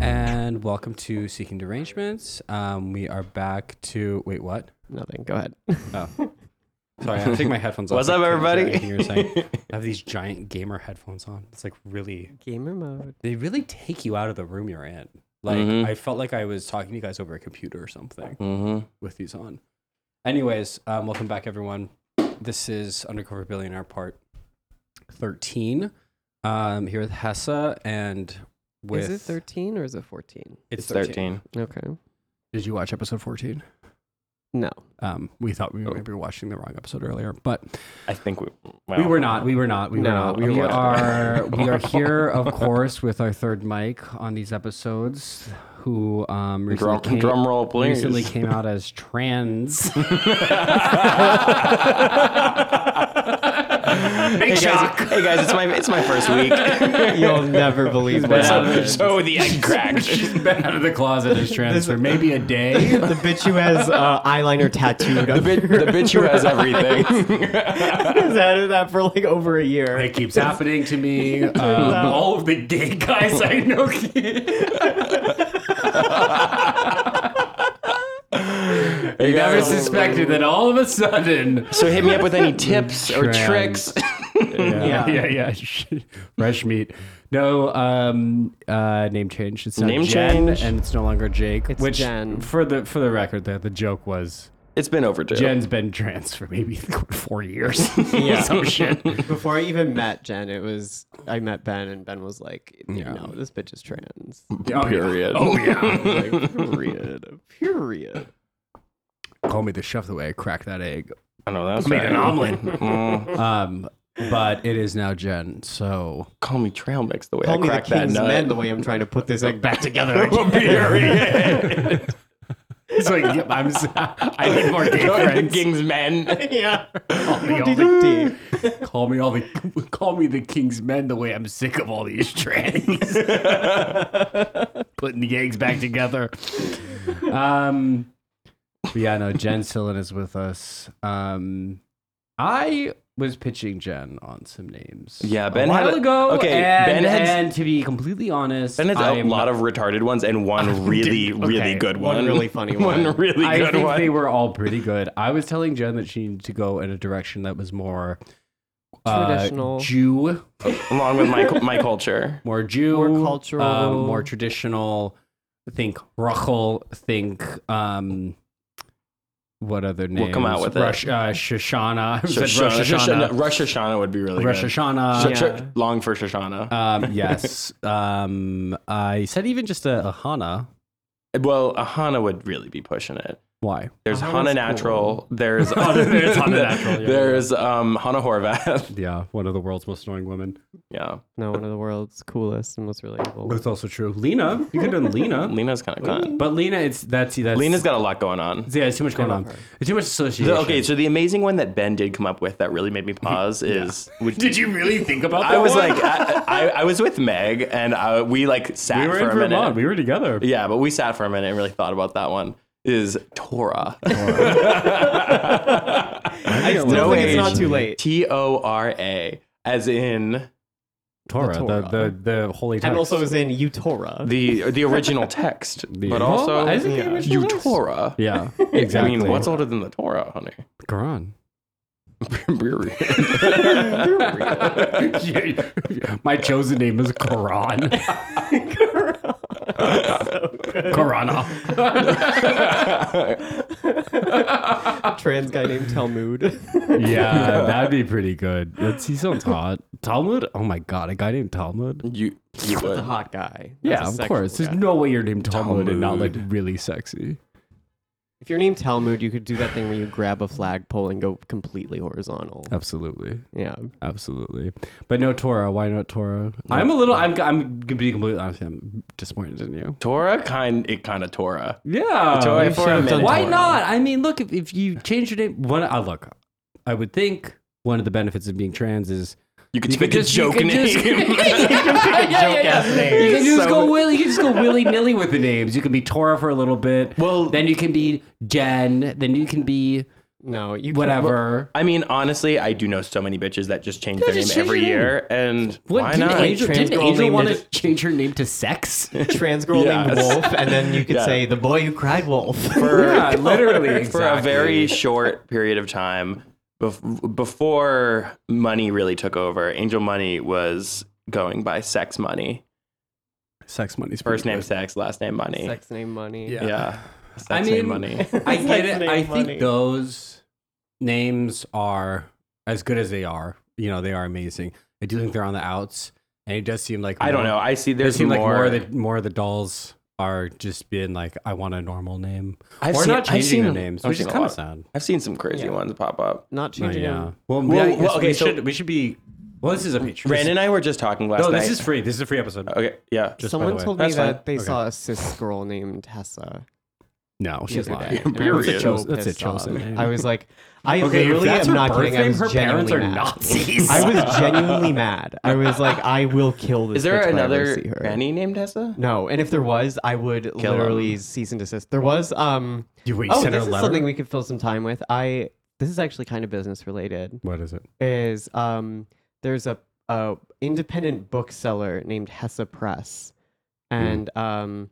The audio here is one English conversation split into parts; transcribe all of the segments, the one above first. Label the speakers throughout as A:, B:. A: and welcome to Seeking Derangements. Um, we are back to wait, what?
B: Nothing. Go ahead.
A: Oh, sorry, I have to take my headphones off.
C: What's up,
A: I couldn't hear
C: everybody?
A: anything you were saying. I have these giant gamer headphones on. It's like really,
B: Gamer mode.
A: they really take you out of the room you're in. Like
C: Mhm.
A: I felt like I was talking to you guys over a computer or something
C: Mm-hmm.
A: with these on. Anyways, um, welcome back, everyone. This is Undercover Billionaire Part Thirteen. Um, here with Hessa and with
B: Is it 13 or is it 14?
A: It's
C: It's 13.
B: Okay.
A: Did you watch episode 14?
B: No.
A: Um, we thought we were
C: Oh.
A: maybe watching the wrong episode earlier, but
C: I think we
A: we were not. We were not. We were
B: No,
A: not.
B: we
A: We,
B: watched it.
A: are. we are here, of course, with our third mic on these episodes, who um, recently,
C: Drum,
A: came,
C: drum roll, please.
A: recently came out as trans.
C: hey, guys, hey guys, it's my it's my first week.
B: You'll never believe what happened.
C: so the egg cracked.
A: She's been out of the closet as trans for maybe a day.
B: the bitch who has uh, eyeliner tattooed on
C: Bit- the bitch who has everything.
B: has had that for like over a year.
A: It keeps happening to me. Um, all of the gay guys I know.
C: You
A: Never suspected that all of a sudden.
C: So hit me up with any tips or
A: Trans.
C: tricks.
A: yeah,
B: Yeah.
A: yeah, yeah. Fresh meat. No, um, uh, name change. It's now
C: Name
A: Jen,
C: change.
A: and it's no longer Jake.
B: It's
A: which,
B: Jen.
A: for the for the record, the, the joke was
C: It's been overdue.
A: Jen's been trans for maybe four years. Oh,
B: Yeah.
A: Some shit.
B: Before I even met Jen, it was I met Ben and Ben was like, "No, this bitch is trans."
C: Period.
A: Oh yeah.
B: I was like, period. Period.
A: Call me the chef the way I crack that egg.
C: I know that's
A: Made an
C: right.
A: omelet.
C: Mm,
A: Um, but it is now Jen. So
C: call me trail mix the way
B: Call
C: I
B: me the
C: cracked that
B: king's
C: nut.
B: men the way I'm trying to put this egg back together.
A: Oh, period. it's like yep, I'm. s- I need more gay
C: the
A: friends.
C: king's men.
B: yeah.
A: Call me all the
B: Deep.
A: Call me all the call me the king's men the way I'm sick of all these trends. Putting the eggs back together. Um but yeah, no, Jen Sillen is with us. Um I was pitching Jen on some names.
C: Yeah, Ben
A: a while
C: had a-
A: ago.
C: okay,
A: and,
C: Ben had-
A: and to be completely honest,
C: And it's a
A: I'm-
C: lot of retarded ones and one really, really
A: okay,
C: good one.
B: one really funny
C: One
B: one.
C: really
A: I
C: good
A: think
C: one.
A: they were all pretty good. I was telling Jen that she needed to go in a direction that was more uh,
B: Traditional.
A: Jew
C: Along with my, my culture.
A: more Jew,
B: More cultural.
A: um, more traditional. Think Rachel. Think um, what other names?
C: come out with it.
A: Rush, Uh, Shoshana. I said
C: Shoshana-
A: Rosh Hashanah.
C: Shoshana- Rosh Uh, Hashanah would be really
A: Rosh
C: good.
A: Hashanah.
C: Sh- sh-
B: Yeah.
C: Long for Shoshana.
A: Um, yes. um, I said even just a, a Hana.
C: Uh, well, Ahana would really be pushing it.
A: Why?
C: There's
B: Ahana's
C: Hana Oh,
B: cool.
C: Natural. There's
A: there's Hana Natural, yeah.
C: There's um, Hana Horvath.
A: Yeah, one of the world's most annoying women.
C: yeah,
B: No, one of the world's coolest and most
C: Oh.
B: relatable.
A: That's also true. Lena. You could have done Lena.
C: Lena's kind of gone.
A: But Lena, it's that's that's
C: Lena's got a lot going on.
A: yeah, it's too much going on.
B: love her.
A: It's too much association.
C: The- okay, so the amazing one that Ben did come up with that really made me pause is. Would,
A: Did you really think about that?
C: I was
A: one?
C: like, I, I, I was with Meg and I, we like sat
A: we were
C: for
A: in
C: a minute.
A: Vermont. We were together.
C: Yeah, but we sat for a minute and really thought about that one. Is Torah.
A: I
B: still
C: no
B: think it's
C: age.
B: not too late.
C: T O R A. As in
A: Torah, the,
B: Torah.
A: The, the holy text.
B: And also is in Utora.
C: the the original text. but
A: Oh,
C: also
A: is it the original text?
C: Torah.
A: yeah, exactly.
C: I mean, what's older than the Torah, honey?
A: Quran? My chosen name is Quran. Quran.
B: trans guy named Talmud.
A: Yeah, that'd be pretty good. Let's see sounds hot. Talmud? Oh my god, a guy named Talmud?
C: you you
B: the
C: would.
B: hot guy.
A: Yeah,
B: That's a
A: of course.
B: sexual
A: There's
B: guy.
A: no way you're named Talmud, and not like
C: Talmud.
A: really sexy.
B: If you're named Talmud, you could do that thing where you grab a flagpole and go completely horizontal.
A: Absolutely.
B: Yeah.
A: Absolutely. But no Torah. Why not Torah? I'm a little I'm I'm gonna be completely honest, I'm disappointed in you.
C: Torah kind it kind of Torah.
A: Yeah.
C: Torah
B: you
C: for
B: should
C: a
B: have done
C: minute.
A: Why
B: Torah.
A: not? I mean, look, if, if you change your name, one, uh, look, I would think one of the benefits of being trans is
C: You could
A: you
C: pick
A: could
C: a
A: just
C: joke
A: you could just-
C: name.
A: Yeah, yeah, yeah. You can just go willy. You can just go willy nilly with the names. You can be Torah for a little bit.
C: Well-
A: then you can be Jen. Then you can be
B: No, you
A: Whatever.
C: I mean, honestly, I do know so many bitches that just change their name
A: just change
C: every
A: your name.
C: year, and why
A: didn't
C: not?
A: Angel,
B: Trans
A: didn't
B: girl
A: Angel
B: named
A: want to
B: it-
A: change her name to Sex?
B: can't- trans girl named
C: Yes.
B: Wolf, and then you could
C: Yeah.
B: say the boy who cried wolf.
C: For,
A: Yeah, literally,
C: for a very
A: exactly.
C: short period of time bef- before money really took over. Angel Money was going by Sex Money,
A: Sex money's
C: first name Sex, last name Money.
B: Sex name money.
A: Yeah.
C: Yeah, sex
A: I
C: name
A: mean,
C: Money.
A: I get
B: Sex
A: it.
B: name
A: I
B: money.
A: think those names are as good as they are. You know, they are amazing. I do think they're on the outs, and it does seem like
C: I don't
A: more-
C: know. I see.
A: It
C: There's
A: seems
C: more.
A: like more of the more of the dolls are just being like, I want a normal name,
C: I've
A: or
C: seen-
A: not
C: I've
A: changing
C: seen
A: their
C: a-
A: names,
C: I've
A: which is
C: seen a
A: kind of
C: lot.
A: sad.
C: I've seen some crazy
B: Yeah.
C: ones pop up.
B: Not
A: Oh,
B: changing
A: yeah.
B: him.
A: Well,
C: Well,
A: yeah, I
C: well,
A: guess
C: okay,
A: we
C: so-
A: should we should be. Well, this is a feature.
C: Rand and I were just talking last
A: no,
C: night.
A: this is free. This is a free episode.
C: okay. Yeah.
A: Just by
B: Someone
A: the way.
B: told me
C: That's
B: that
C: fine.
B: they
A: Okay.
B: saw a cis girl named Tessa.
A: No,
B: the
A: she's
B: other
A: lying.
B: day, and I was
C: Period.
B: so
A: That's a
B: pissed off.
A: chosen name.
B: I was like, I
A: Okay, if
B: literally
A: that's
B: am
A: her
B: not
A: birth
B: kidding. I
A: name,
B: was
A: her parents
B: genuinely
A: are
B: mad.
A: Nazis.
B: I was genuinely mad. I was like, I will kill this.
C: Is there
B: bitch when I ever
C: another
B: see her.
C: granny named Tessa?
B: No, and if there was, I would
C: Kill
B: literally cease and desist. There was. Um,
A: You wait, you
B: oh,
A: sent her a
B: this is
A: letter.
B: something we could fill some time with. I this is actually kind of business related.
A: What is it?
B: Is um, there's a, a independent bookseller named Hessa Press,
C: Hmm.
B: and um,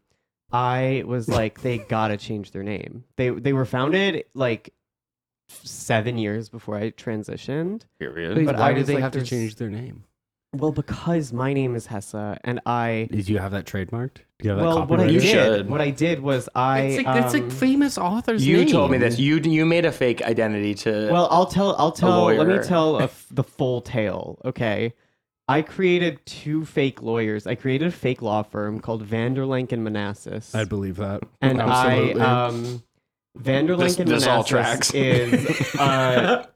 B: I was like, they gotta change their name. They they were founded like seven years before I transitioned.
C: Period.
B: But
A: why
B: I
A: do
B: was
A: they
B: like,
A: have to
B: there's-
A: change their name?
B: Well, because my name is Hessa, and I
A: Did you have that trademarked? Do you have
B: well,
A: that
B: what I
A: copyrighted?
C: You
B: did,
C: should.
B: what I did was I. um,
A: famous author's
C: You told me this. You you made a fake identity to.
B: Well, I'll tell. I'll tell. Let me
C: lawyer.
B: tell a f the full tale. Okay, I created two fake lawyers. I created a fake law firm called Vanderlank and Manassas,
A: I believe that.
B: and
A: Absolutely.
B: I um, Vanderlank
C: This-
B: and
C: this all
B: Manassas
C: tracks.
B: is uh,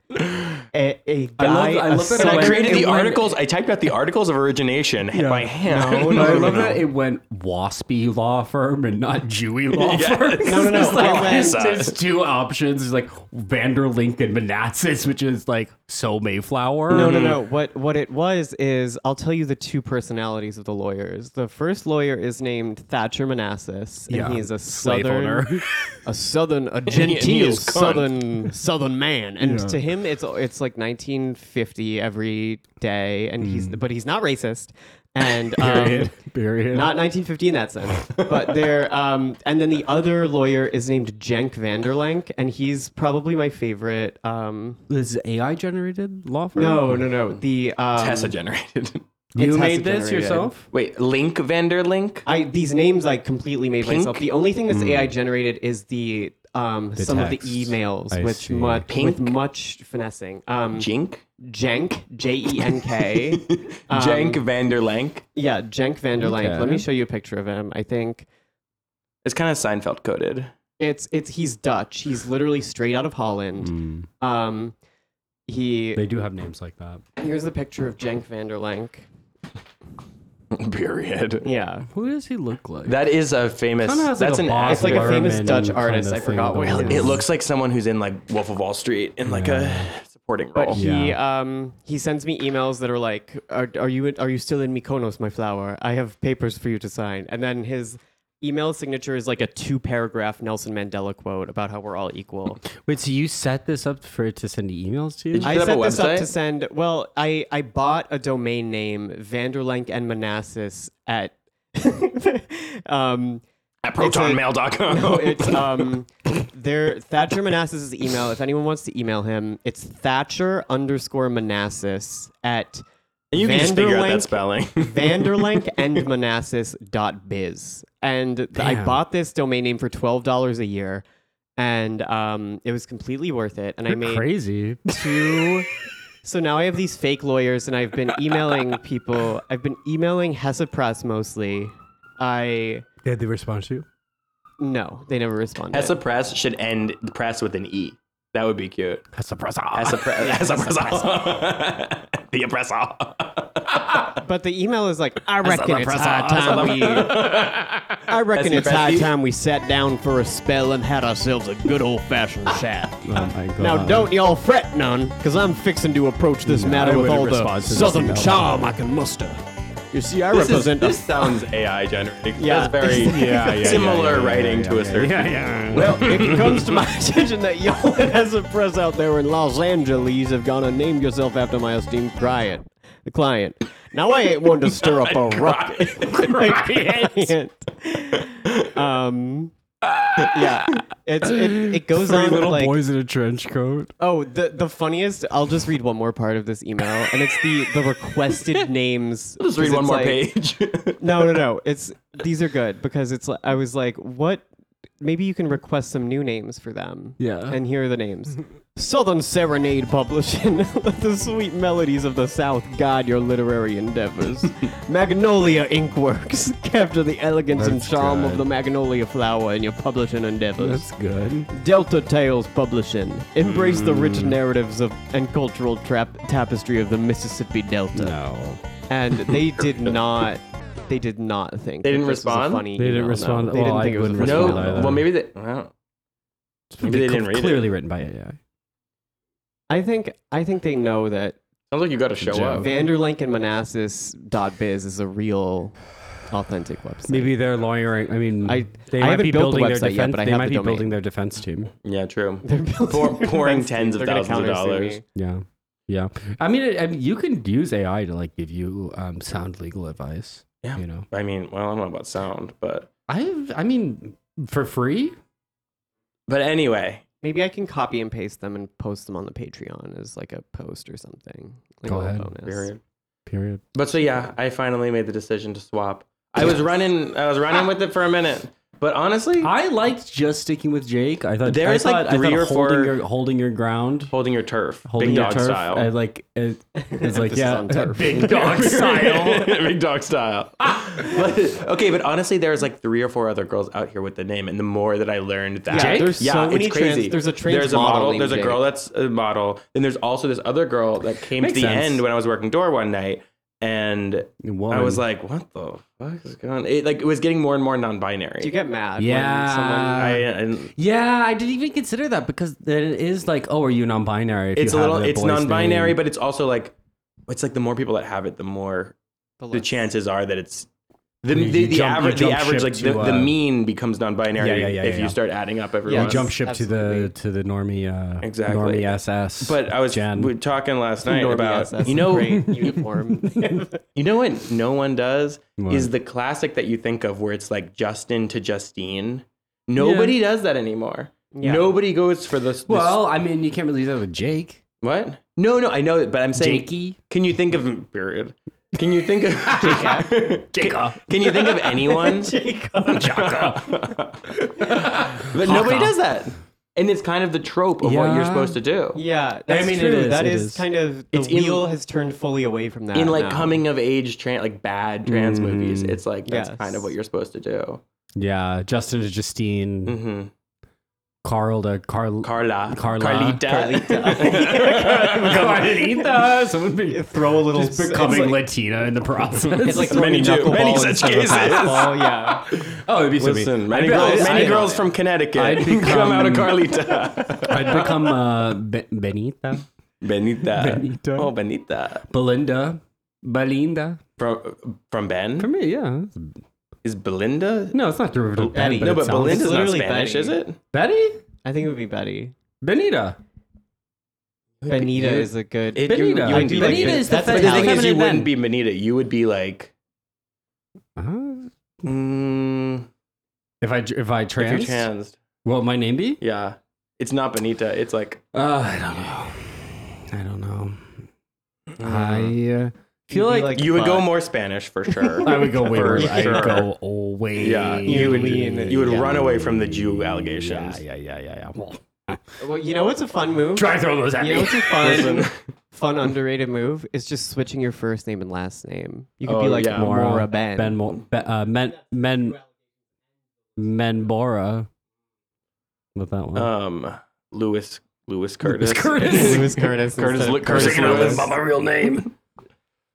B: a, a
A: I
B: guy.
A: love- I love that
B: a
C: and I
A: when-
C: created
A: and
C: the
A: when-
C: articles. I typed out the articles of origination by hand.
A: No, no, I love that it went waspy law firm and not Jewy law
C: Yes.
A: firm.
C: No,
B: no, no,
A: It's like,
B: I went-
A: there's two options. It's like Vanderlink and Manassas, which is like so Mayflower.
B: No, no, no. What what it was is I'll tell you the two personalities of the lawyers. The first lawyer is named Thatcher Manassas, and
A: Yeah,
B: he is a
A: slave
B: southern,
A: owner.
B: a southern, a
C: he- and he
B: genteel
C: is cunt.
B: southern southern man. And
A: Yeah.
B: to him, it's it's like 1950 every day, and he's but he's not racist, and um,
A: Period. Period.
B: not 1950 in that sense, but there. Um, and then the other lawyer is named Jenk Vanderlank, and he's probably my favorite. Um,
A: this is AI generated law firm.
B: no, no, no. The um,
C: Tessa generated.
A: you
B: It's
A: made this
B: Hessa generated.
A: yourself.
C: Wait, Link Vanderlink.
B: I these names I completely made
C: Pink?
B: myself. The only thing that's AI generated is the um some
A: Hmm. text.
B: of the emails
A: I
B: with
A: see.
B: much
C: Pink?
B: with much finessing. Um
C: Jink.
B: Jenk J E N K. Um,
A: um,
C: Jank Vanderlank.
B: Yeah, Jenk Vanderlank.
A: Okay.
B: Let me show you a picture of him. I think
C: It's kind of Seinfeld coded.
B: it's it's he's Dutch. He's literally straight out of Holland.
A: Mm,
B: Um he
A: they do have names like that.
B: here's the picture of Jenk Vanderlank.
C: Period.
B: Yeah.
A: Who does he look like?
C: That is a famous.
A: Kinda has, like,
C: that's
A: a
C: an
A: Bob
B: It's like a
C: actor.
B: famous
A: Berman
B: Dutch
A: kind
B: artist.
A: of
B: I
A: thing
B: forgot what
A: going
B: his-
C: It
A: on.
C: looks like someone who's in like Wolf of Wall Street in like a supporting
B: But
C: role.
B: he
A: Yeah.
B: um he sends me emails that are like, are, are you are you still in Mykonos, my flower? I have papers for you to sign. And then his email signature is like a two paragraph Nelson Mandela quote about how we're all equal.
A: Wait, so you set this up for it to send emails to you?
C: Did you-
B: I
C: set up
B: set
C: a
B: this up to
C: website?
B: send. Well, I I bought a domain name Vanderlank and Manassas at. um,
C: At
B: It's a-
C: protonmail.com.
B: no, it's um, there. Thatcher Manassas' email. If anyone wants to email him, it's Thatcher underscore Manassas at
C: and you can just figure out
B: Vanderlank-
C: that spelling.
B: Vanderlank and Manassas dot biz. And th- I
A: Damn.
B: bought this domain name for twelve dollars a year, and um, it was completely worth it. And I made
A: crazy.
B: two. so now I have these fake lawyers, and I've been emailing people. I've been emailing Hesse Press mostly. I
A: Did they respond to you?
B: no, they never responded.
C: Hessa Press should end the press with an E. That would be cute.
A: That's a press.
C: Hessa Press. Hessa Press. The oppressor.
B: But the email is like, I reckon it's high time we. I reckon
C: That's
B: it's
C: the
B: high
C: best.
B: time we sat down for a spell and had ourselves a good old fashioned chat.
A: Oh my god.
B: Now don't y'all fret none, because I'm fixing to approach this
A: No, I
B: matter with
A: wouldn't
B: all the
A: respond to this
B: southern
A: email.
B: charm I can muster. You see, I
C: This, is,
B: represent
C: this sounds AI generated.
B: Yeah.
C: That's very
D: yeah, yeah,
C: similar
D: yeah, yeah,
C: writing
D: yeah,
C: to
D: yeah,
C: a certain.
D: Yeah, yeah.
B: Well, it comes to my attention that y'all at Hessa Press out there in Los Angeles have gone and named yourself after my esteemed client. The client. Now I ain't one to stir up a ruckus. Client. Um. Yeah, it's it, it goes on like
D: in a trench coat.
B: oh the the funniest. I'll just read one more part of this email, and it's the the requested names.
C: Just read
B: 'cause
C: one
B: it's
C: more
B: like-
C: page.
B: no, no, no. It's these are good because it's. li- I was like, what? Maybe you can request some new names for them.
D: Yeah.
B: And here are the names: Southern Serenade Publishing, the sweet melodies of the South guide your literary endeavors. Magnolia Inkworks, capture the elegance and
D: That's
B: charm of
D: good.
B: the magnolia flower in your publishing endeavors.
D: good.
B: Delta Tales Publishing, embrace the rich
D: Mm.
B: narratives of and cultural trap- tapestry of the Mississippi Delta
A: No.
B: and they did not. They did not think
C: They
B: that
C: didn't
B: this was a
C: respond?
B: funny
D: They
B: email,
D: didn't
B: no.
D: respond.
B: They
D: Well,
B: didn't
D: I
B: think it was a
D: wouldn't
B: funny
C: no,
D: respond
B: email.
D: either.
C: well maybe they. Well, maybe they didn't read
A: clearly
C: it.
A: written by AI.
B: I think I think they know that
C: Sounds like you got to show
D: joke.
C: up.
B: Vanderlink and Manassas.biz is a real, authentic website.
A: Maybe they're lawyering. I mean,
B: I-
A: they
B: I
A: might
B: haven't
A: be
B: built the
A: building their
B: website
A: defense.
B: yet, but I
A: they
B: have
A: might
B: the
A: be
B: domain.
A: building their defense team.
C: Yeah, true.
B: They're building
C: Pour-
B: their
C: pouring
B: website.
C: tens of
B: They're gonna
C: thousands of
B: countersue me.
C: dollars.
A: Yeah, yeah. I mean, it, I mean, you can use AI to like give you um, sound legal advice.
C: Yeah.
A: you know.
C: I mean, well, I don't know about sound, but
A: I I mean, for free.
C: but anyway,
B: Maybe I can copy and paste them and post them on the Patreon as like a post or something. Like
A: Go
B: a little
A: ahead.
B: bonus.
C: period.
A: Period.
C: But so yeah, I finally made the decision to swap. I was running, I was running with it for a minute, but honestly,
A: I liked just sticking with Jake. I thought
C: There
A: I
C: is, like,
A: thought- I
C: three
A: thought
C: or
A: holding
C: four-
A: your, holding your ground,
C: holding your turf,
A: holding
C: big
A: your
C: dog
A: turf.
C: style.
A: I like it, it's like
B: Emphasis
A: yeah,
B: on turf.
A: big dog style.
C: Big dog style. but, okay, but honestly, there's like three or four other girls out here with the name, and the more that I learned that,
B: Jake? There's so many
C: it's
B: trans-
C: crazy.
B: there's a trans
C: there's a
B: model
C: model,
B: named
C: there's a
B: Jake.
C: girl that's a model, and there's also this other girl that came
A: Makes
C: to the
A: sense.
C: end when I was working door one night, and
A: Woman.
C: I was like, what the fuck is going? on? It, like it was getting more and more non-binary.
B: Do you get mad?
A: Yeah.
B: When someone,
C: I, and
A: yeah, I didn't even consider that because then it is like, oh, are you non-binary? if
C: it's
A: you
C: a
A: have
C: little,
A: the
C: it's
A: boy's
C: non-binary,
A: name?
C: but it's also like, it's like the more people that have it, the more the
B: less-
C: chances are that it's the
A: You- you
C: the, the
A: jump- you
C: average the
A: jump
C: average
A: ship
C: like the,
A: to,
C: the
A: uh,
C: mean becomes non-binary
A: Yeah, yeah, yeah,
C: if
A: yeah.
C: you start adding up
A: you
C: everyone.
B: Yes,
A: jump ship
B: absolutely.
A: to the to the normie uh,
C: Exactly.
A: normie SS.
C: But I was
A: Jen.
C: we were talking last night
B: Normie
C: about
B: SS
C: you know
B: great uniform.
C: you know what no one does
A: What?
C: is the classic that you think of where it's like Justin to Justine. Nobody does that anymore.
B: Yeah.
C: Nobody goes for the, the
A: well, I mean, you can't really do that with Jake.
C: what? No, no, I know it, but I'm saying
A: Jakey.
C: Can you think of period? Can you think of can,
A: Jacob.
C: can you think of anyone? But nobody does that. And it's kind of the trope of what
A: Yeah.
C: you're supposed to do.
B: Yeah, that's
A: mean, it
B: true.
A: is,
B: That
A: it
B: is,
A: is.
B: kind of the
C: It's in-
B: wheel has turned fully away from that.
C: In like
B: now.
C: coming of age tran like bad trans movies, it's like that's
B: Yes.
C: kind of what you're supposed to do.
A: Yeah, Justin to Justine,
C: hmm
A: Carl to Carl,
C: Carla.
A: Carla.
C: Carlita.
A: Carlita. Someone be
B: throw a little it's
A: becoming
B: like,
A: Latina in the process.
B: it's like
C: Many
B: throwing a
C: do- many
B: knuckleball instead
C: such
B: of a
C: cases.
B: fastball, yeah.
A: oh, it'd be so
C: Listen,
A: mean. I'd
C: many
A: be-
C: girls,
A: I'd-
C: many
A: I'd-
C: girls from Connecticut
A: I'd become-
C: come out of Carlita.
A: I'd become uh, Be- Benita,
C: Benita.
A: Benita.
C: Oh, Benita.
A: Belinda, Belinda.
C: From from Ben?
A: For me, yeah.
C: Is Belinda?
A: No, it's not derivative. of Ben,
B: Betty.
A: But
C: no,
A: it
C: but
A: sounds-
C: Belinda's not
B: literally
C: Spanish,
B: Betty.
C: is it?
A: Betty,
B: I think it would be Betty.
A: Benita.
B: Benita is a good.
C: It-
B: you-
A: Benita.
B: you would be like
A: Benita
B: Ben-
A: is the
B: that's
A: fe-
C: But the
A: Italian.
C: thing is, you
A: Feminine Ben.
C: wouldn't be Benita. You would be like,
A: Uh,
C: mm,
A: if I if I
C: if you're
A: trans,
C: trans.
A: what would my name be?
C: Yeah. It's not Benita. It's like,
A: Uh, I don't know. I don't know. I uh, feel
B: Mm. You'd be
A: like,
B: like-
C: you would go
B: But-
C: more Spanish for sure.
A: I would go way.
C: For
A: over- I
C: sure.
A: would go away.
C: Yeah, you would
B: lean-
C: you would
B: Yeah.
C: run away from the Jew allegations.
A: Yeah, yeah, yeah, yeah. yeah. Well,
B: Well, you know what's a fun move?
A: try throw those at
B: You know
A: me.
B: what's a fun, fun underrated move is just switching your first name and last name. You could be
C: Oh,
B: like
C: yeah.
B: Mora,
A: Mora,
B: Ben.
A: Uh, Ben, Mo- Be- uh, Men, Men, Men Bora. With that one.
C: Um, Lewis Lewis Curtis.
A: Curtis.
B: Lewis Curtis.
C: Curtis,
B: instead of
C: Lu- Curtis
B: Curtis
C: Lewis.
B: Lewis.
A: real name.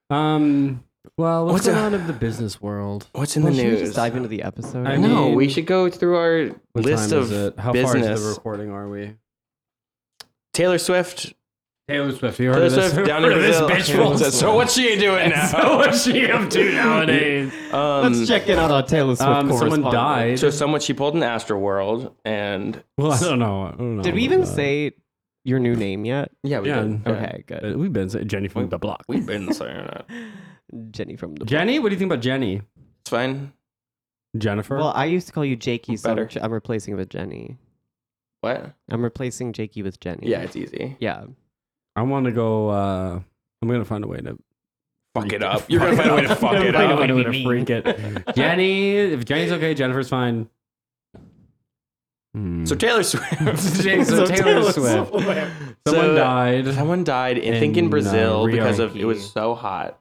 A: Um. Well, what's,
C: Uh, What's
A: going
C: a-
A: on in the business world?
C: What's in
B: Well,
C: the
B: should we
C: news?
B: just dive into the episode?
A: I
C: no,
A: mean-
C: we should go through our
A: What
C: list
A: time
C: of
A: is it? How far
C: business.
A: is the recording? Are we?
C: Taylor Swift
A: Taylor Swift, you heard
C: Taylor
A: of this?
C: Swift, down
A: Heard
C: in
A: of this
C: Brazil.
A: bitch
C: Yeah.
A: rolls.
C: So, so what's she doing now?
A: So what's she up to nowadays?
C: Um,
B: Let's check in on our Taylor Swift
A: Um, someone
B: correspondent.
A: died.
C: So someone she pulled an Astro World and
A: well, I don't know. I don't know
B: Did we even
A: about
B: say your new name yet?
C: yeah, we
A: Yeah.
C: did.
B: Okay,
A: that.
B: good.
A: Uh, We've been saying Jenny from the block.
C: We've been saying it.
B: Jenny from the.
A: Jenny, what do you think about Jenny?
C: It's fine.
A: Jennifer.
B: Well, I used to call you Jakey, so I'm,
C: Better.
B: ch- I'm replacing with Jenny.
C: What?
B: I'm replacing Jakey with Jenny.
C: Yeah, it's easy.
B: Yeah.
A: I want to go. Uh, I'm gonna find a way to
C: Fuck it up. You're gonna find a way to fuck
A: I'm
C: it
A: gonna
C: up.
A: find a way to freak it. Jenny, if Jenny's okay, Jennifer's fine. Hmm.
C: So Taylor Swift.
A: Taylor, so
B: So
A: Taylor
B: Taylor
A: Swift. Someone
C: So,
A: died.
C: Someone died, in, I think,
A: In,
C: in
A: uh,
C: Brazil
A: Rio.
C: because of it was so hot.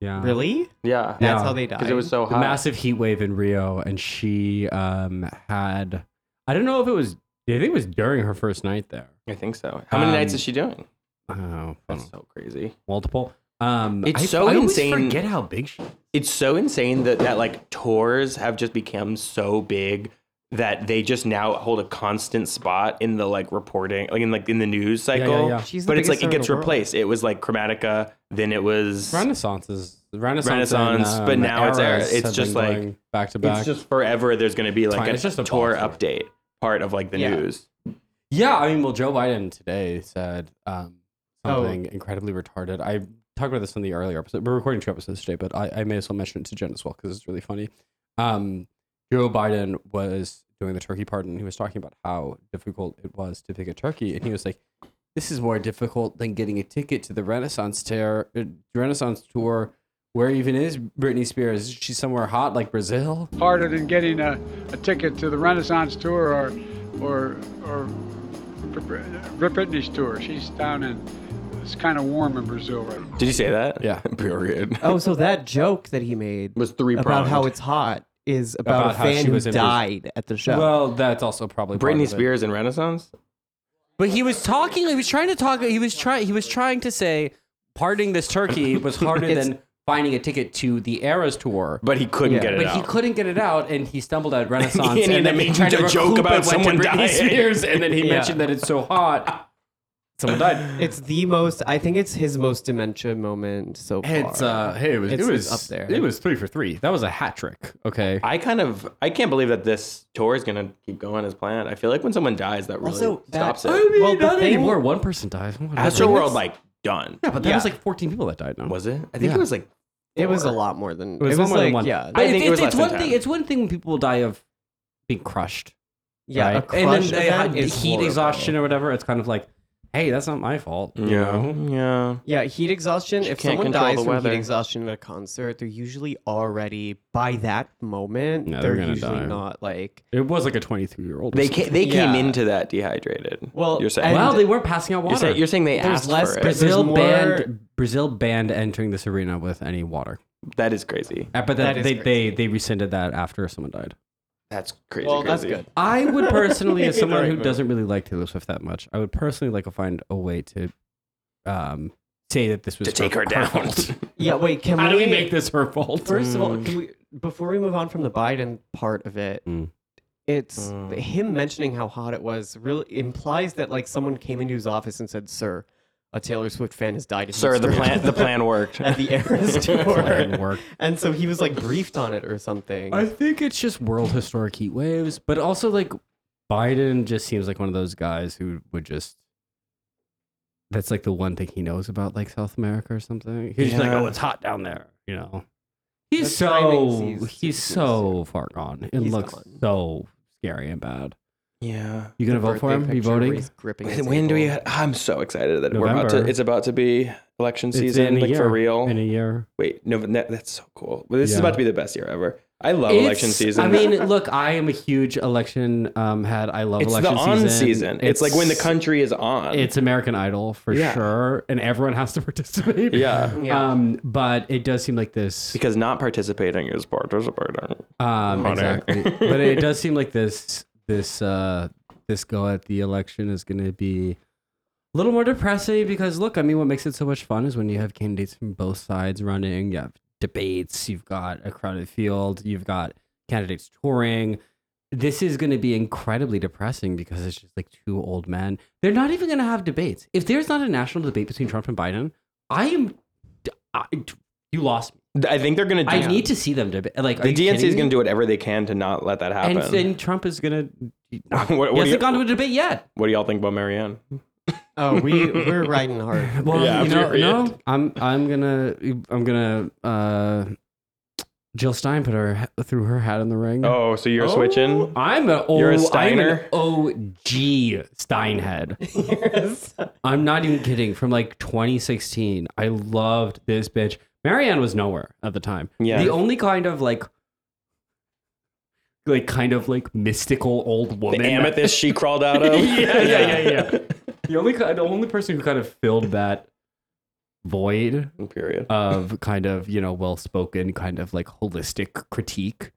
A: Yeah.
B: Really?
C: Yeah,
A: Yeah.
B: That's how they died.
C: because it was so
A: The
C: hot.
A: massive heat wave in Rio, and she um, had. I don't know if it was. I think it was during her first night there.
C: I think so. How many
A: Um,
C: nights is she doing?
A: Oh,
C: That's so crazy.
A: multiple. Um,
C: It's
A: I,
C: so
A: I always
C: insane.
A: Forget how big she.
C: It's so insane that that like tours have just become so big that they just now hold a constant spot in the like reporting, like in like in the news
A: yeah,
C: cycle.
A: yeah.
B: She's the
C: But it's
B: biggest
C: like
B: star
C: it
B: in
C: gets
B: the world.
C: replaced. It was like Chromatica, then it was
A: Renaissance is Renaissance.
C: Renaissance,
A: and,
C: but
A: um,
C: now it's era-
A: Eras
C: it's
A: have
C: just
A: been
C: like-
A: going back to back.
C: it's just forever. There's going to be like
A: Fine,
C: a
A: it's just a
C: tour
A: box tour.
C: update part of like the
B: Yeah.
C: news.
A: Yeah, I mean, well, Joe Biden today said um,
B: Oh.
A: something incredibly retarded. I talked about this in the earlier episode. We're recording two episodes today, but I, I may as well mention it to Jen as well because it's really funny. Um, Joe Biden was doing the turkey pardon. He was talking about how difficult it was to pick a turkey, and he was like, "This is more difficult than getting a ticket to the Renaissance tear, uh, Renaissance tour." Where even is Britney Spears? Is she somewhere hot like Brazil?
E: harder than getting a, a ticket to the Renaissance tour or or or Rip Britney's tour. She's down in it's kind of warm in Brazil right now.
C: Did you say that?
A: Yeah.
C: Period.
B: Oh, so that joke that he made
C: was three
B: about how it's hot is about,
A: About
B: a
A: how she
B: fan who
A: was in Brazil.
B: died at the show.
A: Well, that's also probably part
C: Britney
A: of it.
C: Spears and Renaissance.
A: But he was talking. He was trying to talk. He was trying. He was trying to say parting this turkey was harder
B: It's-
A: than finding a ticket to the Eras tour.
C: But he couldn't
B: Yeah.
C: get it
A: But
C: out.
A: he couldn't get it out, and he stumbled at Renaissance,
C: And he
A: and then
C: made
A: he
C: you
A: tried to
C: a joke
A: recoup it
C: about
A: went to
C: someone
A: Britney
C: dying.
A: Spears, and then he
B: Yeah.
A: mentioned that it's so hot, someone died.
B: it's the most. I think it's his most dementia moment so far.
A: It's uh, hey, it was
B: It's-
A: it was
B: it's up there.
A: It was three for three. That was a hat trick. Okay.
C: I kind of I can't believe that this tour is gonna keep going as planned. I feel like when someone dies, that really
B: Also, that-
C: stops
A: I
C: it.
A: mean,
B: Well, the
A: not
B: thing-
A: anymore. One person dies.
C: Astro
A: Whatever.
C: World like done.
A: Yeah, but that
B: Yeah.
A: was like 14 people that died. No,
C: Was it? I think
A: Yeah.
C: it was like
B: it was a lot more than
A: It was, one more
B: like
A: than one.
B: yeah,
A: I
C: I think
A: think
C: it was
A: it's, it's
C: less
A: one
C: than
A: thing.
C: 10.
A: It's one thing when people die of being crushed,
B: yeah.
A: right?
B: A crush
A: and then
B: of
A: they
B: that
A: had
B: is
A: heat
B: horrible.
A: exhaustion or whatever. It's kind of like, hey, that's not my fault. You know?
C: yeah.
B: Yeah, heat exhaustion. If
C: can't
B: someone
C: control
B: dies
C: the
B: from
C: weather.
B: heat exhaustion at a concert, they're usually already by that moment.
A: No, they're
B: they're,
A: gonna
B: usually
A: die.
B: not like
A: It was like a 23 year old.
C: They came, they
B: Yeah.
C: came into that dehydrated.
B: Well,
C: you're saying
B: and-
A: Wow, they were passing out water.
C: you're, saying, you're saying they
B: There's
C: asked
B: less
C: for it.
B: Brazil-
A: Brazil
B: there's more-
A: banned Brazil banned entering this arena with any water.
C: That is crazy.
A: Uh, But
B: That
A: that,
B: is
A: they,
B: crazy.
A: they they rescinded that after someone died.
C: That's crazy.
B: Well, that's
C: crazy.
B: good.
A: I would personally, as someone
B: Right,
A: who
B: right.
A: doesn't really like Taylor Swift that much, I would personally like to find a way to um, say that this was
C: To take her down.
A: fault.
B: yeah. Wait, can
A: How
B: we,
A: do we make this her fault?
B: First of all, can we, before we move on from the Biden part of it,
A: Mm.
B: it's
C: Mm.
B: him mentioning how hot it was really implies that like someone came into his office and said, "Sir, a Taylor Swift fan has died." in
C: Sir, the
B: Houston
C: plan the plan worked.
B: at the Eras
A: Plan
B: tour,
A: worked.
B: and so he was like briefed on it or something.
A: I think it's just world historic heat waves, but also like Biden just seems like one of those guys who would just. That's like the one thing he knows about like South America or something. He's just like,
C: Yeah.
A: oh, it's hot down there, you know. He's
B: The timing
A: so
B: seems to be
A: he's so far gone. It
B: He's
A: looks
B: gone.
A: so scary and bad.
C: yeah.
A: You gonna
B: The
A: vote for
B: birthday
A: him? you
B: picture where
A: voting?
B: he's gripping his
C: when do we?
B: ankle.
C: I'm so excited that we're about to.
A: November.
C: It's about to be election
A: It's
C: season,
A: in a
C: like for
A: year.
C: real.
A: in a year.
C: Wait, no, that, that's so cool. Well, this is
A: Yeah.
C: about to be the best year ever. I love election
A: It's-
C: season.
A: I mean, look, I am a huge election um, head. I love
C: it's the
A: election
C: on
A: season.
C: season. It's, like when the country is on.
A: It's American Idol for
C: Um, Yeah.
A: sure, and everyone has to participate.
C: yeah,
B: Yeah.
A: Um, but it does seem like this.
C: because not participating is participating.
A: Um,
C: Hot air.
A: exactly. but it does seem like this this uh, this go at the election is going to be a little more depressing because look, I mean, what makes it so much fun is when you have candidates from both sides running. You have debates. You've got a crowded field. You've got candidates touring. this is going to be incredibly depressing because it's just like two old men. They're not even going to have debates. If there's not a national debate between Trump and Biden, I am. I, you lost me.
C: I think they're going to.
A: I need to see them debate. Like are
C: The
A: you
C: DNC is
A: kidding
C: going
A: me?
C: to do whatever they can to not let that happen.
A: and then Trump is going to.
C: what, what
A: He
C: do you,
A: hasn't gone to a debate yet.
C: what do y'all think about Marianne?
B: Oh, we we're riding hard.
A: Well,
C: Yeah,
A: you know,
C: period.
A: no, I'm I'm gonna I'm gonna uh, Jill Stein put her threw her hat in the ring.
C: Oh, so you're switching?
A: I'm an old,
C: You're a Steiner?
A: I'm an OG Steinhead. I'm not even kidding. From like 2016, I loved this bitch. Marianne was nowhere at the time.
C: Yeah.
A: The only kind of like, like kind of like mystical old
C: The
A: woman.
C: amethyst she crawled out of.
A: yeah, yeah, yeah, yeah. the only ki- the only person who kind of filled that void
C: Period.
A: of kind of you know well spoken kind of like holistic critique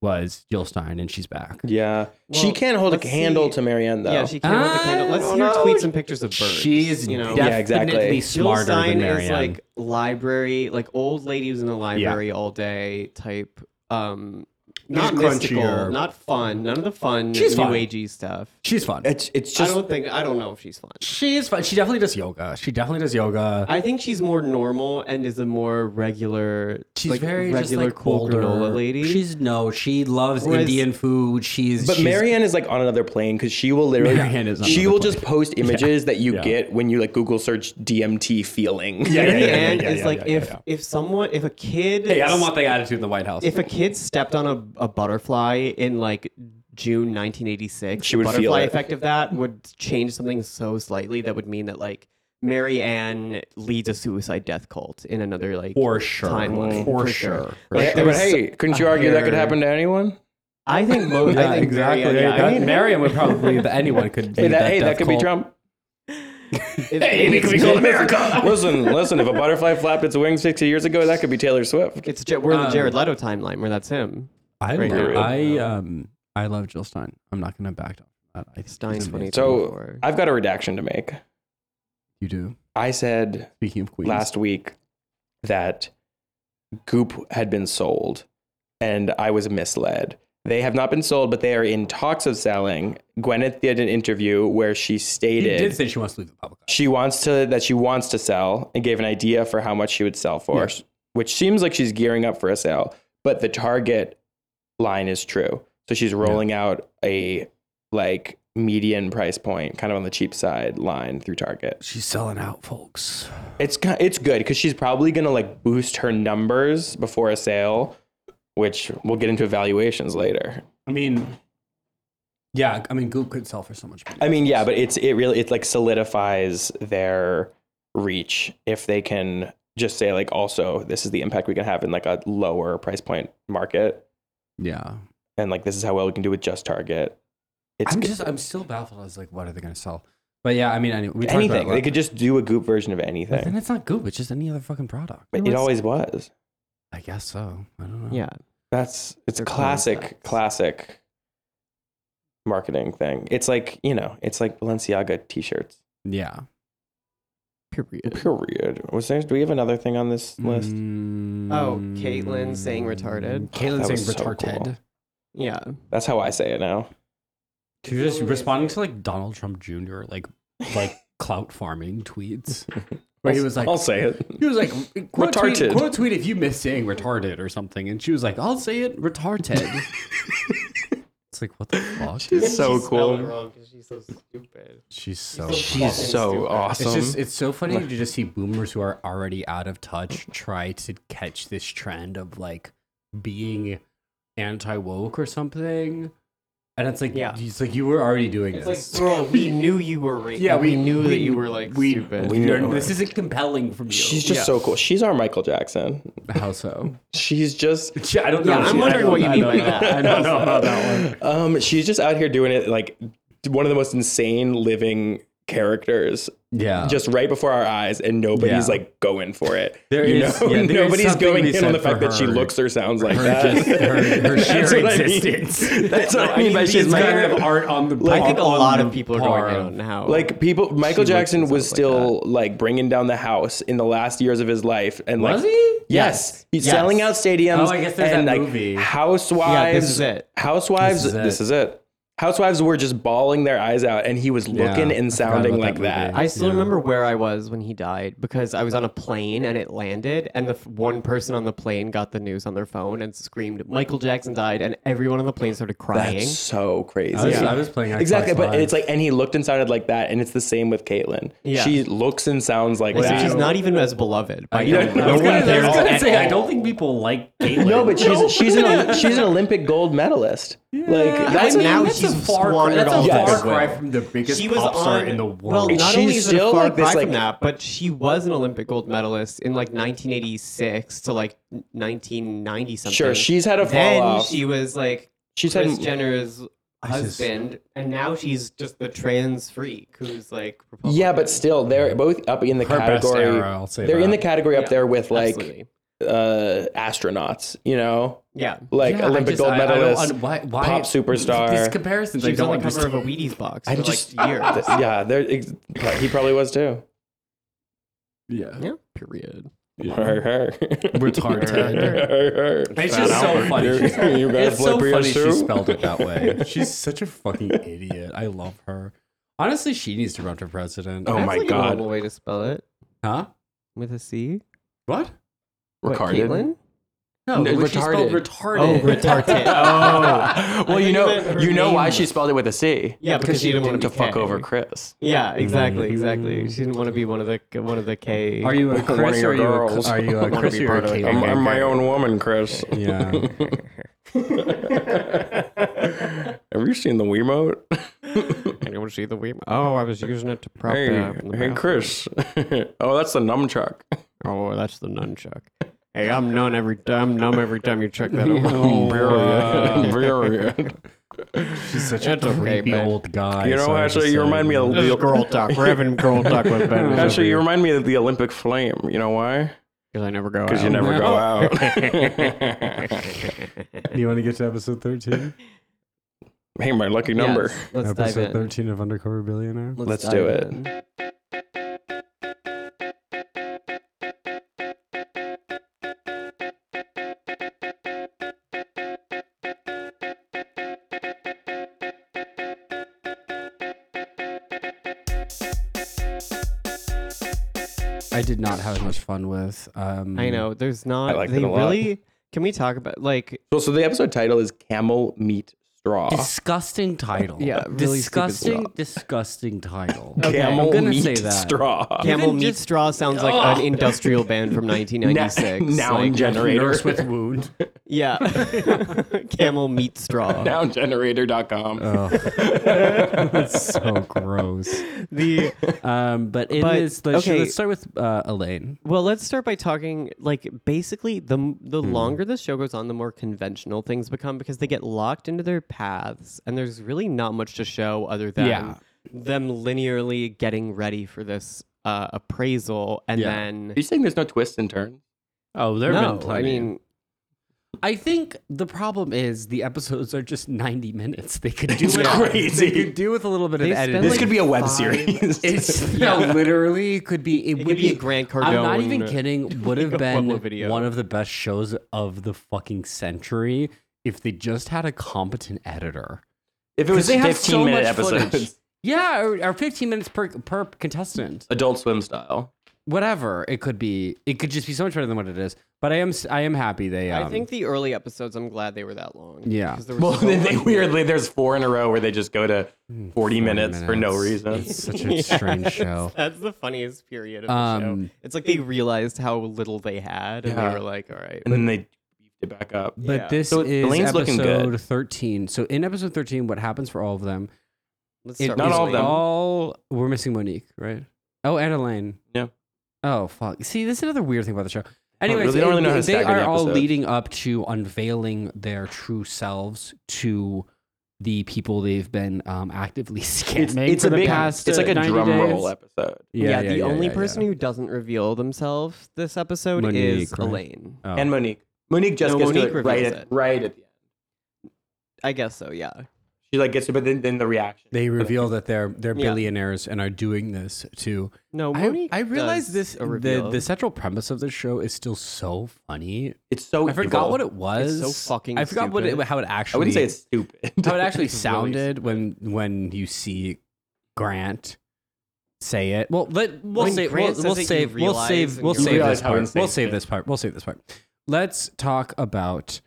A: was Jill Stein, and she's back.
C: Yeah, she
B: Well,
C: can't hold a
B: let's
C: candle
B: see.
C: to Marianne though.
B: Yeah, she came with the
A: I
B: candle. Let's
A: don't
B: hear
A: know.
B: tweets and pictures of birds.
A: She's
B: you know.
A: definitely
C: Yeah, exactly.
A: smarter
B: Jill Stein
A: than
B: is
A: Marianne.
B: like library, like old lady who's in the library all day type. Um, not mystical,
A: crunchier.
B: not fun. None of the fun
A: She's
B: new
A: fun.
B: agey stuff.
A: she's fun.
C: it's it's
B: I
C: just
B: don't think I don't know if she's fun.
A: She's fun. She definitely does yoga. She definitely does yoga.
B: I think she's more normal and is a more regular.
A: She's
B: like,
A: very
B: regular
A: just like
B: cool
A: older.
B: granola lady.
A: She's no. She loves
B: Whereas-
A: Indian food. She's
C: But
A: she's-
C: Marianne is like on another plane because she will literally
A: Marianne is on
C: she
A: another
C: will
A: plane.
C: just post images that you
A: Yeah.
C: get when you like Google search DMT feeling.
A: Yeah, yeah, yeah, yeah,
B: and
A: yeah,
B: it's
A: yeah,
B: like
A: yeah, yeah,
B: if
A: yeah.
B: if someone if a kid
A: Hey, I don't want that attitude in the White House.
B: if a kid stepped on a, a butterfly in like June 1986,
C: She would
B: the
C: feel
B: butterfly
C: it.
B: effect of that would change something so slightly that would mean that like Mary Ann leads a suicide death cult in another like
A: for sure.
B: timeline
A: For,
B: for
A: sure.
B: sure.
A: For
C: But-
A: sure.
B: there
C: but
B: was
C: hey, couldn't you
B: a
C: argue that could
B: hair-
C: happen to anyone?
B: I think most I think
A: exactly.
B: Mary Ann, yeah, I
A: That-
B: mean,
A: Marianne would probably that anyone could.
C: Hey,
A: lead
C: that, hey,
A: death
C: that could
A: cult.
C: be Trump.
B: if-
C: America. listen, listen. If a butterfly flapped its wings sixty years ago, that could be Taylor Swift.
B: It's Ja- we're in the
A: Um,
B: Jared Leto timeline where that's him.
A: I
B: Right
A: love,
C: now.
A: I um I love Jill Stein. I'm not gonna back down from that. I think she's
B: Stein's
A: amazing.
B: funny.
C: So
B: Before.
C: I've got a redaction to make.
A: You do.
C: I said
A: Speaking of queens,
C: last week that Goop had been sold, and I was misled. They have not been sold, but they are in talks of selling. Gwyneth did an interview where she
A: he
C: stated
A: did say she wants to leave the public. eye.
C: she wants to that she wants to sell and gave an idea for how much she would sell for,
A: Yes.
C: which seems like she's gearing up for a sale. But the target line is true, so she's rolling out a like median price point, kind of on the cheap side line through Target.
A: She's selling out, folks.
C: It's ki- it's good because she's probably gonna like boost her numbers before a sale, which we'll get into evaluations later.
A: I mean, yeah. I mean, Goop could sell for so much money.
C: I mean, yeah, but it's it really it like solidifies their reach if they can just say like also this is the impact we can have in like a lower price point market
A: yeah.
C: and like this is how well we can do with just Target. It's
A: I'm
C: g-
A: just, I'm still baffled. I was like, what are they gonna sell? But yeah, I mean, anyway, we talked about it
C: anything
A: last-
C: they could just do a Goop version of
A: But then
C: anything.
A: it's not Goop. It's just any other fucking product.
C: But it always was.
A: I guess so. I don't know.
B: yeah,
C: That's it's
B: They're
C: classic,
B: concepts.
C: classic marketing thing. It's like you know, it's like Balenciaga t-shirts.
A: Yeah.
B: period.
C: Period. Was there? Do we have another thing on
A: Mm,
C: this list?
B: Oh, Caitlyn saying retarded.
A: Caitlyn
C: That
A: saying
C: was so
A: retarded.
C: cool.
B: Yeah,
C: That's how I say it now.
A: You're just responding to like Donald Trump Jr. like like clout farming tweets where he was like
C: I'll say it.
A: he was like quote
C: Retarded.
A: tweet, quote tweet if you miss saying retarded or something and she was like I'll say it retarded. it's like what the fuck? She's,
C: so
B: Spelled it
C: cool.
B: wrong 'cause she's so stupid.
A: so
C: She's so awesome.
A: It's just it's so funny to just see boomers who are already out of touch try to catch this trend of like being anti woke or something. And it's like
B: Yeah.
A: it's like you were already doing
B: It's like,
A: this.
B: girl, we knew you were racist.
A: Yeah, we-
B: knew
A: we-
B: that you were like
A: we-
B: stupid.
C: we-
A: You're- this isn't compelling from you.
C: She's just so cool. She's our Michael Jackson.
A: How so?
C: She's just
A: I don't know.
B: Yeah, I'm
A: She- I
B: wondering
A: don't-
B: what you
A: I
B: mean
A: don't
B: by
A: know.
B: that.
A: I don't know about that one.
C: um she's just out here doing it like one of the most insane living characters
A: Yeah.
C: just right before our eyes, and nobody's
A: Uh, Yeah.
C: like going for it.
A: There
C: you
A: is-
C: know,
A: yeah, there is
C: nobody's
A: something to
C: going
A: be
C: in on
A: said
C: the fact
A: for
C: that she
A: her-
C: looks or sounds like
A: her
C: that.
A: just- her- her
C: That's
A: sheer
C: what I mean.
A: existence.
C: That's what I mean by
A: These
C: she's
A: kinds
C: kind
A: of art on the.
B: I think a
A: on
B: lot of
A: the
B: people are
A: par
B: going in
A: of-
B: on now.
C: Like people, Michael
B: looks
C: Jackson
B: and
C: was
B: sounds like
C: still like, bringing down the house in the last years of his life, and like
A: Was he?
C: Yes, he's
B: Yes.
C: selling out stadiums.
A: Oh, I guess there's
C: and
A: that
C: like
A: movie.
C: Housewives.
B: Yeah, this is it.
C: Housewives.
A: This is it.
C: This is it. Housewives were just bawling their eyes out, and he was looking
A: Yeah, I
C: and
A: forgot
C: sounding
A: about
C: like
A: that
C: that.
A: movie.
B: I still
A: Yeah.
B: remember where I was when he died because I was on a plane and it landed, and the f- one person on the plane got the news on their phone and screamed, "Michael Jackson died!" and everyone on the plane started crying.
C: That's so crazy.
A: I was, I was playing Xbox
C: Exactly, but
A: Live.
C: it's like, and he looked and sounded like that, and it's the same with Caitlyn.
B: Yeah.
C: She looks and sounds like
B: Like,
C: that.
B: she's not even as beloved. By
A: I
B: no
A: don't- I was
B: no one
A: gonna, I
B: cares
A: was gonna
B: at
A: say I
B: all.
A: don't think people like Caitlyn.
C: no, but she's she's an she's an Olympic gold medalist. Like
B: I
C: that's
B: mean, now
A: that's a
B: she's
A: far cry,
B: squandered
A: that's a
B: all
A: far
C: that
A: cry
B: goodwill.
A: from the biggest
B: she was
A: pop star
B: on
A: in the world.
B: Well, not
C: She's
B: only is it a
C: still,
B: far
C: like, this,
B: cry
C: like-
B: from that, but she was an Olympic gold medalist in like 1986 to like 1990 something.
C: sure she's had a fall
B: then
C: off.
B: she was like
C: she's
B: Kris
C: had
B: Jenner's
A: I just-
B: husband, and now she's just the trans freak who's like. Republican.
C: yeah, but still they're both up in the
A: her best
C: category.
A: era, I'll say
C: they're in the
A: that.
C: category up
B: Yeah,
C: there with like
B: Absolutely.
C: uh, astronauts. You know,
B: yeah.
C: like
A: Yeah, I
C: Olympic
A: just-
C: gold
A: I- I don't
C: medalists.
A: un- why- why-
C: pop superstar.
A: These comparisons,
B: She
A: I
B: was
A: don't
B: on the cover
A: understand.
B: of a Wheaties box for
C: I just- uh,
B: like years.
C: yeah, they're, ex- he probably was too.
A: Yeah.
B: yeah. Period.
C: Her, her.
A: Retarded.
C: Her, her.
A: It's just so funny.
C: You,
A: She's-
C: you guys
A: it's
C: play
A: so funny she
C: PS2?
A: spelled it that way. She's such a fucking idiot. I love her. Honestly, she needs to run for president.
C: Oh
B: That's
C: my
B: like
C: God.
B: A normal way to spell it
A: Huh?
B: with a C.
A: What?
B: What,
C: Retarded.
B: Caitlyn?
A: No,
C: No,
A: she spelled retarded.
B: Oh,
C: retarded.
B: retarded.
C: Oh,
B: I
C: well, you
B: think
C: know,
B: that her
C: you know
B: name
C: why
B: was-
C: she spelled it with a C.
B: Yeah, because she didn't want
C: to
B: to be
C: fuck
B: K.
C: over Chris.
B: Yeah, exactly,
C: Mm-hmm.
A: Mhm.
B: exactly. She didn't want to be one of the one of the K.
A: Are you a
C: One of
A: Chris or
C: your
A: are you a,
C: girls.
A: are you a
C: Wanna
A: Chris
C: be
A: or a
C: part of it. I'm, I'm my own woman, Chris.
A: Yeah.
C: Have you seen the Wiimote?
B: Anyone see the Wii? Oh, I was using it to prop
C: Hey,
B: it up. in the
C: hey,
B: bathroom.
C: Chris. oh, that's the nunchuck.
B: Oh, that's the nunchuck. Hey, I'm numb every time. Numb every time you check that. over.
A: Oh,
C: Brilliant, brilliant.
A: She's such a
B: It's okay,
A: creepy
B: man.
A: old guy.
C: You know,
A: so I
C: Ashley,
A: just
C: you
A: said-
C: remind me of-
B: This is girl talk. We're having girl talk with Ben.
C: Actually, you remind me of the Olympic flame. You know why?
B: because I never go.
C: Because you
B: out.
C: never go out.
A: Do you want to get to episode 13?
C: hey, my lucky number.
B: Yes, let's dive
A: episode
B: in.
A: 13 of Undercover Billionaire?
C: Let's do
B: dive
C: it.
B: in.
A: I did not have as much fun with. Um,
B: I know. There's not.
C: liked it
B: they
C: a lot.
B: really. Can we talk about like?
C: Well, so the episode title is Camel Meat Straw.
A: Disgusting title.
B: Yeah, really stupid
A: disgusting, disgusting title.
B: Okay, I'm
C: Camel
A: gonna
C: Meat
A: say that.
C: Straw.
B: Camel
A: Even
B: meat
A: just-
B: straw sounds like an industrial band from 1996.
C: Noun
B: like,
C: generator.
A: Nurse with wound.
B: yeah, camel meat straw.
C: Noungenerator.com.
A: That's so gross.
B: The
A: Um, but in
B: But,
A: this, let's,
B: okay.
A: let's start with uh, Elaine.
B: well, let's start by talking like basically the the
A: Hmm.
B: longer the show goes on, the more conventional things become because they get locked into their paths, and there's really not much to show other than
A: Yeah.
B: them linearly getting ready for this uh, appraisal, and
A: Yeah.
B: then
C: Are you saying there's no twists and turns?
A: Oh, there
B: no, I mean
A: I think the problem is the episodes are just 90 minutes. They could do
C: It's
A: with,
C: crazy.
A: They could do with a little bit
B: They
A: of
B: spend,
A: editing.
B: This like,
C: could be a web
B: five-
C: series.
A: It's no, literally it could be. It,
B: it
A: would
B: would be a Grant Cardone.
A: I'm not even kidding. Would have been
B: promo video.
A: one of the best shows of the fucking century if they just had a competent editor.
C: if it was
A: they have
C: 15
A: so
C: minute
A: much
C: episodes,
A: footage. Yeah, or, or 15 minutes per per contestant.
C: Adult Swim style.
A: Whatever it could be, it could just be so much better than what it is. But I am s- I am happy they. Um,
B: I think the early episodes, I'm glad they were that long.
A: Yeah.
B: 'Cause there was
C: Well,
B: so
C: then they,
B: much-
C: weirdly, there's four in a row where they just go to 40,
A: 40
C: minutes, for no
A: minutes.
C: reason.
A: It's such a strange show.
B: That's the funniest period of the show.
A: Um,
B: It's like they realized how little they had, and
C: Yeah.
B: they were like, "All right."
C: and then they beefed it back up.
A: But
B: Yeah.
A: this
C: So
A: is
C: Elaine's looking good.
A: episode 13. So in episode 13, what happens for all of them?
B: Let's
A: It
B: start
C: Not
B: with
A: is
C: all of
B: Elaine.
C: them.
A: All we're missing Monique, right? Oh, and Elaine.
C: Yeah.
A: Oh fuck. See, this is another weird thing about the show. Anyways,
C: really- they don't really know how to
A: they
C: stagger the
A: are all
C: episodes.
A: leading up to unveiling their true selves to the people they've been um, actively scamming
C: It's, it's
A: for
C: a
A: the
C: big,
A: past.
C: it's
A: uh,
C: like a
A: 90
C: drum
A: days.
C: roll episode.
B: Yeah, the only
A: yeah,
B: person
A: yeah.
B: who doesn't reveal themselves this episode is
A: Monique, right?
B: Elaine.
A: Oh.
C: And Monique. Monique just
B: No,
C: gets
B: Monique
C: to it right
B: reveals
C: at,
B: it.
C: right at the end.
B: I guess so, yeah.
C: She like gets to, but then, then the reaction.
A: they reveal that they're they're
B: Yeah.
A: billionaires and are doing this to
B: No,
A: I,
B: Monique.
A: I realize
B: does
A: this
B: a
A: the,
B: reveal.
A: the central premise of this show is still so funny.
C: It's so.
A: Oh, I forgot
C: evil.
A: what it was.
B: so fucking
A: I forgot what it,
B: stupid.
A: how it
C: I
A: actually
C: wouldn't say it's stupid.
A: how it actually
B: It's really
A: sounded when when you see Grant say it. Well, let, we'll
B: When
A: save we'll,
B: Grant
A: we'll
B: says it, you
A: save we'll
B: realize
A: save
B: and
A: we'll
B: you're
A: save this
C: like- You realize how
A: part.
C: insane
A: We'll
C: it
A: save
C: is.
A: this part. We'll save this part. Let's talk about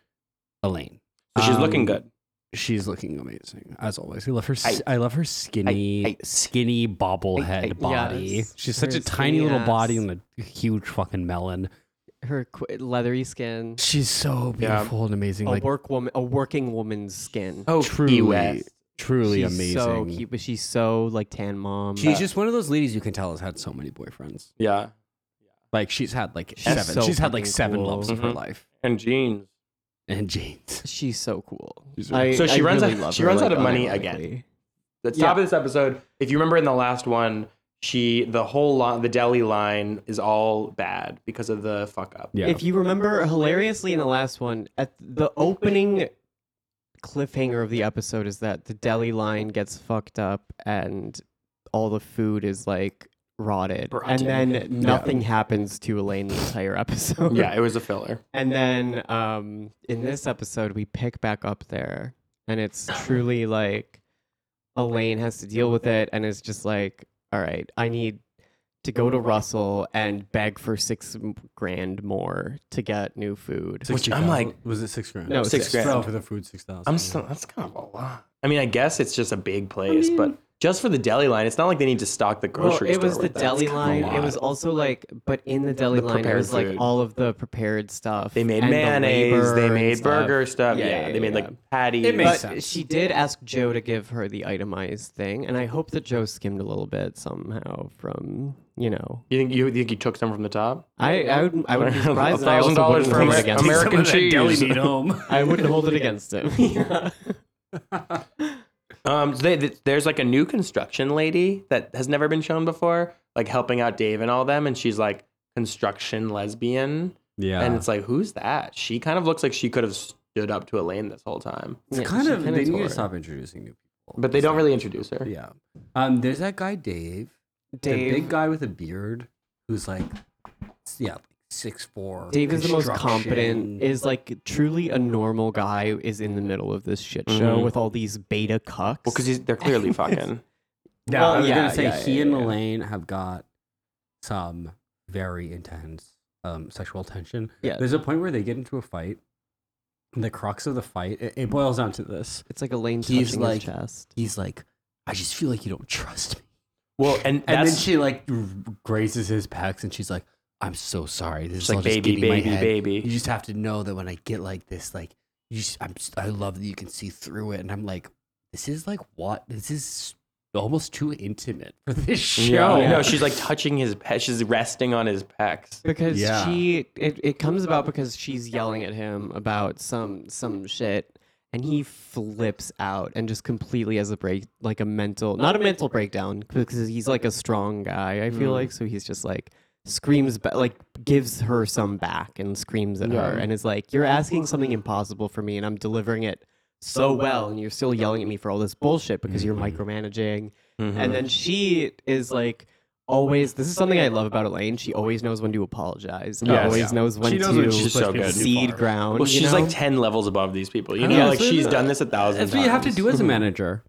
A: Elaine.
C: So she's looking
A: Um,
C: good.
A: She's looking amazing as always. I love her. s- I, love her skinny,
C: I- I-
A: skinny bobblehead
C: I-
A: body.
B: yes.
A: She's such
B: Her
A: a tiny
B: skinny
A: little body
B: ass.
A: and a huge fucking melon.
B: her qu- leathery skin,
A: She's so
C: Yeah.
A: beautiful and amazing.
B: a
A: like
B: work woman, a working woman's skin.
C: Oh,
A: truly, truly
B: she's
A: amazing.
B: So cute, but she's so like tan mom.
A: She's just one of those ladies you can tell has had so many boyfriends.
C: Yeah,
A: Like she's had like
B: She's
A: seven.
B: so
A: she's had like
B: fucking
A: seven
B: cool. Mm-hmm.
A: loves of her
C: Mhm.
A: life.
C: and jeans.
A: And jeans.
B: she's so cool.
A: She's
B: I,
C: So she
B: I
C: runs
B: really
C: out-
B: love
C: she
B: her,
C: runs
B: like,
C: out of money
B: unironically.
C: again. The top of this episode, if you remember in the last one, she the whole line, the deli line is all bad because of the fuck up.
A: Yeah.
B: If you remember hilariously in the last one, at the opening cliffhanger of the episode is that the deli line gets fucked up and all the food is like rotted.
C: Rotten.
B: And then nothing happens to Elaine the entire episode.
C: Yeah, it was a filler.
B: And then um, in this episode, we pick back up there, and it's truly like Elaine has to deal with it, and it's just like, all right, I need to go to Russell and beg for six m- grand more to get new food.
C: Which
A: 60,000.
C: I'm like-
A: was it six grand?
B: No,
C: six grand.
A: Fell for the food six thousand.
C: I'm still that's kind of a lot. I mean, I guess it's just a big place, but just for the deli line, it's not like they need to stock the
B: Well,
C: grocery
B: it was
C: store
B: the
C: with that.
B: deli
C: It's
B: line.
C: kinda a
B: It was
C: lot.
B: also like, but in the deli
C: The
B: line, it
C: prepared
B: was like
C: food.
B: all of the prepared stuff.
C: They made
B: and the
C: mayonnaise. They
B: labor and
C: made
B: stuff.
C: burger stuff.
B: Yeah,
C: Yeah,
B: yeah,
C: they made
B: yeah.
C: like patties.
A: It makes
B: But
C: But
A: sense.
B: she did ask Joe to give her the itemized thing, and I hope that Joe skimmed a little bit somehow from you know.
C: You think you, you think you took some from the top?
B: I I would I would be surprised. and I also
C: $1,000
B: wouldn't
C: for
B: hold it
C: Ameri-
B: against
C: Ameri-
B: him.
C: American
A: Deli
C: cheese.
A: meat home.
B: I wouldn't hold it against him. Yeah.
C: Um, so they, th there's like a new construction lady that has never been shown before, like helping out Dave and all them, and she's like construction lesbian,
A: yeah.
C: and it's like who's that? She kind of looks like she could have stood up to Elaine this whole time,
A: It's
B: Yeah,
A: kind
B: she
A: of
B: kinda
A: they need
B: tore
A: to
B: it.
A: stop introducing new people.
C: but they
A: It's
C: don't
A: like-
C: really introduce her.
A: Yeah. Um, there's that guy Dave, the big
B: Dave
A: guy with a beard, who's like, s- yeah, six four.
B: Dave is the most competent. Is like truly a normal guy. who Is in the middle of this shit show
C: Mhm.
B: with all these beta cucks.
C: Well, because they're clearly fucking.
A: yeah,
B: well,
A: I was
B: yeah,
A: gonna say
B: yeah,
A: he
B: yeah,
A: and
B: yeah.
A: Elaine have got some very intense um, sexual tension.
B: Yeah.
A: There's a point where they get into a fight. The crux of the fight it, it boils down to this.
B: it's like Elaine
A: He's
B: touching
A: like-
B: his chest.
A: He's like, I just feel like you don't trust me.
C: Well, and
A: And
C: that's
A: then she like grazes his pecs, and she's like, "I'm so sorry. This is
C: she's
A: all
C: like
A: just
C: baby,
A: getting in my
C: baby,
A: head. You
C: baby.
A: just have to know that when I get like this, like you, just, I'm, just- I love that you can see through it." And I'm like, "This is like what? This is almost too intimate for this show."
C: Yeah.
B: Yeah.
C: No, she's like touching his pe- she's resting on his pecs.
B: because
A: Yeah.
B: she it, it comes about because she's yelling at him about some some shit and he flips out and just completely has a break like a mental not a Mm. mental breakdown because he's like a strong guy i feel like so he's just like screams ba- like gives her some back and screams at her and is like you're asking something impossible for me and i'm delivering it so Mm-hmm. well and you're still yelling at me for all this bullshit because you're micromanaging and then she is like always this is something i love about elaine she always knows when to apologize
C: Yes.
B: always
A: Yeah.
B: knows when
A: She knows
B: to
A: when she's
C: She's so
A: supposed to be
C: good.
A: too
B: seed
A: far.
B: ground
C: Well,
B: you
C: she's
B: know?
C: like ten levels above these people. You
A: I
C: know,
A: know,
C: like
A: so
C: she's
A: the-
C: done this a thousand.
A: That's what you have to
C: times.
A: do as a manager: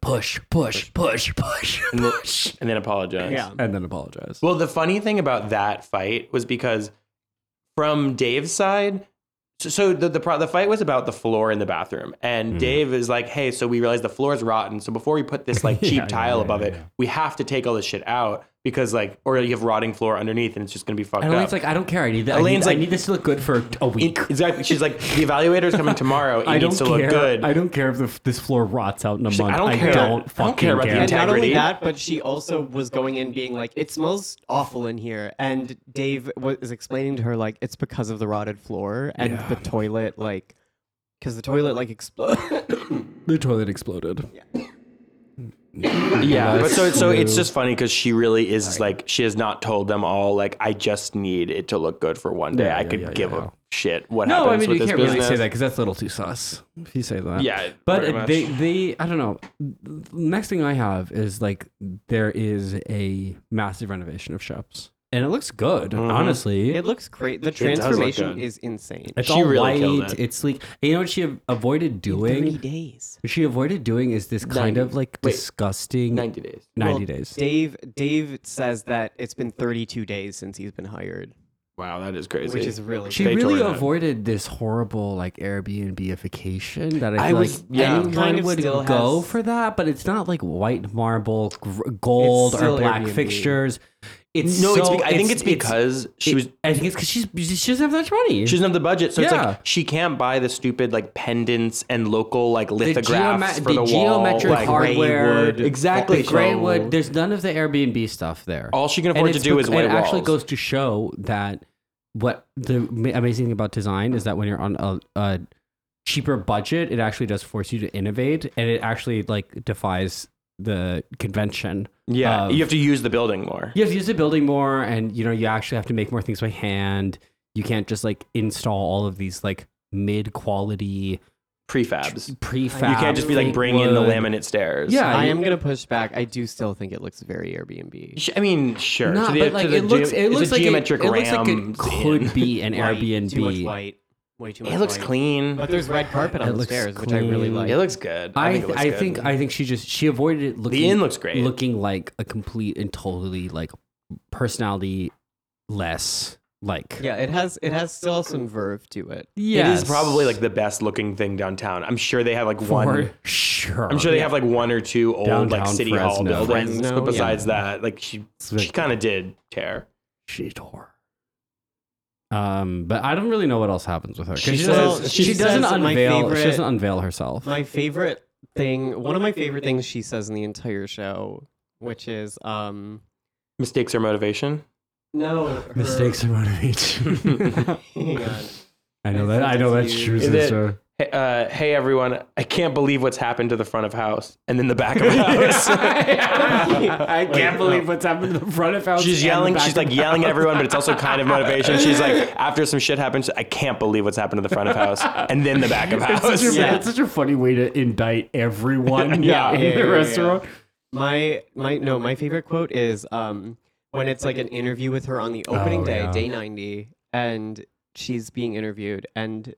A: push, push, push, push, push,
C: and then apologize.
B: yeah
A: and then apologize.
C: Well, the funny thing about that fight was because from Dave's side, so, so the, the pro- the fight was about the floor in the bathroom, and Dave is like, "Hey, so we realize the floor is rotten. So before we put this like cheap
A: yeah,
C: tile
A: yeah,
C: above
A: yeah,
C: it,
A: yeah.
C: we have to take all this shit out because like, or you have rotting floor underneath, and it's just gonna be fucked
A: and
C: up."
A: Elaine's like, "I don't care. I need that. I need,
C: Elaine's
A: I
C: like-
A: need this to look good for a week."
C: It- exactly. She's like, "The evaluator's coming tomorrow. It
A: I don't
C: needs to
A: care.
C: look good."
A: I don't care if the, this floor rots out in a
C: She's
A: month.
C: like, "I don't
A: I
C: care. I
A: don't
C: don't
A: fucking
C: care about the
A: care.
B: and not only
C: integrity.
B: that, but she also was going in being like, "It smells awful in here," and Dave was explaining to her like, "It's because of the rotted floor and the toilet like because the toilet like exploded.
A: The toilet exploded.
C: Yeah, but so so it's
A: Blue.
C: just funny because she really is like she has not told them all like I just need it to look good for one day.
A: Yeah,
C: I
A: yeah,
C: could
A: yeah,
C: give
A: yeah,
C: a
A: yeah.
C: shit what
A: No, I
C: happens
A: mean
C: with
A: you
C: this
A: can't really
C: business.
A: say that because that's a little too sus. If you say that,
C: Yeah, pretty
A: But
C: much.
A: they, they, I don't know. The Next thing I have is like there is a massive renovation of shops, and it looks good.
C: Mm-hmm.
A: Honestly,
B: it looks great. The
C: look
B: transformation
C: good.
B: is insane.
A: it's
C: she
A: all
C: really killed
A: white.
C: it.
A: It's sleek. And you know what she avoided
B: Thirty
A: doing?
B: days.
A: What she avoided doing is this kind of like
C: Wait.
A: disgusting ninety,
C: ninety days.
B: Well,
A: days.
B: Dave Dave says that it's been 32 days since he's been hired,
C: Wow, that is crazy.
B: which is really
A: She
C: They tore
A: really
C: it out.
A: avoided this horrible like Airbnbification that I,
C: I
A: feel
C: was-
A: like
C: yeah.
A: anyone
B: It kind of
A: would
B: still
A: go
B: has-
A: for that, but it's not like white marble, gr- gold,
B: still
A: or black
B: Airbnb.
A: fixtures. It's
C: no, it's,
A: so-
C: bec- I think it's because she
A: it-
C: was
A: I think it's because she's she doesn't have that much money.
C: she doesn't have the budget, so it's
A: Yeah.
C: like she can't buy the stupid like pendants and local like
A: the,
C: lithographs
A: geoma- the
C: for the, wall.
A: geometric
C: like,
B: hard-
A: hardware,
B: wood.
C: Exactly.
A: the gray
C: So-
A: wood. There's none of the Airbnb stuff there.
C: all she can afford
A: And
C: to
A: it's
C: do
A: bec-
C: is white
A: It actually
C: walls.
A: goes to show that what the ma- amazing thing about design is that when you're on a, a cheaper budget, it actually does force you to innovate, and it actually like defies the convention.
C: yeah,
A: of-
C: you have to use the building more.
A: You have to use the building more, and you know you actually have to make more things by hand. You can't just like install all of these like mid quality
C: Prefabs. You
A: prefab.
C: can't just be like
A: fake
C: bring in the
A: wood.
C: laminate stairs.
A: Yeah,
B: I
A: you-
B: am gonna push back. I do still think it looks very Airbnb.
C: Sh- I mean, sure.
A: No,
C: to the,
A: but
C: to
A: like
C: the
A: it looks,
C: geo-
A: it
C: it's a
A: looks like
C: geometric
A: it, it looks like it
C: ram's
A: could
C: in.
A: be an
B: White,
A: Airbnb.
B: Too much white. Way too much.
C: It looks
B: white.
C: clean.
B: But there's red carpet on
A: It
B: the
A: looks
B: stairs, which I really
A: clean.
B: like.
C: It looks good. I,
A: Mm. I,
C: think it looks
A: I
C: good.
A: think I think she just she avoided it looking
C: inn looks great.
A: looking like a complete and totally like personality less like
B: yeah, it has it has still some verve to it.
A: Yes.
C: it is probably like the best looking thing downtown. I'm sure they have like
A: for
C: one.
A: sure
C: I'm sure they have like one or two old like
A: Downtown
C: city hall
A: Fresno.
C: buildings.
B: Fresno,
C: but besides that, like she she kind of did tear.
A: she tore. Um, but I don't really know what else happens with her. 'cause
C: She
A: She, doesn't,
B: says-
A: she,
B: she
A: doesn't
B: says that my
A: unveil. she
B: favorite-
A: doesn't unveil herself.
B: My favorite thing, one of my favorite things she says in the entire show, which is um
C: Mistakes are motivation.
B: no her-
A: Mistakes are motivation.
B: Hang on.
A: I know that. I know that's true,
C: Is it-
A: sister.
C: Hey, uh, hey everyone! I can't believe what's happened to the front of house and then the back of house.
A: I can't believe what's happened in the front of house.
C: She's
A: and the
C: yelling.
A: back
C: She's
A: of
C: like
A: house.
C: yelling at everyone, but it's also kind of motivation. She's like, after some shit happens, I can't believe what's happened to the front of house and then the back of
A: It's such,
C: house.
A: a,
B: Yeah.
A: it's such a funny way to indict everyone
C: Yeah.
A: in
B: Yeah, yeah,
A: the
B: yeah, yeah.
A: restaurant.
B: My my no, my favorite quote is um when it's like an interview with her on the opening
A: Oh,
B: day,
A: yeah.
B: day ninety, and she's being interviewed, and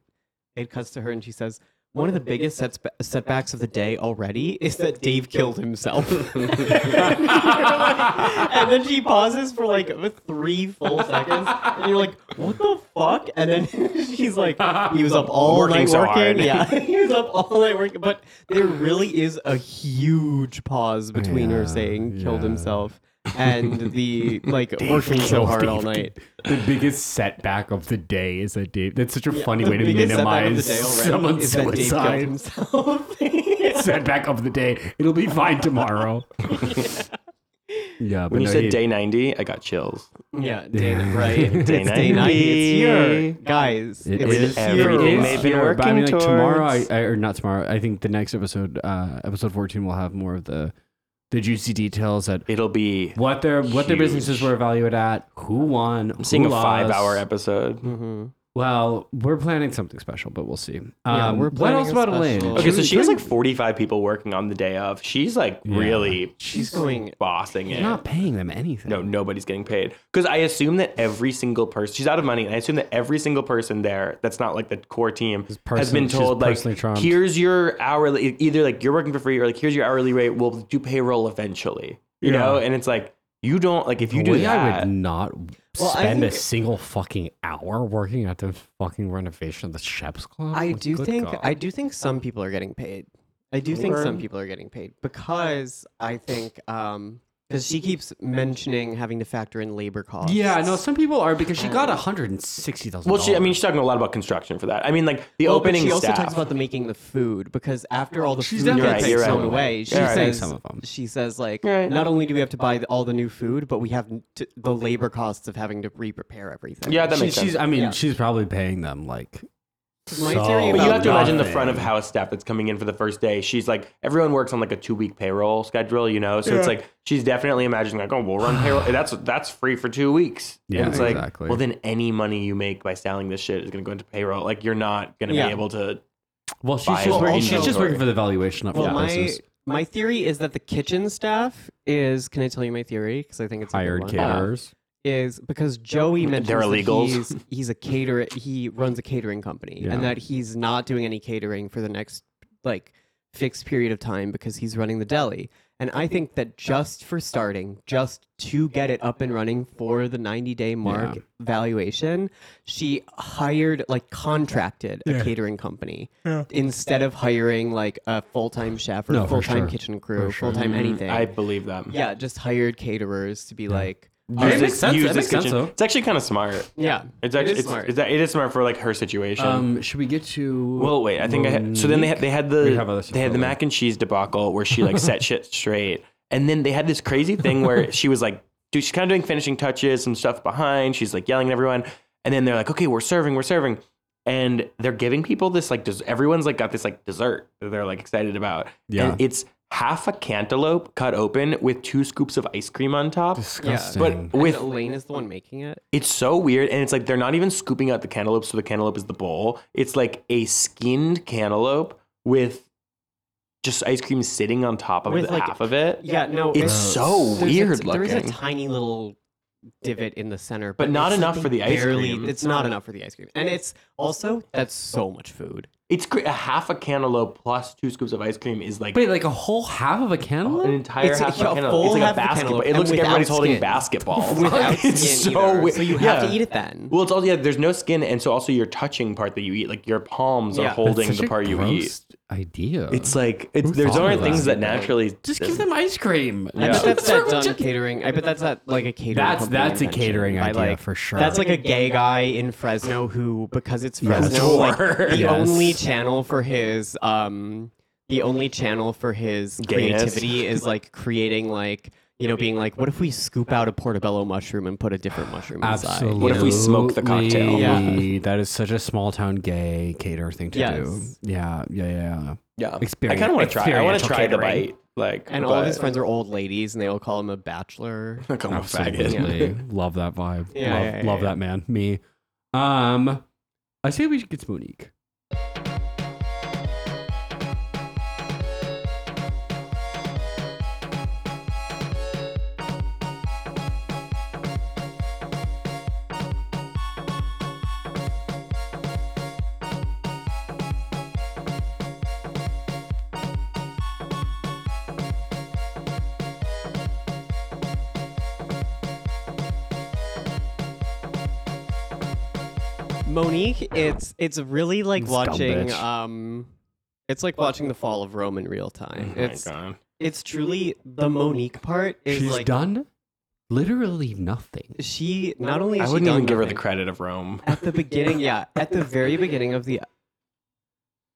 B: it cuts to her, and she says, "One of the biggest sets- uh, setbacks of the day already is that Dave killed himself." and, you're like- and then she pauses for like three full seconds, and you're like, "What the fuck?" And then she's like, "He was up all
C: Working
B: night
C: so
B: working."
C: hard.
B: Yeah, he was up all night working, but there really is a huge pause between her
A: Yeah,
B: saying killed
A: yeah.
B: himself and the like working so hard all night.
A: The biggest setback of the day is that Dave. That's such a funny
B: The
A: way to
B: biggest setback of
A: minimize
B: the day already
A: someone's
B: is that Dave killed
A: suicide.
B: himself.
A: Setback of the day. It'll be fine tomorrow. yeah, but
C: When you
A: no,
C: said
A: he-
C: day ninety, I got chills.
B: yeah, day right. It's day
C: 90.
B: 90. It's here, guys.
A: It
B: it's
A: is
B: here.
C: every day.
A: It is
C: They've been
A: here, but I mean,
C: working
A: like tomorrow, I,
C: towards-
A: I, or not tomorrow. I think the next episode, uh, episode fourteen, will have more of the the juicy details that
C: It'll be.
A: what their what their businesses
C: Huge.
A: were valued at, who won.
C: I'm seeing
A: who
C: a five-hour
A: lost.
C: episode.
A: Mm-hmm.
B: Mhm.
A: Well, we're planning something special, but we'll see. Um,
B: Yeah, we're
A: what
B: planning
A: else
B: a
A: about
B: special.
A: Elaine?
C: Okay, so
A: was
C: she has
A: doing-
C: like forty-five people working on the day of. She's like
A: Yeah.
C: really
B: She's going.
C: bossing it.
A: not paying them anything.
C: No, nobody's getting paid. Because I assume that every single person, she's out of money, and I assume that every single person there that's not like the core team has
A: person-
C: been
A: she's
C: told, like,
A: personally charmed.
C: here's your hourly, either like you're working for free or like, here's your hourly rate, we'll do payroll eventually, you
A: Yeah.
C: know? And it's like, you don't, like, if
A: The
C: you do
A: way
C: that,
A: I would not
B: Well, I
A: spend
B: think-
A: a single fucking hour working at the fucking renovation of the Sheps Club.
B: I
A: Like,
B: do
A: good
B: think
A: God.
B: I do think some people are getting paid. I do think some
C: Or-
B: people are getting paid because I think um because she keeps mentioning having to factor in labor costs.
A: Yeah, no, some people are because she
B: Um,
A: got one hundred and sixty thousand.
C: well, she, I mean, she's talking a lot about construction for that. I mean, like, the
B: Well, but
C: opening
B: She also
C: staff.
B: talks about the making the food because after all the
A: Oh, She's
B: food
A: definitely
B: gets
C: You're right,
B: thrown
C: you're right.
B: away, she
C: You're right.
B: says
A: Some of them.
B: She says like,
C: You're right.
B: not only do we have to buy the- all the new food, but we have n- t- the labor costs of having to re-prepare everything.
C: yeah, that
A: She-
C: makes sense.
A: she's. I mean,
B: Yeah.
A: she's probably paying them like
B: Because my
A: So-
B: theory
A: But
B: about
C: But you have to imagine the
B: Gotham-
C: front of house staff that's coming in for the first day. She's like, everyone works on like a two week payroll schedule, you know. So it's like she's definitely imagining like, oh, we'll run payroll. That's that's free for two weeks. And
A: Yeah,
C: it's like,
A: exactly.
C: Well, then any money you make by selling this shit is going to go into payroll. Like you're not going to
B: Yeah.
C: be able to.
A: Well, she's
C: Buy
A: just,
C: more
A: working, she's just
C: inventory.
A: working for the valuation up
B: Well,
A: front.
B: my
A: versus
B: my theory is that the kitchen staff is. Can I tell you my theory? Because I think it's a good
A: hired
B: one.
A: caterers.
B: is because Joey mentions
C: They're
B: that
C: illegals.
B: He's, he's a caterer. He runs a catering company,
A: Yeah.
B: and that he's not doing any catering for the next like fixed period of time because he's running the deli. And I think that just for starting, just to get it up and running for the 90 day mark
A: Yeah.
B: valuation, she hired, like, contracted a catering company instead of hiring, like, a full time chef or
A: No, for
B: full time
A: sure.
B: kitchen crew,
A: For sure. Mm-hmm.
B: full time
C: Mm,
B: anything.
C: I believe that.
B: yeah, just hired caterers to be like,
C: Use
A: That
C: this-
A: makes sense.
C: use
A: That
C: this
A: makes sense,
C: kitchen.
A: though.
C: It's actually kind of smart.
B: yeah,
C: It's actually
B: it is
C: it's,
B: smart.
C: it's- it is smart for like her situation.
A: Um, should we get to?
C: Well, wait. I think I had, so. Then they had, they had
A: We have other
C: the
A: stuff
C: they had the
A: over there.
C: mac and cheese debacle where she like set shit straight, and then they had this crazy thing where she was like, dude, she's kind of doing finishing touches, some stuff behind. She's like yelling at everyone, and then they're like, okay, we're serving, we're serving, and they're giving people this like, des- everyone's like got this like dessert that they're like excited about.
A: Yeah.
C: and it's half a cantaloupe cut open with two scoops of ice cream on top.
A: disgusting.
C: But
B: And
C: with
B: Elaine is the one making it.
C: it's so weird, and it's like they're not even scooping out the cantaloupe, so the cantaloupe is the bowl. It's like a skinned cantaloupe with just ice cream sitting on top of
B: With,
C: it,
B: like-
C: half of it.
B: Yeah, no,
C: It's so
B: there's a-
C: weird
B: There is a
C: looking.
B: tiny little divot in the center,
C: But not
B: it's
C: enough for the ice
B: barely-
C: cream.
B: It's not enough for the ice cream, and it's also that's so much food.
C: it's cra- a half a cantaloupe plus two scoops of ice cream is like
A: Wait, like a whole half of a
C: an
A: cantaloupe?
C: entire
B: It's a-
C: half
B: yeah,
C: a
B: a
C: cantaloupe.
B: full
C: It's like
B: half
C: a
B: a
C: basketball.
B: cantaloupe
C: It looks
B: and
C: like everybody's
B: without
C: holding
B: skin.
C: basketballs.
B: Without
C: it's
B: skin
C: so
B: either,
C: weird.
B: so you have to eat it then.
C: Well, it's also yeah. There's no skin, and so also your touching part that you eat, like your palms
B: Yeah.
C: are
B: That's
C: holding the part you eat.
A: Idea.
C: It's like it's,
A: Who
C: there's
A: thought
C: other
A: of that?
C: things that naturally
A: just give them ice cream.
B: I bet
C: Yeah.
B: that's
A: Start
B: that
A: with
B: done
A: just-
B: catering. I bet that's that like a catering.
A: That's-
B: company
A: that's a
B: invention
A: catering
B: by,
A: idea
B: like-
A: for sure.
B: That's like a gay guy in Fresno who, because it's
A: Yes.
B: Fresno, like the
A: Yes.
B: only channel for his um, the only channel for his
C: Gayness.
B: creativity is like creating like you know being like, what if we scoop out a portobello mushroom and put a different mushroom
A: Absolutely.
B: inside?
C: What if we smoke the cocktail?
B: Yeah.
A: That is such a small town gay cater thing to
B: Yes.
A: do. Yeah, yeah, yeah.
C: Yeah.
A: Experience-
C: I kind of want to try. I want to
A: experiential
C: try the
A: catering.
C: bite. Like,
B: And all of his
C: but-
B: friends are old ladies, and they all call him a bachelor.
C: Like, I'm a faggot.
A: Absolutely. love that vibe.
B: Yeah,
A: love
B: yeah, yeah,
A: love
B: yeah.
A: that man. Me. Um I say we should get to Monique.
B: Monique, it's it's really like
A: Scum
B: watching
A: bitch.
B: um, it's like watching the fall of Rome in real time. It's
C: Oh God.
B: it's truly the Monique part is
A: She's
B: like
A: done literally nothing.
B: she not only is
C: I
B: she
C: wouldn't even
B: done
C: give her the
B: nothing,
C: credit of Rome.
B: at the beginning yeah at the very beginning of the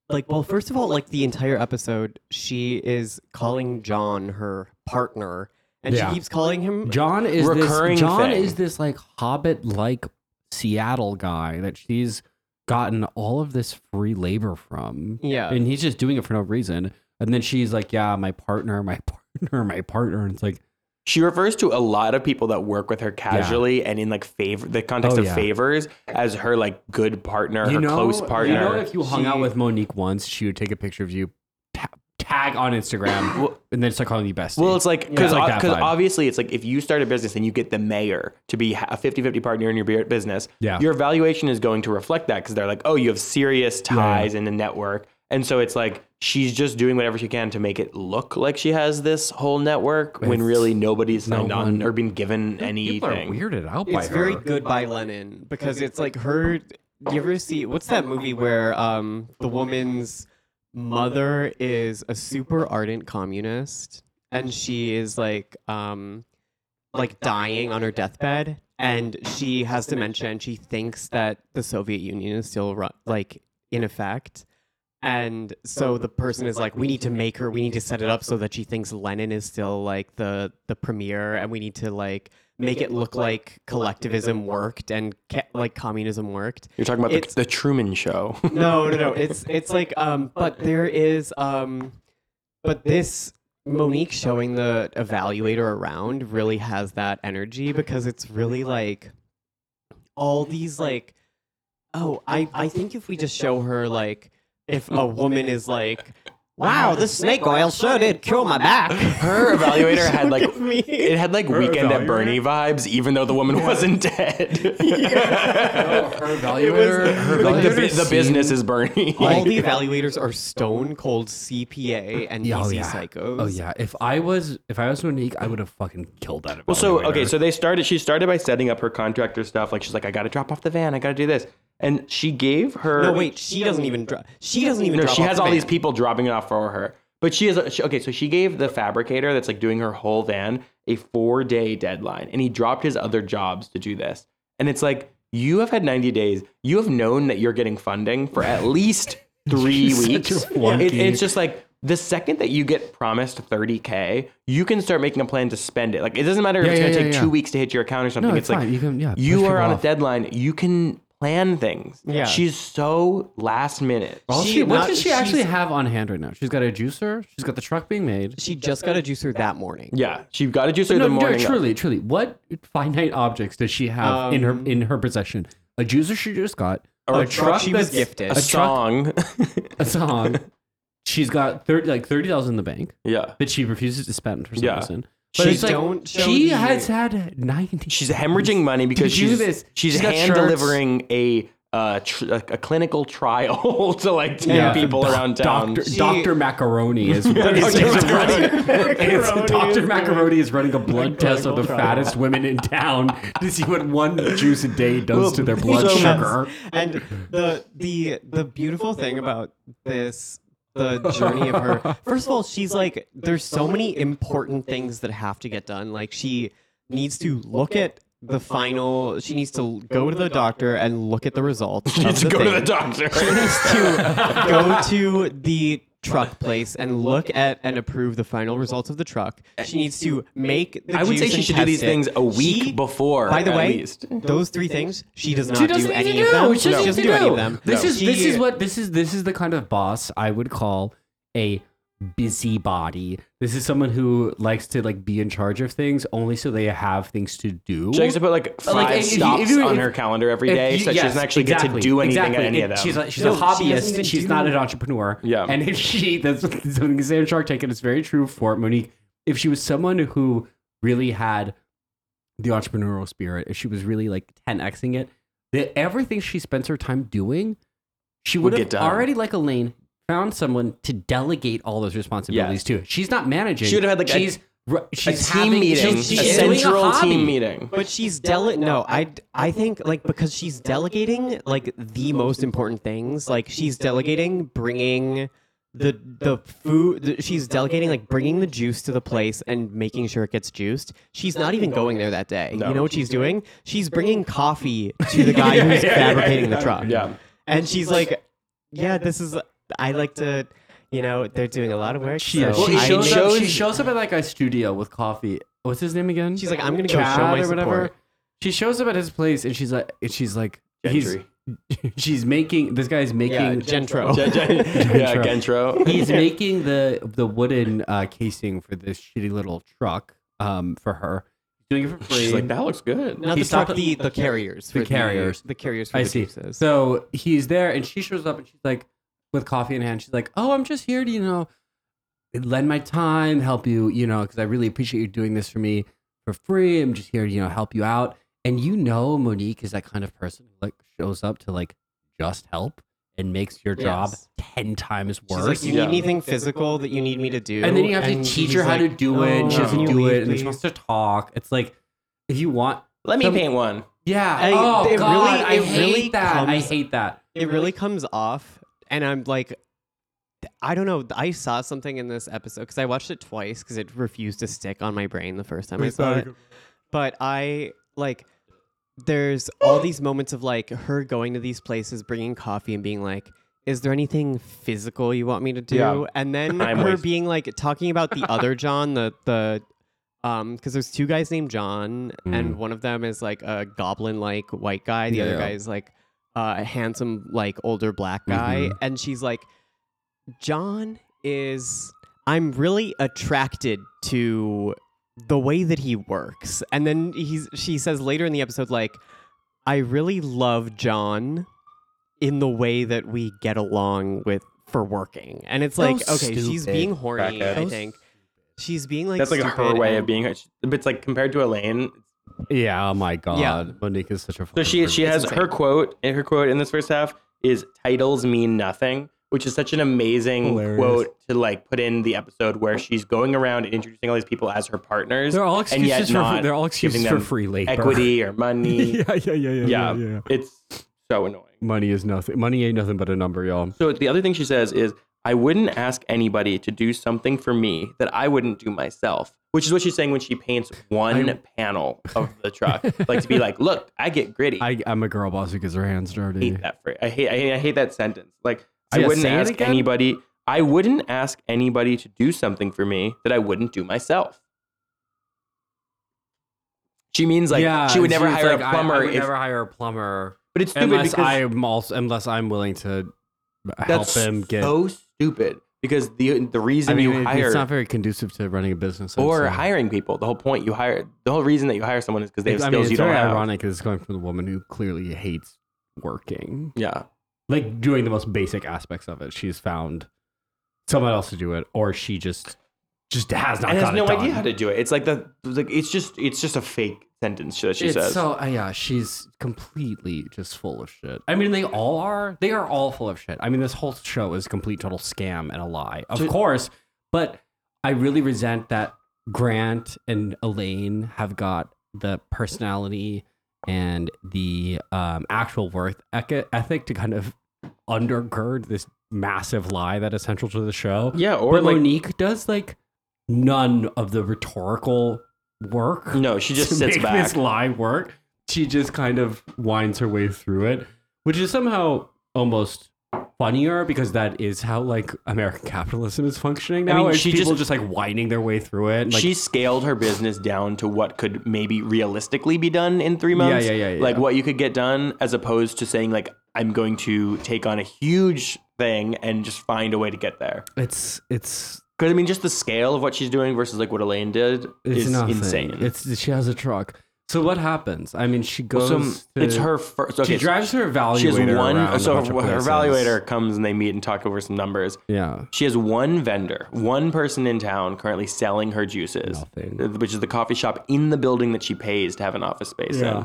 B: like well first of all like the entire episode she is calling john her partner and
A: Yeah.
B: she keeps calling him
A: John is
C: Recurring
A: this John
C: thing.
A: is this like hobbit like Seattle guy that she's gotten all of this free labor from.
B: yeah
A: And he's just doing it for no reason. And then she's like, Yeah, my partner, my partner, my partner. And it's like,
C: She refers to a lot of people that work with her casually and in like favor the context
A: Oh,
C: of
A: yeah.
C: favors as her like good partner, her close partner.
A: You know, if you hung out
B: She-
A: with Monique once, she would take a picture of you, ta- tag on Instagram,
C: Well-
A: and then start calling you bestie.
C: Well, it's like because
A: It's like that vibe.
C: obviously it's like if you start a business and you get the mayor to be a 50-50 partner in your bu- business,
A: Yeah.
C: your valuation is going to reflect that because they're like, oh, you have serious ties in the network, and so it's like she's just doing whatever she can to make it look like she has this whole network when
A: It's-
C: really nobody's
A: no
C: signed
A: one-
C: on or been given
A: people
C: anything.
A: are weirded out by
B: it's
A: her.
B: very good by Lennon because it's like her. You ever see what's that movie where um the woman's mother is a super ardent communist and she is like um like dying on her deathbed and she has dementia and she thinks that the Soviet Union is still ru- like in effect. And so Oh, the person is like, we need to make her, we need to set it up so that she thinks Lenin is still like the the premier, and we need to like make it look like collectivism worked and ca- like communism worked.
C: You're talking about
B: It's-
C: the, the Truman Show.
B: No, no, no. It's it's like um, but there is um, but this Monique showing the evaluator around really has that energy because it's really like all these like oh I I think if we just show her like if a woman is like. Wow, this snake oil sure did cure my back.
C: Her evaluator had like
B: Give me-
C: it had like weekend at
D: evaluator?
C: Bernie vibes, even though the woman wasn't dead.
D: her evaluator, her
C: like the,
D: evaluator
C: bu- the business
D: seemed-
C: is Bernie.
B: all the evaluators are stone cold CPA and
D: Yeah, oh,
B: easy
D: yeah.
B: psychos.
D: Oh yeah, if I was if I was Monique, I would have fucking killed that.
C: Well, so
D: evaluator.
C: okay, so they started. She started by setting up her contractor stuff. Like she's like, I got to drop off the van. I got to do this, and she gave her.
B: No, wait. She doesn't even drop. She doesn't even.
C: No,
B: drop
C: she
B: off
C: has
B: the
C: all
B: van.
C: these people dropping it off for her. But she is she, okay. So she gave the fabricator that's like doing her whole van a four day deadline, and he dropped his other jobs to do this. And it's like you have had ninety days. You have known that you're getting funding for at least three
D: She's such
C: weeks.
D: a
C: It-
D: flunky.
C: it's just like the second that you get promised thirty k, you can start making a plan to spend it. Like it doesn't matter if
D: Yeah,
C: it's
D: yeah,
C: gonna
D: yeah,
C: take
D: yeah.
C: two weeks to hit your account or something.
D: no,
C: it's
D: it's
C: like
D: fine. You can yeah,
C: you
D: push
C: are
D: her
C: on
D: off.
C: a deadline. You can plan things.
B: Yeah.
C: she's so last minute.
D: All
B: She
D: she- what
B: not-
D: does she actually
B: she's-
D: have on hand right now? She's got a juicer. She's got the truck being made.
B: She just got a juicer that morning.
C: Yeah, she got to do so
D: No,
C: the
D: no,
C: morning. of.
D: truly, truly. What finite objects does she have in
B: Um,
D: her in her possession? A juicer she just got.
C: Or
D: a,
C: a
D: truck,
B: truck she was
D: that's-
B: gifted.
C: a,
D: A truck,
C: song.
D: a song. She's got thirty like thirty thousand in the bank
C: yeah,
D: that she refuses to spend for some
C: Yeah.
D: reason.
B: She
D: it's like,
B: don't show
D: she
B: the-
D: has had ninety.
C: she's hemorrhaging money because
D: do
C: she's
D: this.
C: she's,
D: She's got
C: hand
D: shirts.
C: delivering a uh tr- a, a clinical trial to like ten
D: Yeah.
C: people
D: Doc-
C: around town.
D: Doctor
B: She-
D: Doctor Macaroni is is running. It's Doctor Macaroni is running a blood test of the fattest women in town to see what one juice a day does to their blood
B: so-
D: sugar.
B: And the the the beautiful thing about this the journey of her. First of all, she's like there's so many important things that have to get done. Like she needs to look at the final. She needs to go to the doctor and look at the results. She
C: Let's go to the doctor.
B: to go to the truck place and look at and approve the final results of the truck. She needs to make. The
C: I would
B: juice
C: say she
B: and
C: should do
B: test
C: these
B: it.
C: things a week
B: She-
C: before.
B: By the
C: at
B: way,
C: least.
B: those three things she does not
D: She doesn't
B: do
D: need
B: any
D: to
B: of them.
D: do. She doesn't
B: she
D: need to
B: doesn't do any
D: do.
B: of them.
D: This is this
B: She-
D: is what this is this is the kind of boss I would call a busybody. This is someone who likes to like be in charge of things only so they have things to do.
C: She likes to put like five
D: Like, if you- if
C: stops
D: you-
C: on
D: if-
C: her calendar every
D: If
C: day,
D: you-
C: so she
D: yes,
C: doesn't actually get
D: exactly,
C: to do anything
D: exactly.
C: at any of
D: It-
C: them.
D: She's a, she's
B: No,
D: a
B: she doesn't
D: hobbyist.
B: even
D: she's
B: do-
D: not an entrepreneur.
C: Yeah.
D: And if she, that's something Sam Shark Tank, and it's very true for Monique. If she was someone who really had the entrepreneurial spirit, if she was really like 10xing it, that everything she spends her time doing, she
C: Would
D: would
C: get
D: have
C: done.
D: already, like Elaine, found someone to delegate all those responsibilities to. She's not managing.
C: She would have had, like, a-
D: she's, ru-
C: a
D: she's
C: team
D: having-
C: meeting,
D: she's-
C: a
D: she's doing
C: central
D: hobby.
C: team meeting.
B: But she's dele no, I I think like because she's delegating like the most important things. Like she's delegating bringing the the food. The, she's delegating like bringing the juice to the place and making sure it gets juiced. She's not even going there that day. You know what she's doing? She's bringing coffee to the guy who's fabricating the truck.
C: Yeah.
B: and she's like, yeah, this is I like to. You know, they're doing a lot of work.
D: She,
B: so
D: she,
B: I
D: shows
B: make-
D: up, she shows up at like a studio with coffee. What's his name again?
B: She's like, I'm gonna go show my support.
D: She shows up at his place and she's like, and she's like, he's,
C: Gentry.
D: she's making this guy's
B: Yeah,
D: making
B: Gentro.
C: yeah, Gentro.
D: he's making the the wooden uh, casing for this shitty little truck um for her. Doing it for free.
C: She's like, that looks good.
B: Not
D: He
B: the truck,
D: stopped-
B: the, the carriers.
D: The
B: for
D: carriers.
B: The, carriers for
D: I
B: the
D: see.
B: juices.
D: So he's there, and she shows up, and she's like, with coffee in hand, she's like, "Oh, I'm just here to, you know, lend my time, help you, you know, because I really appreciate you doing this for me for free. I'm just here to, you know, help you out." And you know, Monique is that kind of person who like shows up to like just help and makes your job
B: Yes.
D: ten times
B: She's
D: worse.
B: like, you
C: Yeah.
B: need anything physical that you need me to do?
D: and then you have to
B: And
D: teach
B: he's
D: her how to
B: like,
D: do it. and She
B: "No,
C: "Oh."
D: doesn't
B: can you
D: do
B: leave,
D: it, and then she
B: please?"
D: wants to talk. It's like if you want,
C: Let me
D: Some-
C: paint one.
D: yeah.
B: I-
D: oh
B: it really-
D: God, I
B: it
D: hate
B: really
D: that. I
B: comes-
D: hate that.
B: It really comes off, and I'm like, I don't know. I saw something in this episode because I watched it twice because it refused to stick on my brain the first time I saw
D: uh,
B: it. But I like. There's all these moments of like her going to these places, bringing coffee, and being like, "Is there anything physical you want me to do?"
C: Yeah.
B: And then
C: I'm
B: her
C: wasted.
B: being like talking about the other John, the the Um, because there's two guys named John,
C: Mm.
B: and one of them is like a goblin-like white guy. The other
D: Yeah.
B: guy is like uh, a handsome, like older black guy,
C: Mm-hmm.
B: and she's like, John is. I'm really attracted to the way that he works, and then he's. She says later in the episode, like, I really love John in the way that we get along with for working, and it's like,
D: So
B: okay, she's
D: stupid.
B: being horny.
F: Crackhead.
B: I think she's being like
C: That's like
B: stupid
C: her way
B: and-
C: of being. But it's like compared to Elaine,
D: Yeah. Oh my God. Monique is such a.
C: So she she has
B: insane.
C: her quote and her quote in this first half is titles mean nothing, which is such an amazing
D: Hilarious.
C: quote to like put in the episode where she's going around and introducing all these people as her partners.
D: They're all
C: and yet
D: excuses for
C: not
D: they're all
C: giving
D: excuses for
C: them
D: free labor.
C: equity or money.
D: yeah, yeah, yeah, yeah, yeah,
C: Yeah.
D: yeah.
C: It's so annoying.
D: Money is nothing. Money ain't nothing but a number, y'all.
C: So the other thing she says is, I wouldn't ask anybody to do something for me that I wouldn't do myself, which is what she's saying when she paints one panel of the truck, like to be like, look, I get gritty.
D: I, I'm a girl boss who gets her hands dirty.
C: hate that phrase. I hate, I hate I hate that sentence. Like I
D: Yeah,
C: wouldn't
D: say it
C: ask
D: again.
C: anybody. I wouldn't ask anybody to do something for me that I wouldn't do myself. She means like she would never
D: she's
C: hire
D: like,
C: a
D: I-
C: plumber.
D: I, would
C: if-
D: never hire a plumber
C: but it's stupid
D: unless
C: because
D: I'm also unless I'm willing to help
C: that's
D: them get.
C: so stupid. Because the the reason
D: I mean,
C: you
D: it-
C: hire
D: it's not very conducive to running a business I'd
C: or
D: say.
C: hiring people, the whole point you hire, the whole reason that you hire someone is because they have
D: It's- I mean,
C: skills
D: it's
C: you don't
D: very
C: have.
D: ironic. 'cause It's coming from the woman who clearly hates working,
C: Yeah,
D: like doing the most basic aspects of it. She's found someone else to do it, or she just just has not.
C: and has
D: got
C: no
D: it done.
C: idea how to do it. It's like the like it's just it's just a fake sentence that she
D: it's
C: says.
D: so uh, yeah she's completely just full of shit i mean they all are they are all full of shit i mean this whole show is a complete total scam and a lie of course but i really resent that grant and elaine have got the personality and the um, actual worth eca- ethic to kind of undergird this massive lie that is central to the show
C: yeah, or
D: but
C: like
D: monique does like none of the rhetorical work
C: no, she just
D: to
C: sits
D: make
C: back.
D: this lie work. She just kind of winds her way through it, which is somehow almost funnier because that is how like American capitalism is functioning now.
C: I mean,
D: is
C: she
D: people
C: just-
D: just, like winding their way through it. Like,
C: she scaled her business down to what could maybe realistically be done in three
D: yeah,
C: months.
D: yeah, yeah, yeah.
C: Like what you could get done, as opposed to saying like I'm going to take on a huge thing and just find a way to get there.
D: it's it's
C: Because I mean, just the scale of what she's doing versus like what Elaine did
D: it's
C: is
D: nothing.
C: insane.
D: It's she has a truck. So what happens? I mean, she goes.
C: So,
D: to,
C: it's her first.
D: She
C: Okay, so
D: drives her evaluator.
C: she has
D: around
C: one.
D: a
C: So
D: bunch
C: her,
D: of
C: her
D: places.
C: evaluator comes and they meet and talk over some numbers.
D: Yeah.
C: She has one vendor, one person in town currently selling her juices,
D: Nothing.
C: which is the coffee shop in the building that she pays to have an office space
D: Yeah.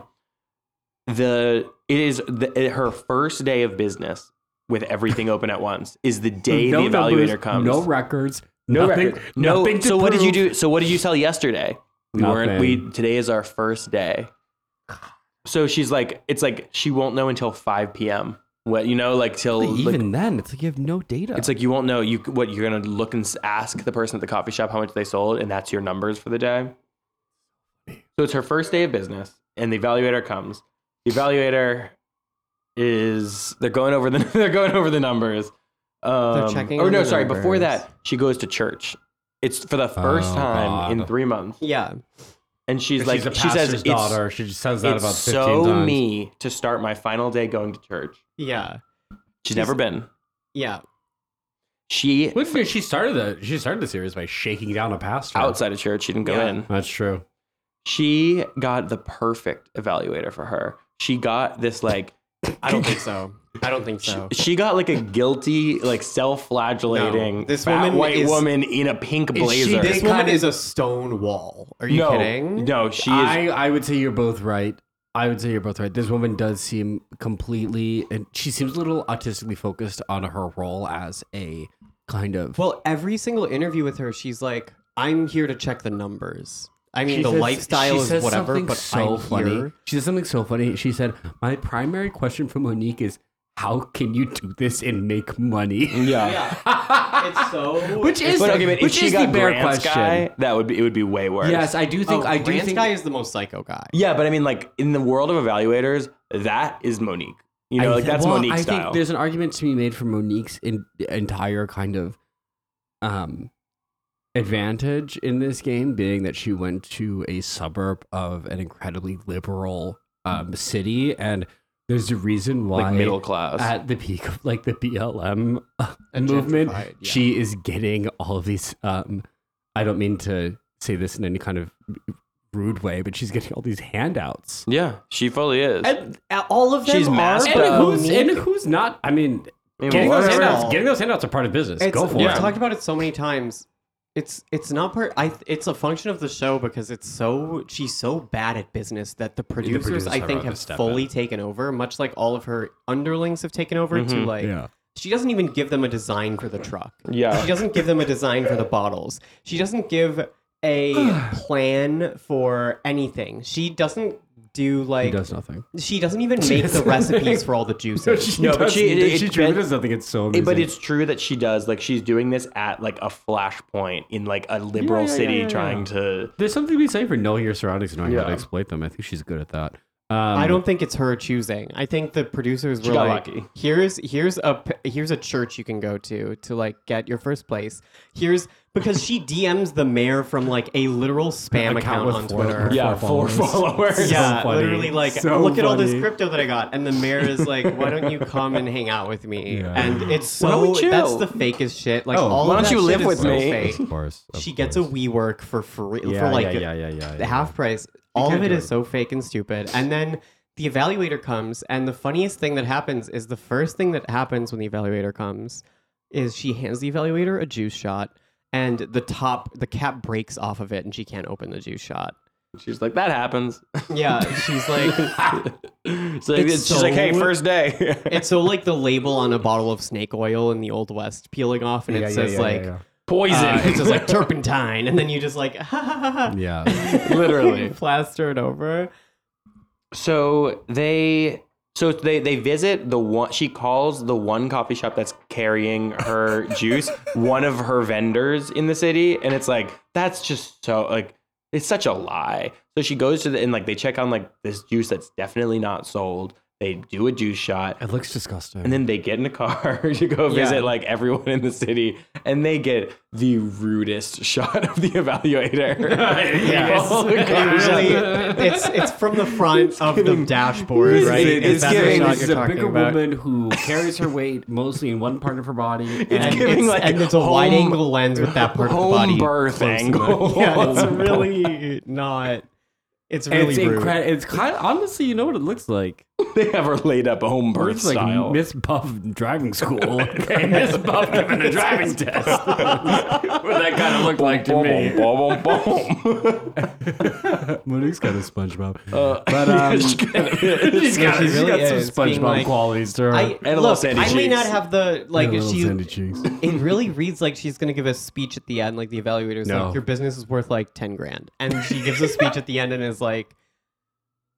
C: in. The it is the, it- her first day of business with everything open at once is the day
D: no
C: the evaluator
D: numbers,
C: comes.
D: No records.
C: no
D: nothing,
C: record. No.
D: Nothing to
C: so what did you
D: prove.
C: do? So what did you sell yesterday? We weren't.
D: Nothing.
C: We today is our first day. So she's like, it's like she won't know until five p.m. What you know, like till like,
D: Even then, it's like you have no data.
C: it's like you won't know you what you're gonna look and s- ask the person at the coffee shop how much they sold, and that's your numbers for the day. So it's her first day of business, and the evaluator comes. The evaluator is they're going over the they're going over the numbers. Um,
B: checking
C: Or
B: on
C: no,
B: the
C: sorry. Before
B: numbers.
C: that, she goes to church. It's for the first
D: Oh,
C: time in
D: God.
C: three months,
B: Yeah.
C: and she's
D: She's
C: like
D: a
C: she says
D: pastor's
C: it's,
D: daughter. She just says that
C: it's
D: about 15
C: so
D: times.
C: me to start my final day going to church.
B: Yeah.
C: She's never been.
B: Yeah.
C: She
D: Wouldn't it- she started the she started the series by shaking down a pastor.
C: outside of church. She didn't go
B: Yeah.
C: in.
D: That's true.
C: she got the perfect evaluator for her. She got this like I don't think
B: so. I don't think so.
C: she got like a guilty like self-flagellating
B: No, this
C: fat
B: woman
C: white
B: is-
C: woman in a pink blazer.
B: This
D: They
B: woman
D: kinda-
B: is a stone wall. Are you
C: no,
B: kidding?
C: no, she is.
D: I, I would say you're both right. I would say you're both right. Oh, This woman does seem completely and she seems a little autistically focused on her role as a kind of
B: Well, every single interview with her, she's like, "I'm here to check the numbers. I mean,
D: She
B: the
D: says-
B: lifestyle
D: she
B: is
D: says
B: whatever,
D: something
B: but I'm here."
D: She said something so funny. She said, "My primary question for Monique is, how can you do this and make money?"
C: yeah.
B: Yeah, it's so.
D: which is
C: But okay, but if
D: which
C: she
D: is
C: got
D: the bare
C: Grant's
D: question.
C: guy, Oh, that would be it would be way worse.
D: Yes, I do
A: Oh,
D: think I do
B: Grant's
D: think
B: guy is the most psycho guy.
C: Yeah, but I mean like in the world of evaluators, that is Monique. You know,
D: I
C: like
D: th-
C: that's
D: well,
C: Monique
D: I
C: style.
D: think there's an argument to be made for Monique's in, entire kind of um
A: advantage in this game being that she went to a suburb of an incredibly liberal um, city, and there's a reason why
C: like middle class.
A: at the peak of like the BLM movement,
B: gentrified, yeah.
A: she is getting all of these. Um, I don't mean to say this in any kind of rude way, but she's getting all these handouts.
C: yeah, she fully is.
A: And uh, all of them
C: She's
A: are.
C: masked
A: and
C: up.
A: who's and who's not? I mean,
C: I mean,
A: getting
C: what
A: those,
C: are-
B: Whatever.
A: handouts, getting those handouts are part of business.
B: It's,
A: Go for
B: we've
A: it.
B: talked about it so many times. It's it's not part. I it's a function of the show because it's so she's so bad at business that the producers,
A: producers
B: I
A: have
B: think
A: had to
B: have
A: step
B: fully
A: in.
B: taken over, much like all of her underlings have taken over. To like, she doesn't even give them a design for the truck.
G: Yeah.
B: She doesn't give them a design for the bottles. She doesn't give a plan for anything. She doesn't do like
A: He does nothing.
B: she doesn't even make the
A: doesn't.
B: recipes for all the juices.
C: No, but she- it-
A: she
C: it-
A: truly
C: but-
A: does nothing. It's so
C: Eh,
A: amazing.
C: but it's true that she does. Like she's doing this at like a flashpoint in like a liberal
A: Yeah, yeah,
C: city
A: yeah, yeah,
C: trying
A: yeah.
C: to.
A: there's something to be said for knowing your surroundings and knowing how to
G: Yeah.
A: exploit them. I think she's good at that. Um,
B: I don't think it's her choosing. I think the producers were
C: got
B: like,
C: lucky.
B: "Here's here's a p- here's a church you can go to to like get your first place. Here's because she DMs the mayor from like a literal spam account,
A: with
B: on
A: four-
B: Twitter.
C: Yeah, four followers.
B: yeah,
A: funny.
B: literally like
A: So
B: look at all this
A: funny.
B: crypto that I got, and the mayor is like, "Why don't you come and hang out with me?"
A: Yeah.
B: And it's
C: Why don't
B: so
C: we chill?
B: that's the fakest shit. Like
A: Oh,
B: all
A: why
B: of
C: don't
B: that
C: you
B: shit
C: live
B: is
C: with
B: so
C: me?
B: fake.
A: Of course, of
B: She gets a
A: course.
B: WeWork for free
A: yeah,
B: for
A: yeah,
B: like
A: yeah, yeah, yeah,
B: the
A: yeah.
B: half price. All of it is so fake and stupid. And then the evaluator comes, and the funniest thing that happens is the first thing that happens when the evaluator comes is she hands the evaluator a juice shot, and the top, the cap breaks off of it, and she can't open the juice shot.
C: She's like that happens.
B: Yeah, she's like,
C: So it's
B: It's
C: she's like, hey,
B: so-
C: first day,
B: it's so like the label on a bottle of snake oil in the Old West peeling off, and it
A: Yeah, yeah,
B: says
A: yeah,
B: like,
A: yeah,
C: poison.
B: uh, it says like turpentine, and then you just like, ha ha ha ha.
A: yeah.
C: literally.
B: plaster it over.
C: So they so they they visit the one she calls the one coffee shop that's carrying her juice one of her vendors in the city and it's like that's just so like it's such a lie. So she goes to the and like they check on like this juice that's definitely not sold. They do a juice shot
A: it looks disgusting.
C: and then they get in a car to go
B: Yeah.
C: visit like everyone in the city and they get the rudest shot of the evaluator.
B: Yes.
C: All the car
B: It really-
C: shots.
B: it's it's from the front of the dashboard,
A: This is-
B: right?
A: It's,
B: Is that the
A: giving
B: shot
A: this is
B: you're
A: a
B: talking
A: bigger
B: about?
A: woman who carries her weight mostly in one part of her body.
B: And
A: and-
C: giving,
B: it's,
C: like,
B: and it's a wide
C: home-
B: angle lens with that part of the
C: home
B: body.
C: birth
B: close to
C: angle.
B: the- Yeah, it's really not. It's really
A: it's
B: rude.
A: incredible. It's kind of honestly, you know what it looks like?
C: They have her laid up home birth
A: It's like
C: style.
A: Miss Buff driving school. hey, Miss Buff giving a driving test. what that kind of looked like to me.
C: Boom, boom, boom, boom.
A: Monique's got a SpongeBob.
C: but um,
A: she's got,
B: she
A: she's
B: really
A: got some
B: is, being
A: SpongeBob
B: like-
A: qualities to her.
B: I,
C: And a little
B: look,
C: sandy
B: I may
C: cheeks.
B: not have the like.
A: Got a little
B: She,
A: sandy cheeks.
B: it really reads like she's gonna give a speech at the end. Like the evaluator's
A: No.
B: like, "Your business is worth like ten grand," and she gives a speech at the end and is like,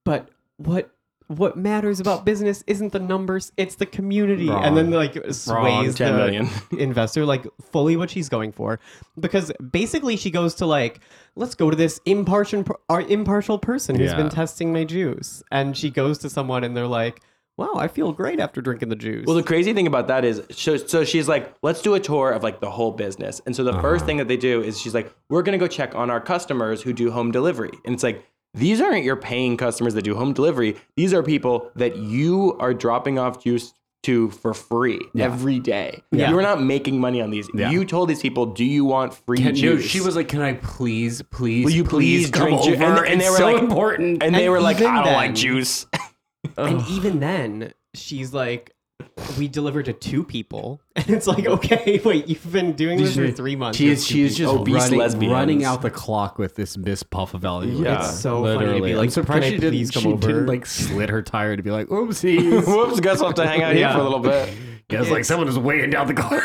B: "But what what matters about business isn't the numbers; it's the community." And then like sways
C: Wrong, 10
B: the
C: million.
B: investor like fully what she's going for, because basically she goes to like, "Let's go to this impartial our impartial person who's
A: Yeah.
B: been testing my juice," and she goes to someone and they're like. Wow, I feel great after drinking the juice.
C: well, the crazy thing about that is, so, so she's like, let's do a tour of like the whole business. And so the
A: Uh-huh.
C: first thing that they do is she's like, we're gonna go check on our customers who do home delivery. And it's like, these aren't your paying customers that do home delivery. These are people that you are dropping off juice to for free every day.
B: Yeah.
C: You're not making money on these.
A: Yeah.
C: You told these people, do you want free
A: Can- no,
C: juice?
A: she was like, "Can I please, please,
C: Will you please drink ju-"
A: over?"
C: And- and
A: it's
C: they were
A: so
C: like-
A: important.
C: and they
B: And
C: were like,
B: even
C: I don't
B: then-
C: like juice.
B: And even then, she's like, we deliver to two people. And it's like, okay, wait, you've been doing this for three months.
A: She
B: You're
A: is,
B: two
A: she is just
B: people.
C: Obese
A: running,
C: lesbians.
A: running out the clock with this Miss Puff evaluation.
C: Yeah.
B: It's so funny to be like,
A: I'm surprised
B: "Can I
A: she didn't.
B: please come
A: she
B: over?"
A: didn't like slit her tire to be like, "Oopsies."
C: Whoops, guess I'll have to hang out here
B: Yeah.
C: for a little bit.
A: Guess like someone is weighing down the car.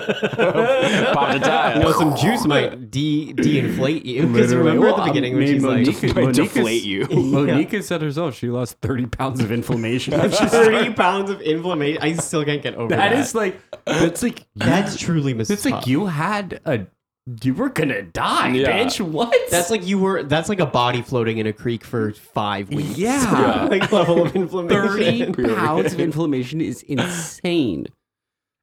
C: Pop the tire.
B: You know, some juice might de de-inflate you. Because remember at the beginning when she's like,
C: Monique- Monique deflate you.
A: Monique has said
D: "Oh,
A: herself she lost 30 pounds of inflammation. that
B: 30 pounds of inflammation. I still can't get over that.
A: is like, that's like,
B: that's truly Mrs.
A: that's like
B: Puff.
A: you had a, you were gonna die,
C: Yeah.
A: bitch. What?
B: That's like you were. That's like a body floating in a creek for five weeks.
A: Yeah.
B: like level of inflammation.
A: 30 pounds of inflammation is insane.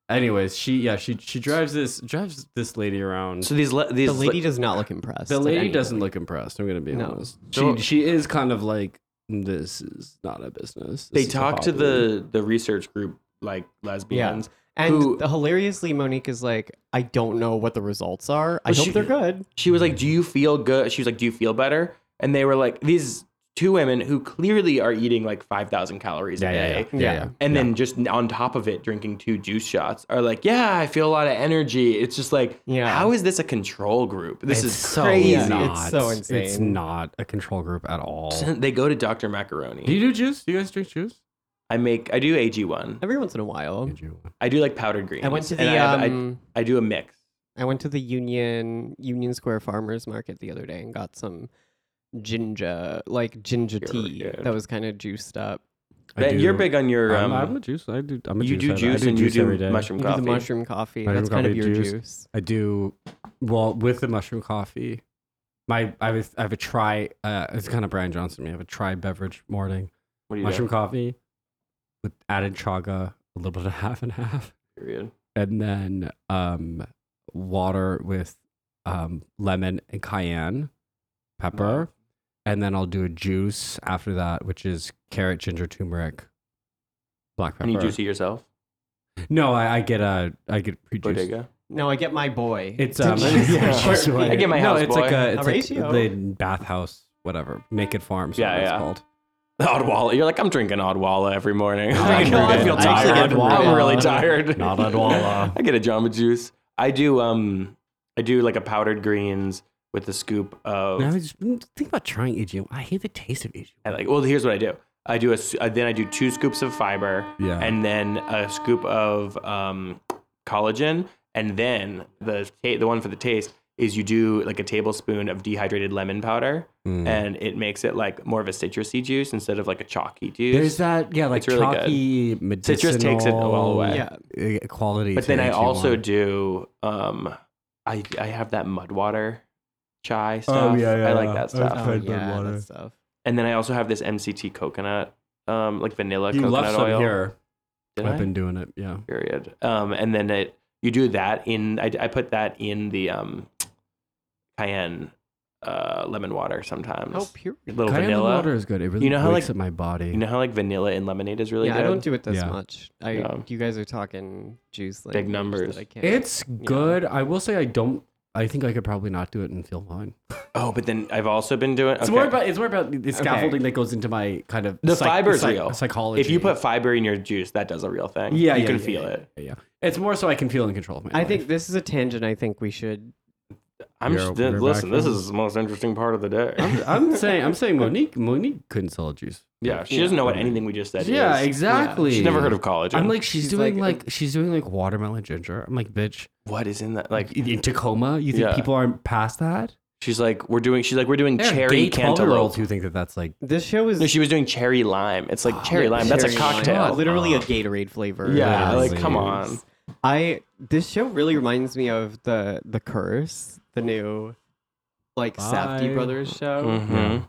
D: Anyways, she yeah she she drives this drives this lady around.
C: So these le- these
B: The lady does not look impressed.
D: the
B: at
D: lady
B: any of
D: doesn't
B: it.
D: look impressed. I'm gonna be
B: No.
D: honest.
C: So-
D: she she is kind of like this is not a business. This
C: they
D: is a
C: talk to
D: hobby."
C: the the research group like lesbians.
B: And
C: who-
B: the- hilariously, Monique is like, I don't know what the results are. I
C: Well,
B: hope
C: she-
B: they're good.
C: She was like, "Do you feel good?" She was like, "Do you feel better?" And they were like, "These two women who clearly are eating like five thousand calories
D: yeah
C: a
D: yeah
C: day."
D: yeah, yeah,
B: Yeah.
D: yeah.
C: and then just on top of it drinking two juice shots are like yeah i feel a lot of energy it's just like
B: Yeah.
C: how is this a control group this
D: It's
C: is
D: so
C: crazy
B: Yeah.
D: not-
B: It's so
D: It's
B: insane.
D: not a control group at all.
C: they go to dr
D: Do
C: macaroni
D: you do juice? Do you guys drink juice?
C: i make i do ag1
B: Every once in a while.
D: Did you?
C: i do like powdered greens
B: I went to
C: and I,
B: the
C: have- I-
B: um,
C: I, do a mix
B: I went to the Union Union Square Farmers Market the other day and got some ginger, like ginger
C: Very
B: tea
C: good.
B: that was kind of juiced up.
D: I
C: Ben, you're
D: do.
C: big on your
D: I'm,
C: um,
D: I'm a juice. I do. I'm a
C: you
D: juice
C: do
D: head. I
C: juice and
D: juice
C: you
D: every
C: do
D: day.
C: mushroom
B: You do
C: coffee
B: the mushroom coffee.
D: Mushroom
B: That's kind of
D: coffee
B: your
D: juice.
B: juice.
D: I do well with the mushroom coffee. My I have a, I have a try. Uh, it's kind of Brian Johnson. Me, I have a try beverage morning.
C: what do you
D: Mushroom
C: mushroom
D: coffee with added chaga, a little bit of half and half,
C: period
D: and then um, water with um, lemon and cayenne pepper, and then I'll do a juice after that, which is carrot, ginger, turmeric, black pepper.
C: and you juice it yourself
D: No, I, I get a I get pre juice.
C: bodega
B: No, I get my boy.
D: It's
B: a
D: um, yeah, she's
C: I
D: right.
C: get my house
D: No, it's
C: boy.
D: like a it's
B: Horatio.
D: like the bathhouse, whatever, naked farms.
C: Yeah,
D: Yeah,
C: yeah.
D: It's called.
C: Odwalla. You're like, I'm drinking Odwalla every morning.
B: my
C: Every
B: God,
C: day.
B: I feel
D: tired.
C: actually- I'm
D: Odwalla.
C: really tired.
D: Not Odwalla.
C: I get a Jamba Juice. I do um, I do like a powdered greens with a scoop of.
D: Now I just think about trying AGM. I hate the taste of AGM.
C: I like. Well, here's what I do. I do a s- uh, then I do two scoops of fiber.
D: Yeah.
C: And then a scoop of um, collagen, and then the ta- the one for the taste is you do like a tablespoon of dehydrated lemon powder,
D: Mm.
C: and it makes it like more of a citrusy juice instead of like a chalky juice.
D: There's that, yeah, like
C: It's really good.
D: chalky medicinal.
C: Citrus takes it all away.
B: yeah.
D: uh, Quality.
C: But
D: to
C: then I also
D: AG1.
C: do um I I have that mud water
D: Oh,
C: chai stuff. I like that stuff.
B: Oh, yeah, that stuff.
C: And then I also have this MCT coconut um like vanilla
D: You
C: coconut
D: left some
C: oil.
D: here.
C: Did
D: I've
C: I?
D: been doing it. Yeah.
C: period. Um and then it you do that in I I put that in the um cayenne uh lemon water sometimes.
B: How pure.
C: A little
D: Oh, Cayenne
C: vanilla.
D: water is good. It really
C: You know how,
D: wakes
C: like-
D: up my body.
C: You know how like vanilla in lemonade is really
B: yeah,
C: good?
B: I don't do it this
D: Yeah.
B: much. I
C: Yeah.
B: you guys are talking juice like
C: Big numbers.
B: That I can't.
D: it's good. I will say I don't. I think I could probably not do it and feel fine.
C: Oh, but then I've also been doing
D: It's
C: okay.
D: more about it's more about the scaffolding that goes into my kind of
C: the
D: psych-
C: fiber's
D: psych-
C: real.
D: psychology.
C: If you put fiber in your juice, that does a real thing.
D: Yeah,
C: you
D: yeah,
C: can
D: yeah,
C: feel
D: yeah.
C: it.
D: yeah, yeah. it's more so I can feel in control of my.
B: I
D: life.
B: think this is a tangent. I think we should.
C: I'm
D: You're-
C: just,
D: you're back
C: listen. This
D: now?
C: is the most interesting part of the day.
D: I'm,
B: um,
D: I'm saying I'm saying Monique Monique couldn't sell a juice.
C: yeah, she doesn't know what anything we just said.
D: Yeah,
C: is.
D: exactly.
C: She's never heard of collagen.
D: I'm like she's,
B: She's
D: doing
B: like-
D: like,
A: uh,
D: she's doing like watermelon ginger. I'm like bitch.
C: what is in that? Like,
D: In Tacoma, you think
C: Yeah.
D: people aren't past that?
C: she's like, we're doing. She's like, we're doing
D: There are
C: cherry
D: gay 12 olds
C: cantaloupe.
D: who think that that's like
B: This show is
C: No, she was doing cherry lime. It's like cherry lime. That's a
B: Ah, Cherry lime.
C: cocktail.
D: God.
B: Literally a Gatorade flavor.
C: Yeah,
D: Yeah,
C: like
D: please.
C: come on.
B: I this show really reminds me of the the curse, the new like
D: Bye.
B: Safdie Brothers show.
C: Mhm.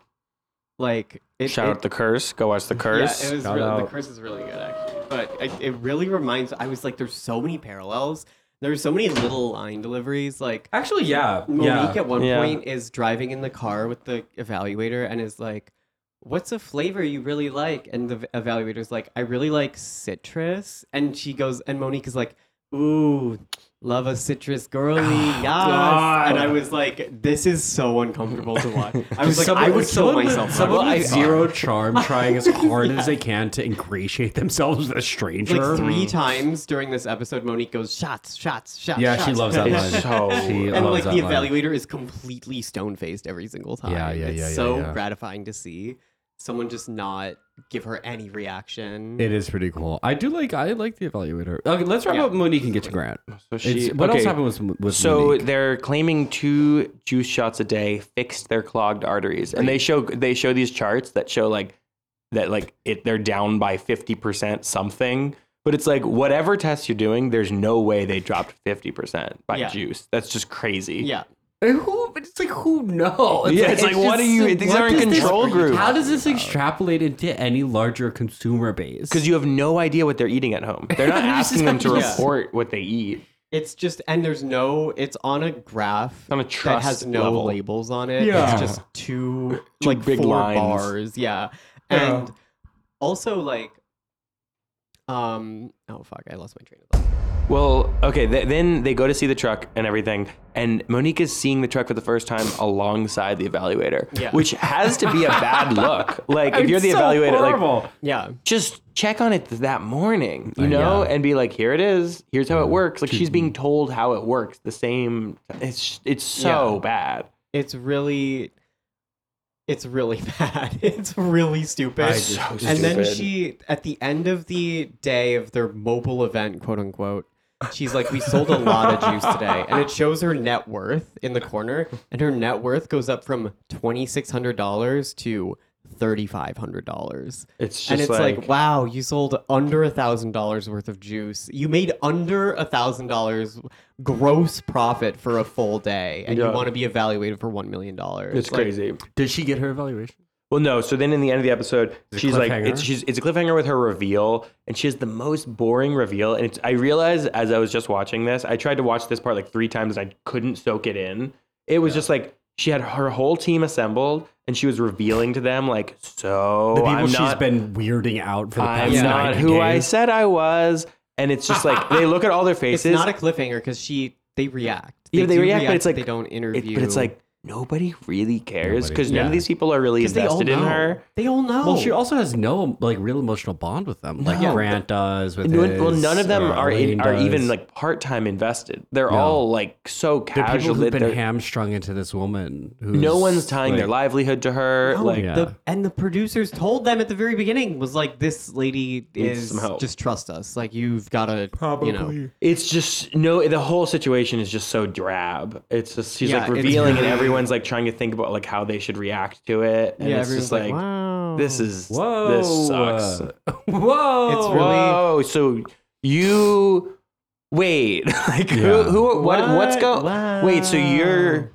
B: Like it,
C: Shout
B: Mm-hmm. it,
C: out the curse. Go watch the curse.
B: Yeah, it was
D: Shout
B: really, the
D: out.
B: curse is really good actually. But I, it really reminds. I was like, there's so many parallels. There's so many little line deliveries. Like
D: actually yeah
B: Monique at one
C: Yeah.
B: point is driving in the car with the evaluator and is like, "What's a flavor you really like?" And the v- evaluator's like, "I really like citrus." And she goes, and Monique is like, "Ooh, love a citrus girly,
D: Oh,
B: yes." And I was like, "This is so uncomfortable to watch." I was like, "I would kill
D: someone with-
B: myself." for
D: Someone
B: this.
D: with zero charm, trying as hard as they can to ingratiate themselves with a stranger.
B: Like three times during this episode, Monique goes shots, shots, shots.
D: yeah, she
B: shots."
D: loves that line.
C: It's so-
D: she
B: and like
D: loves
B: the
D: that line.
B: evaluator is completely stone faced every single time.
D: Yeah, yeah,
B: it's
D: yeah, yeah,
B: So
D: yeah.
B: gratifying to see someone just not give her any reaction.
D: It is pretty cool. I do like I like the evaluator. Okay, let's wrap
B: Yeah.
D: up Monique and get to Grant.
C: So
D: It's-
C: she.
D: what
C: okay,
D: else happened with, with
C: So
D: Monique?
C: they're claiming two juice shots a day fixed their clogged arteries, and they show they show these charts that show like that like it they're down by fifty percent something. But it's like whatever test you're doing, there's no way they dropped fifty percent by
B: Yeah.
C: juice. That's just crazy.
B: yeah,
A: Like, who? It's like who knows?
C: Yeah, it's like, what
A: just
C: are you-
A: so-
C: these
A: what
C: are in
A: does this-
C: control group.
A: How does this extrapolate into any larger consumer base?
C: Because you have no idea what they're eating at home. They're not asking them to
A: Yeah.
C: report what they eat.
B: It's just and there's no. It's on a graph
C: on a
B: that
C: trust
B: has no
C: level.
B: labels on it.
A: Yeah.
B: It's just two,
C: Two
B: like
C: big
B: four
C: lines.
B: bars. Yeah, and also like, um, oh fuck, I lost my train of thought.
C: Well, okay, th- then they go to see the truck and everything, and Monique is seeing the truck for the first time alongside the evaluator,
B: Yeah.
C: which has to be a bad look. Like, if you're the
A: It's so
C: evaluator, like,
A: horrible.
B: Yeah,
C: just check on it th- that morning, you know, Mm.
A: yeah.
C: and be like, here it is, here's how it works. Like, she's being told how it works the same. It's it's so
B: Yeah.
C: bad.
B: it's really, it's really bad. It's really stupid.
C: so
B: and then
H: stupid.
B: she, at the end of the day of their mobile event, quote unquote, she's like, "We sold a lot of juice today," and it shows her net worth in the corner, and her net worth goes up from twenty six hundred dollars to thirty five hundred dollars.
C: It's just
B: And it's
C: like,
B: like, wow, you sold under a thousand dollars worth of juice. You made under a thousand dollars gross profit for a full day, and
C: Yeah.
B: you want to be evaluated for one million dollars.
C: it's crazy.
A: Did she get her evaluation?
C: Well, no. So then, in the end of the episode, she's like,
D: cliffhanger?
C: it's, she's it's a cliffhanger with her reveal, and she has the most boring reveal. And it's, I realized as I was just watching this, I tried to watch this part like three times, and I couldn't soak it in. It was just like she had her whole team assembled, and she was revealing to them like, so
D: The people
C: Oh, I'm
D: she's
C: not,
D: been weirding out for the
C: I'm
D: past
C: not
D: 90
C: who I
D: days.
C: said I was, and it's just like they look at all their
B: It's
C: faces.
B: not a cliffhanger because she they react.
C: Yeah, they
B: do
C: react, but it's like-
B: they don't
C: It-
B: interview.
C: but it's like nobody really cares
D: Nobody-
C: because none
B: Yeah.
C: of these people are really
B: 'Cause they all
C: invested in
B: know.
C: her.
B: they all know.
D: Well, she also has no like real emotional bond with them, like
B: No.
D: Grant does with.
C: No, well,
D: his,
C: none of them
D: or
C: are in,
D: Elaine
C: are even
D: does.
C: like part time invested. They're
D: No.
C: all like so
D: They're
C: casual.
D: people who've
C: that
D: been
C: they're-
D: hamstrung into this woman. Who's,
C: no one's tying their
D: like,
C: livelihood to her.
B: No,
C: like
D: Yeah.
B: the, and the producers told them at the very beginning was like this lady
C: Needs
B: is
C: some help.
B: just trust us like you've got to you know
C: it's just no. The whole situation is just so drab. It's just she's
B: Yeah,
C: like
B: it's
C: revealing, and
B: really-
C: everyone's like trying to think about like how they should react to it. And
B: yeah
C: it's
B: everyone's
C: just
B: like,
C: like,
B: wow
C: this is
D: Whoa,
C: this sucks.
D: whoa.
B: It's really-
C: Whoa! So you wait, like who?
D: Yeah.
C: who what, What's
B: What?
C: going? Wait, so you're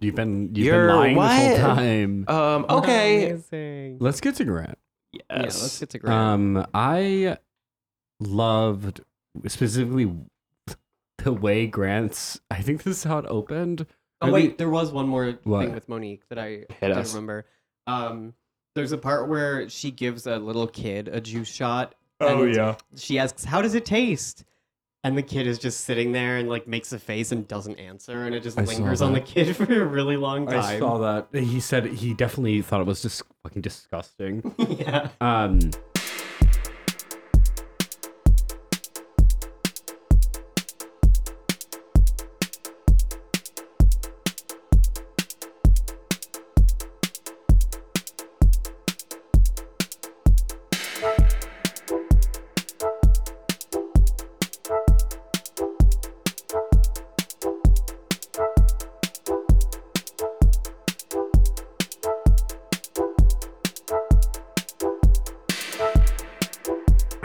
D: You've been you've
C: You're
D: been lying this whole
C: what?
D: time.
C: um okay?
B: Amazing.
D: Let's get to Grant.
C: Yes.
B: yeah let's get to Grant.
D: Um, I loved specifically the way Grant's. I think this is how it opened.
B: Oh
D: Really-
B: wait, there was one more
D: What?
B: thing with Monique that I
C: Hit
B: did
C: us.
B: remember. Um, there's a part where she gives a little kid a juice shot.
D: Oh,
B: and She asks, "How does it taste?" And the kid is just sitting there and like makes a face and doesn't answer, and it just
D: I saw
B: lingers on the
D: that.
B: kid for a really long time.
D: I saw that. He said he definitely thought it was just fucking disgusting.
B: yeah.
D: Um,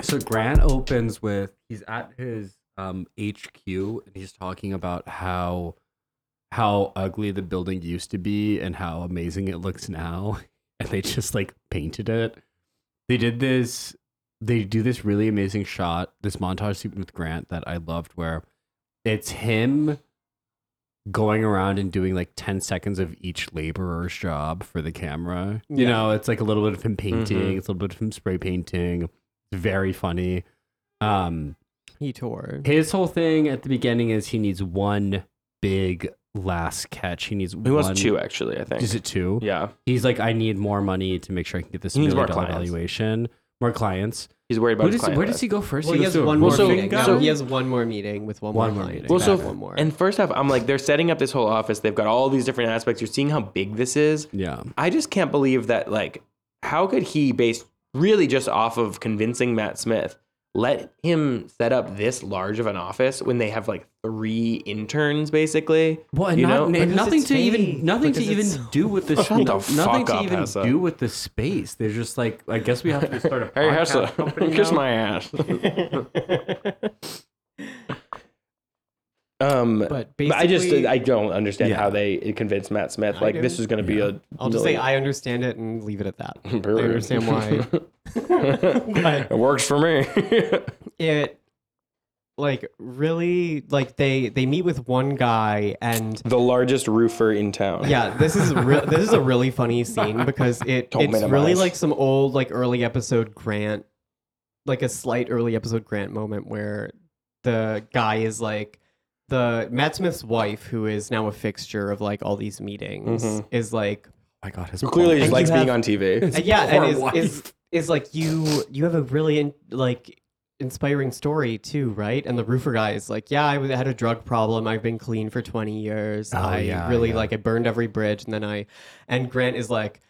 D: so Grant opens with he's at his um HQ and he's talking about how how ugly the building used to be and how amazing it looks now. And they just like painted it. They did this they do this really amazing shot, this montage scene with Grant that I loved where it's him going around and doing like 10 seconds of each laborer's job for the camera. You
B: Yeah.
D: know, it's like a little bit of him painting,
C: Mhm.
D: it's a little bit of him spray painting. It's very funny. Um,
B: He tore.
D: his whole thing at the beginning is he needs one big last catch. He needs
C: He
D: one,
C: was two actually, I think.
D: Is it two?
C: yeah,
D: He's like, I need more money to make sure I can get this
C: He needs
D: million
C: more
D: dollar
C: clients.
D: valuation. More clients.
C: he's worried about
D: Where
C: his
D: does, he,
C: client
D: where does he go first?
B: Well, he
D: goes
B: has
D: to a
B: one more
C: Well, so-
B: meeting. No,
C: so-
B: he has one more meeting with one,
D: One
B: more
D: more
B: client.
D: meeting.
C: Well, so
B: Back one more.
C: and first off, I'm like they're setting up this whole office. They've got all these different aspects. You're seeing how big this is.
D: Yeah.
C: I just can't believe that. Like, how could he, based really just off of convincing Matt Smith, let him set up this large of an office when they have like three interns basically?
D: Well, and
C: You
D: not,
C: know?
D: and
B: Because
D: nothing
B: it's
D: to
B: fake.
D: even nothing to
B: Because
D: even
B: it's-
D: do with the
C: Shut the
D: nothing
C: fuck
D: to
C: up,
D: even
C: Hessa.
D: do with the space. They're just like, I guess we have to start a
C: Hey,
D: podcast
C: Hessa,
D: company
C: kiss
D: now.
C: my ass. Um, but,
B: But basically,
C: I just I don't understand
D: Yeah.
C: how they convinced Matt Smith
B: I
C: like this
B: do.
C: is going to
D: Yeah.
C: be a.
B: I'll just say
C: million-
B: I understand it and leave it at that. I
C: Rude.
B: understand why. But-
C: it works for me.
B: it like really like they they meet with one guy and
C: the largest roofer in town.
B: yeah this is re- this is a really funny scene because it
C: Don't
B: it's really
C: minimize.
B: like some old like early episode grant like a slight early episode grant moment where the guy is like the Matt Smith's wife who is now a fixture of like all these meetings
C: Mhm.
B: is like
D: Oh my God, his
C: Who clearly
D: quality.
C: just
B: And
C: likes
B: you
C: being
B: have-
C: on TV.
B: Uh, yeah,
D: Poor
B: and is, is
D: wife.
B: is like you you have a really in, like inspiring story too, right? And the roofer guy is like, yeah, I w- had a drug problem. I've been clean for twenty years.
D: Oh,
B: I
D: yeah,
B: really
D: yeah.
B: like I burned every bridge, and then I and Grant is like,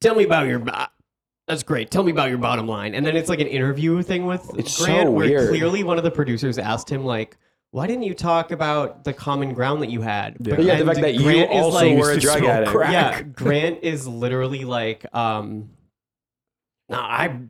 B: tell me about your. bo- That's great. Tell me about your bottom line. And then it's like an interview thing with
C: It's so
B: Grant, where
C: weird.
B: clearly one of the producers asked him like. Why didn't you talk about the common ground that you had?
C: But yeah, the fact that you
B: Grant is
C: also
B: like-
C: were a
D: Used to
C: drug
D: smoke
C: addict.
D: crack.
B: yeah, Grant is literally like, um, nah, I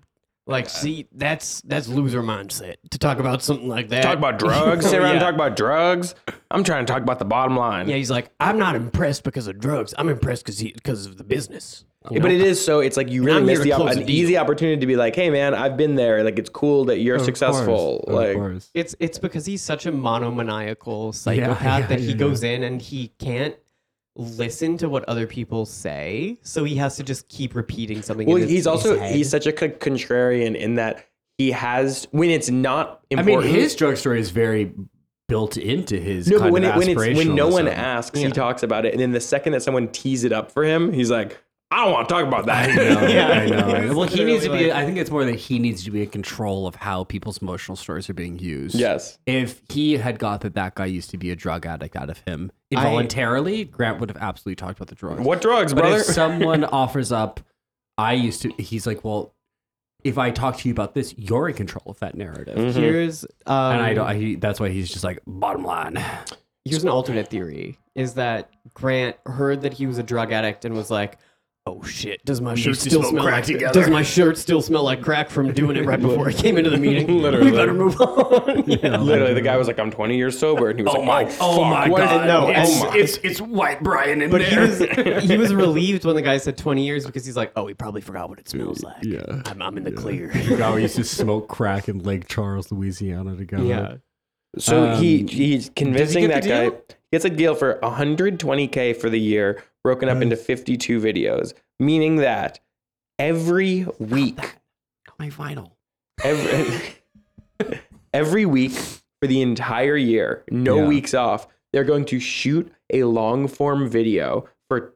B: like see that's that's loser mindset to talk about something like that.
C: Talk about drugs. Sit around
B: yeah.
C: and talk about drugs. I'm trying to talk about the bottom line.
B: yeah, he's like, I'm not impressed because of drugs. I'm impressed because because of the business.
C: Yeah, but it is so. It's like you really
B: I'm
C: miss
B: here
C: the
B: to
C: op-
B: close the
C: an
B: deal.
C: easy opportunity to be like, "Hey, man, I've been there. Like, it's cool that you're successful." like,
B: It's it's because he's such a monomaniacal psychopath
D: yeah,
B: that he
D: yeah,
B: goes in and he can't listen to what other people say, so he has to just keep repeating something.
C: well,
B: in his-
C: he's also
B: his head.
C: he's such a c- contrarian in that he has when it's not
A: I
C: important.
A: mean, his drug story is very built into his.
C: no,
A: kind
C: but when
A: of
C: it, when it's when no one
A: aspirationalism.
C: asks, he talks about it, and then the second that someone tees it up for him, he's like, "I don't want to talk about that."
A: yeah, I know.
B: It's
A: well, he needs to
B: literally
A: be.
B: like-
A: I think it's more that he needs to be in control of how people's emotional stories are being used.
C: yes,
A: If he had got that that guy used to be a drug addict out of him involuntarily, Grant would have absolutely talked about the drugs.
C: what drugs,
A: But
C: brother?
A: if someone offers up, I used to. He's like, well, if I talk to you about this, you're in control of that narrative.
B: here's um,
A: And I don't. I, he, that's why he's just like bottom line.
B: here's an alternate theory is that Grant heard that he was a drug addict and was like, "Oh shit, does my shirt
A: used to
B: still
A: smoke
B: smell
A: crack
B: like
A: together."
B: does my shirt still smell like crack from doing it right before I came into the meeting?
C: Literally.
B: we better move on." yeah.
C: Literally, the guy was like, "I'm 20 years sober," and he was
A: Oh
C: like,
A: my!
C: "Oh,
A: Oh, my
C: what is it?
A: god!
B: No,
A: it's,
B: and-
A: it's it's white Brian in
B: But he
A: there.
B: was he was relieved when the guy said 20 years because he's like, "Oh, he probably forgot what it smells like."
D: Yeah.
B: I'm, I'm in the clear.
D: guy who used to smoke crack in Lake Charles, Louisiana together.
B: yeah.
C: So he
D: Um,
C: he's convincing
D: get
C: that
D: the
C: guy
D: deal?
C: gets a deal for 120k for the year, broken up into 52 videos, meaning that every week,
A: my vinyl.
C: every, every week for the entire year, no
D: Yeah.
C: weeks off, they're going to shoot a long form video for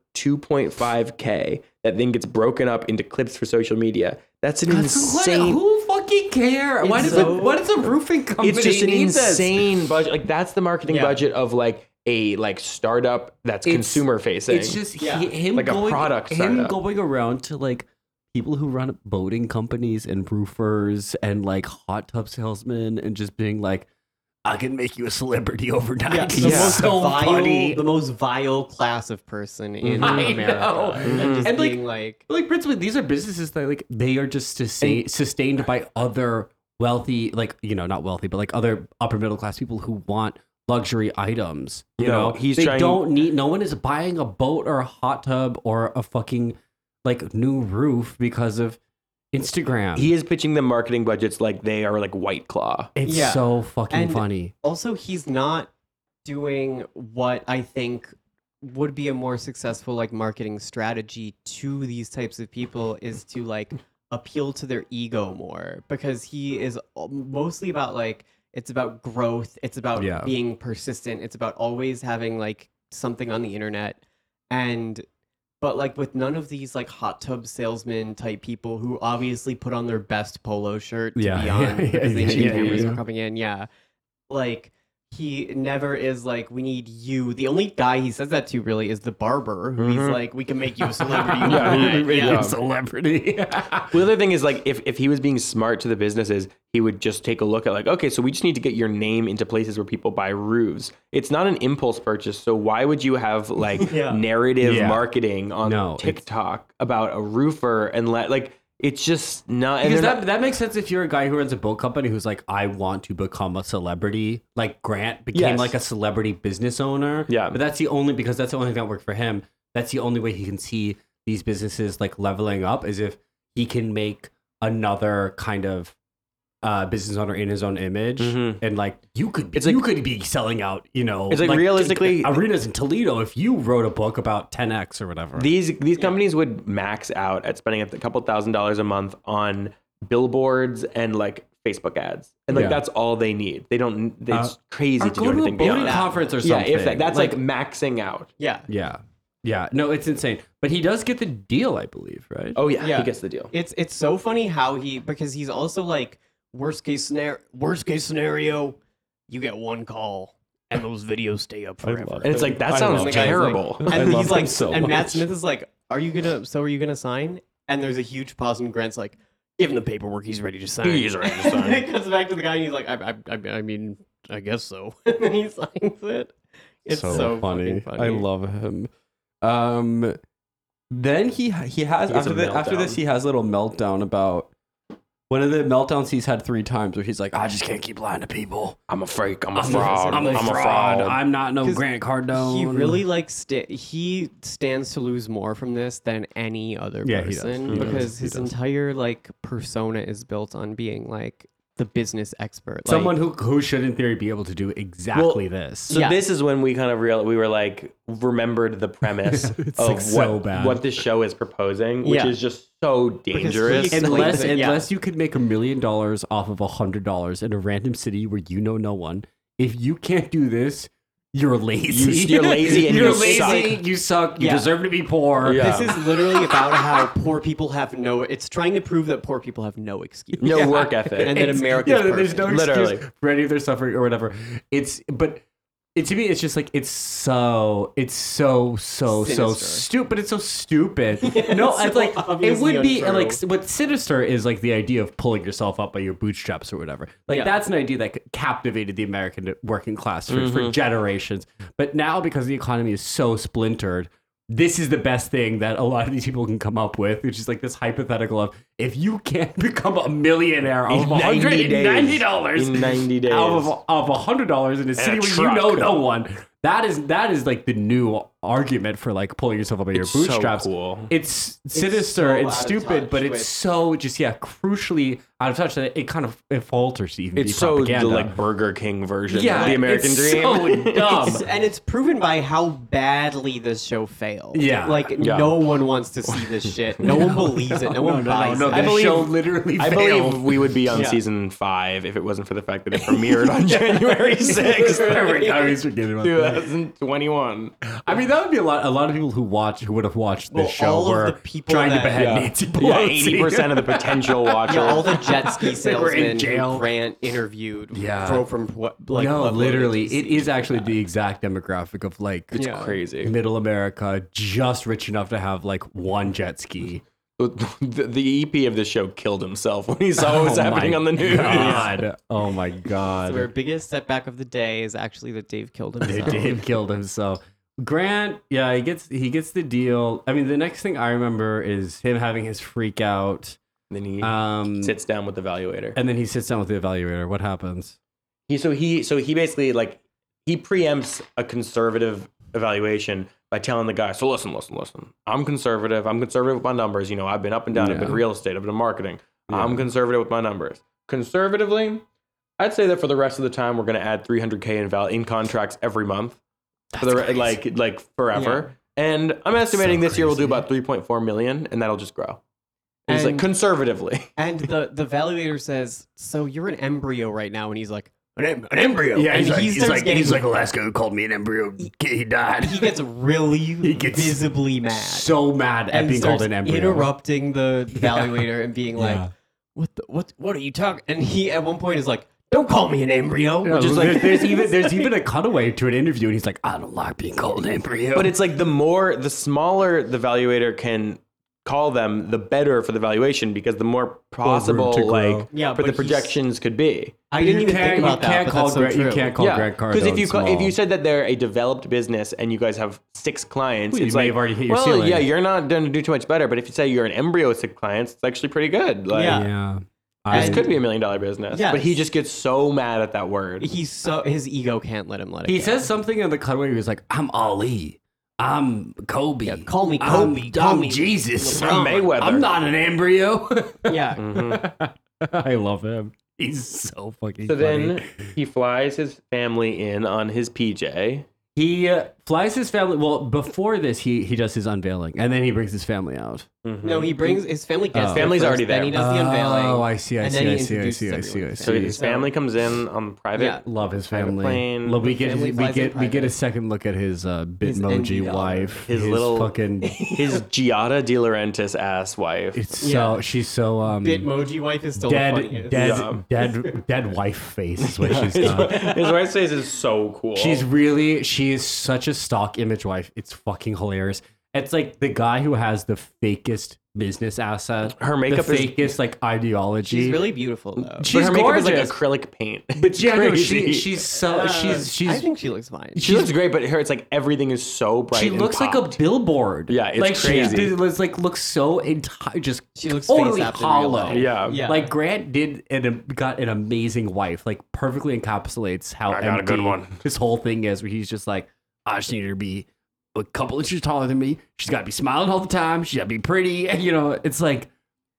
C: 2.5k that then gets broken up into clips for social media. That's an insane.
A: Who fucking care? Why does
B: so-
A: a, why does a roofing company
C: it's just an
A: need this?
C: insane budget. Like that's the marketing
B: Yeah.
C: budget of like a like startup that's
A: It's-
C: consumer facing.
A: It's just
B: Yeah.
A: he, him
C: Like a
A: going,
C: product
A: him
C: startup.
A: going around to like people who run boating companies and roofers and like hot tub salesmen and just being like, I can make you a celebrity overnight.
B: Yeah, the,
A: He's
B: Most
A: so funny.
B: vile, the most vile class of person in
A: I
B: America.
A: know.
B: And, just
A: And, like,
B: being like
A: But, like principally, these are businesses that like they are just sustain, sustained by other wealthy, like you know, not wealthy, but like other upper middle class people who want luxury items. You
C: No,
A: know,
C: he's
A: they
C: trying-
A: don't need. No one is buying a boat or a hot tub or a fucking like new roof because of Instagram.
C: he is pitching the marketing budgets like they are like White Claw.
A: it's
B: Yeah.
A: so fucking
B: And-
A: funny.
B: also he's not doing what I think would be a more successful like marketing strategy to these types of people is to like appeal to their ego more because he is al- mostly about like it's about growth, it's about
D: Yeah.
B: being persistent, it's about always having like something on the internet and but like with none of these like hot tub salesman type people who obviously put on their best polo shirt to
D: Yeah,
B: be on
D: yeah, yeah,
B: because they
D: yeah,
B: knew
D: yeah,
B: cameras
D: yeah.
B: were coming in. Yeah, like he never is like we need you. The only guy he says that to really is the barber who he's like we can make you a celebrity. overnight." Mm-hmm. yeah.
A: celebrity.
C: The other thing is like if, if he was being smart to the businesses, he would just take a look at like, okay, so we just need to get your name into places where people buy roofs. It's not an impulse purchase, so why would you have like
B: Yeah.
C: narrative
D: Yeah.
C: marketing on
D: No, it's-
C: TikTok about a roofer and let like It's just not. And
D: because
C: they're
D: that,
C: not-
D: that makes sense if you're a guy who runs a boat company who's like, I want to become a celebrity. Like Grant became
C: Yes.
D: like a celebrity business owner.
C: Yeah.
D: But that's the only because that's the only thing that worked for him. That's the only way he can see these businesses like leveling up is if he can make another kind of uh, business owner in his own image.
C: Mhm.
D: And like you could
C: It's
D: Mm-hmm. it's
C: like-
D: you could be selling out, you know,
C: It's like realistically-
D: arenas in Toledo if you wrote a book about 10X or whatever.
C: these these companies would max out at spending a couple thousand dollars a month on billboards and like Facebook ads, and like
D: Yeah.
C: that's all they need. They don't. They, it's
D: Uh,
C: crazy
D: or
C: to
D: go
C: do
D: to a
C: anything beyond
D: boating
C: that.
D: conference or
C: Yeah,
D: something.
C: if that, that's like, maxing out.
B: Yeah.
D: Yeah. Yeah. No, it's insane. But he does get the deal, I believe, right?
C: Oh yeah,
B: Yeah.
C: he gets the deal.
B: It's it's so funny how he because he's also like worst case scenario worst case scenario you get one call and those videos stay up forever.
C: And it's like that
B: I
C: sounds
B: love it.
C: Oh, terrible.
B: and
A: love
B: he's like
A: him so
B: and Matt
A: much.
B: Smith is like are you going to so are you going to sign? And there's a huge pause and Grant's like give him the paperwork he's ready to sign.
C: He's ready to
B: and then
C: sign.
B: it comes back to the guy and he's like I I, I, I mean I guess so. and then he signs it. It's so, fucking funny.
A: I love him. Um, then he he has
C: He has
A: after
C: a
A: the, after this
C: meltdown.
A: he has a little meltdown about one of the meltdowns he's had three times where he's like, I just can't keep lying to people.
C: I'm a freak. I'm a
D: I'm a-
C: fraud.
D: I'm a fraud. I'm not no
B: 'Cause
D: Grant Cardone.
B: He really like sta he stands to lose more from this than any other
D: Yeah, he does.
B: person
D: He does.
B: because
D: He
B: his
D: does.
B: entire like persona is built on being like the business expert. Like,
D: someone who who should in theory be able to do exactly this.
C: So
B: Yeah.
C: this is when we kind of real we were like remembered the premise of
D: It's,
C: what
D: like, so bad.
C: what this show is proposing, which
B: Yeah.
C: is just so
B: he
C: dangerous.
B: explains
D: unless
B: it, yeah.
D: unless you could make a million dollars off of a hundred dollars in a random city where you know no one, if you can't do this, you're lazy.
C: You- you're lazy and
D: you're
C: you
D: lazy.
C: suck.
D: You suck. You
B: Yeah.
D: deserve to be poor.
C: Yeah.
B: This is literally about how poor people have no. It's trying to prove that poor people have no excuse.
C: no work ethic.
B: And that
D: It's-
B: America's
D: yeah, there's no
C: perfect.
D: excuse
C: Literally.
D: for any of their suffering or whatever. It's but it, to me, it's just like it's so it's so so so
B: Sinister.
D: stupid. It's so stupid. no,
B: it's
D: it's
B: so
D: like it
B: obviously
D: would be
B: untrue.
D: like what sinister is like the idea of pulling yourself up by your bootstraps or whatever. Like
B: Yeah.
D: that's an idea that captivated the American working class for,
B: Mm-hmm.
D: for generations. But now because the economy is so splintered. This is the best thing that a lot of these people can come up with, which is like this hypothetical of if you can't become a millionaire
C: In
D: of one hundred
C: 90
D: and
C: days.
D: ninety dollars
C: In 90 days.
D: out of of hundred dollars in a city where
C: truck.
D: you know no one. That is that is like the new argument for like pulling yourself up by your
C: It's so
D: bootstraps.
C: cool.
D: It's sinister
B: so
D: and
B: out of
D: stupid, but
B: touch
D: it's
B: with-
D: so just yeah, crucially out of touch that it kind of it falters to even be
C: It's so the
D: propaganda.
C: like Burger King version
D: yeah,
C: of the American
D: it's
C: dream.
D: So dumb.
B: It's- and it's proven by how badly this show failed.
D: Yeah.
B: like
C: Yeah.
B: no one wants to see this shit. No one believes it. No, one buys
D: no,
B: it.
D: the
C: I believe-
D: show literally
C: I
D: failed.
C: believe we would be on
B: Yeah.
C: season five if it wasn't for the fact that it premiered on January 6th,
D: Every time he's forgetting about that.
C: 2021.
D: I mean, that would be a lot. A lot of people who watch who would have watched this
B: Well,
D: show
B: all of
D: were
B: the people
D: trying
B: that-
D: to behead
C: Yeah.
D: Nancy
C: Yeah,
D: Pelosi.
C: 80% of the potential watchers.
B: Yeah, all the jet ski
D: They were
B: salesmen
D: in jail.
B: who Grant interviewed.
D: Yeah.
B: drove from what? Like,
D: no,
B: Pueblo to
D: literally,
B: DC.
D: it is actually the exact demographic of like
C: it's
B: Yeah.
C: crazy.
D: middle America, just rich enough to have like one jet ski.
C: the, the EP of the show killed himself when he saw what was
D: Oh
C: happening
D: my
C: on the news.
D: God. Oh my
B: So our
D: god!
B: biggest setback of the day is actually that Dave killed himself.
D: Dave killed himself. Grant, yeah, he gets he gets the deal. I mean, the next thing I remember is him having his freak out.
C: Then he
D: Um,
C: sits down with the evaluator.
D: and then he sits down with the evaluator. What happens?
C: He so he so he basically like he preempts a conservative evaluation by telling the guy, so listen, listen, listen. I'm conservative. I'm conservative with my numbers. You know, I've been up and down. I've been
D: Yeah.
C: real estate. I've been marketing.
D: Yeah.
C: I'm conservative with my numbers. Conservatively, I'd say that for the rest of the time, we're going to add 300k in val in contracts every month for the re- like like forever. And I'm estimating this year we'll do about 3.4 million, and that'll just grow. And he's like
B: And-
C: conservatively.
B: And the the evaluator says, "So you're an embryo right now," and he's like, "An, em- an embryo."
D: Yeah,
B: and
D: he's like,
B: he
D: he's
B: starts
D: like,
B: getting-
D: he's like Alaska called me an embryo. He died.
B: he gets really
D: gets
B: visibly mad.
D: so mad at
B: and
D: being
B: starts
D: called an embryo.
B: interrupting the evaluator and being like,
D: Yeah.
B: "What the, what what are you talking?" And he at one point is like, "Don't call me an embryo."
D: No,
B: Which is
D: there-
B: like,
D: there's even there's even a cutaway to an interview, and he's like, "I don't like being called an embryo."
C: But it's like the more, the smaller the valuator can call them, the better for the valuation because the more possible
A: to grow.
C: like
B: Yeah,
C: for
B: but
C: the
B: he's-
C: projections could be.
B: I didn't
A: you
B: even think
A: can't- you
B: about that.
A: can't
B: but
A: call
B: that's so
A: Greg- you
B: true.
A: can't call- Greg
C: because if
A: Cardone
C: you ca- if
A: small.
C: you said that they're a developed business and you guys have six clients,
D: Well, you
C: it's
D: may
C: like
D: have already hit your
C: well,
D: ceiling.
C: yeah, you're not going to do too much better. But if you say you're an embryo with six clients, it's actually pretty good. Like,
B: Yeah.
A: Yeah.
C: This
B: And-
C: could be a million dollar business, but he
B: Yes.
C: just gets so mad at that word.
B: He's so his ego can't let him let it.
D: He
B: go.
D: says something in the cutaway. He was like, "I'm Ali. I'm Kobe.
B: Yeah, call me
D: I'm-
B: Kobe.
D: I'm,
B: Call me
D: Jesus.
C: LeBron. Mayweather. Mm-hmm.
D: I'm not an embryo."
B: yeah.
A: I love him.
D: He's so fucking.
C: so
D: funny.
C: then he flies his family in on his PJ.
A: He uh, flies his family. Well, before this, he he does his unveiling, and then he brings his family out.
D: Mm-hmm.
B: No, he brings his family. Gets
C: His family's
B: first,
C: already
B: Then
C: there.
B: he does the unveiling.
A: Oh, I see, I
B: and
A: see,
B: then he
A: I see, I
B: introduces
A: see, I see, I
B: everyone.
A: see.
C: So his family comes in on private.
B: Yeah.
A: Love his family.
C: plane.
A: Love- we
B: Mm, The
A: get
B: family
A: we
B: flies in
A: get we get a
B: private.
A: second look at his uh,
B: His
A: Bitmoji
B: NDR.
A: wife.
C: His little-
A: fucking.
C: His Giada De Laurentiis ass wife.
A: It's
B: Yeah.
A: so she's so um
B: Bitmoji wife is still the
A: dead
B: funniest.
A: dead
C: Yeah.
A: dead dead wife face is what she's got.
C: his wife's face is so cool.
A: She's really she is such a stock image wife. It's fucking hilarious. It's like the guy who has the fakest business asset.
C: Her makeup
A: the
C: is-
A: fakest like ideology.
B: She's really beautiful though.
A: She-
C: but
A: she's
C: her makeup is
A: gorgeous.
C: like acrylic paint.
A: but yeah, no, she
C: crazy.
A: she's so she's
B: Uh, I
A: she's
B: think she looks fine.
C: she looks great, but her it's like everything is so bright.
A: she
C: and
A: looks like a
C: popped.
A: billboard.
C: Yeah, it's
A: like
C: crazy.
A: She it's like looks so entire, just
B: She looks
A: totally
B: face-apt in real
A: hollow.
B: life.
C: yeah.
B: Yeah.
A: Like Grant did and got an amazing wife. Like perfectly encapsulates how
C: I got a good
A: empty
C: one.
A: This whole thing is where he's just like, I just need her to be a couple inches taller than me. She's got to be smiling all the time. She's got to be pretty. And you know, it's like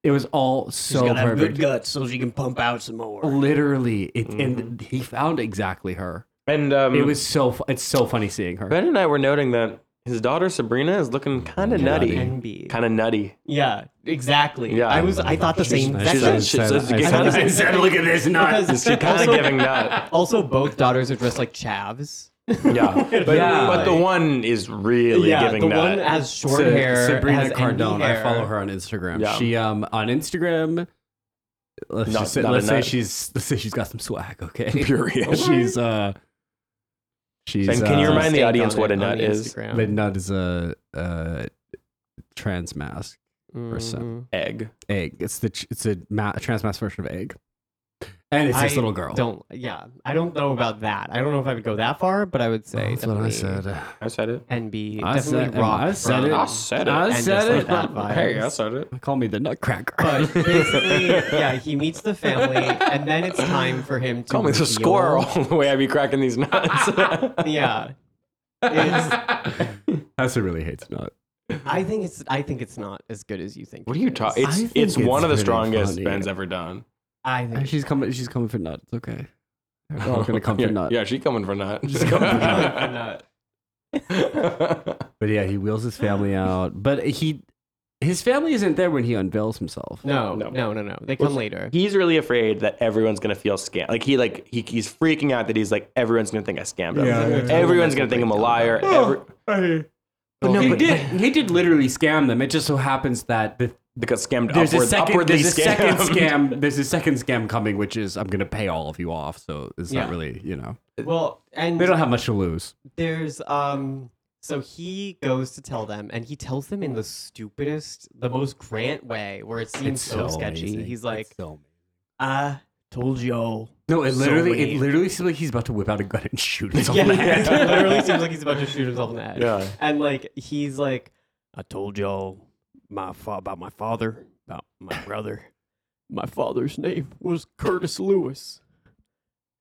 A: it was all so perfect.
B: guts so she can pump out some more.
A: Literally, it and he found exactly her.
C: And um,
A: It was so. fu- It's so funny seeing her.
C: Ben and I were noting that his daughter Sabrina is looking kind of nutty,
B: NB.
C: kind of nutty.
B: Yeah, exactly.
C: Yeah.
B: I was. I thought the same.
A: nice.
B: That's
C: She's,
A: what I
C: she's, she's,
A: said. I
C: kind
B: said
C: of
B: that.
D: "Look at this nut."
B: because
C: kind
B: also,
C: of giving nut.
B: also both daughters are dressed like chavs.
C: Yeah, but,
A: Yeah.
C: but the one is really
B: yeah,
C: giving
B: the one
C: nut.
B: has short
A: Sa-
B: hair.
A: Sabrina
B: has NB
A: Cardone. I
B: hair.
A: follow her on Instagram.
C: Yeah.
A: She um on Instagram. Let's,
C: Not-
A: just say,
C: not a
A: let's say
C: nut.
A: she's let's say she's got some swag. Okay,
C: Period.
A: she's uh, she's.
C: And can you
A: uh,
C: remind the
B: Steak
C: audience
B: on
C: what
B: it
C: a nut
B: on
C: is?
B: Instagram.
A: The nut is a uh, trans mask
B: mm,
A: person.
C: Egg.
A: egg. It's the ch- it's a ma- trans mask version of egg, and it's
B: I
A: this little girl.
B: Don't. Yeah, I don't know about that. I don't know if I would go that far, but I would say
A: That's what I
B: definitely
A: said.
C: I said it.
B: NB
A: I
B: definitely
A: said-
B: rock.
A: I said
B: from-
A: it.
C: I said it.
A: I
B: just
A: said
B: like
A: it.
B: that vibe.
C: hey, I said it.
A: Call me the Nutcracker.
B: But basically, yeah, he meets the family, and then it's time for him to
C: Call me the
B: reveal-
C: squirrel. the way I be cracking these nuts.
B: Yeah, It's-
A: Hessa really hates nut.
B: I think it's I think it's not as good as you think.
C: what are you talking?
A: I
C: It's
A: think
C: it's
A: it's
C: one of the
A: pretty
C: strongest
A: funny.
C: Ben's ever done.
B: I think
A: She's coming. She's coming for nut. It's okay. We're all gonna come
C: Oh, yeah,
A: for nut.
C: Yeah, she coming for nut.
A: But yeah, he wheels his family out. But he, his family isn't there when he unveils himself.
B: no,
C: No.
B: no, no, no, They come later.
C: he's really afraid that everyone's gonna feel scam. Like he like he, he's freaking out that he's like everyone's gonna think I scammed him.
A: Yeah, yeah, yeah.
C: Everyone's gonna think I'm a liar. Every,
A: But no,
B: He
A: but did. He did literally scam them. It just so happens that the,
C: because scammed
A: there's
C: upward,
A: a second.
C: upwardly
A: There's a second
C: scammed.
A: scam. There's a second scam coming, which is I'm gonna pay all of you off. So it's
B: Yeah.
A: not really, you know,
B: Well, and
A: they don't have much to lose.
B: there's um. So he goes to tell them, and he tells them in the stupidest, the most Grant way, where it seems so, sketchy.
A: amazing.
B: He's
A: It's
B: like, "Uh,
A: so amazing.
B: "I told you."
A: no, it
B: so
A: literally, it
B: mean.
A: literally seems like he's about to whip out a gun and shoot himself.
B: Yeah,
A: in the head.
B: it literally seems like he's about to shoot himself in the head.
C: Yeah.
B: And like he's like, I told y'all my fa- about my father, about my brother. My father's name was Curtis Lewis,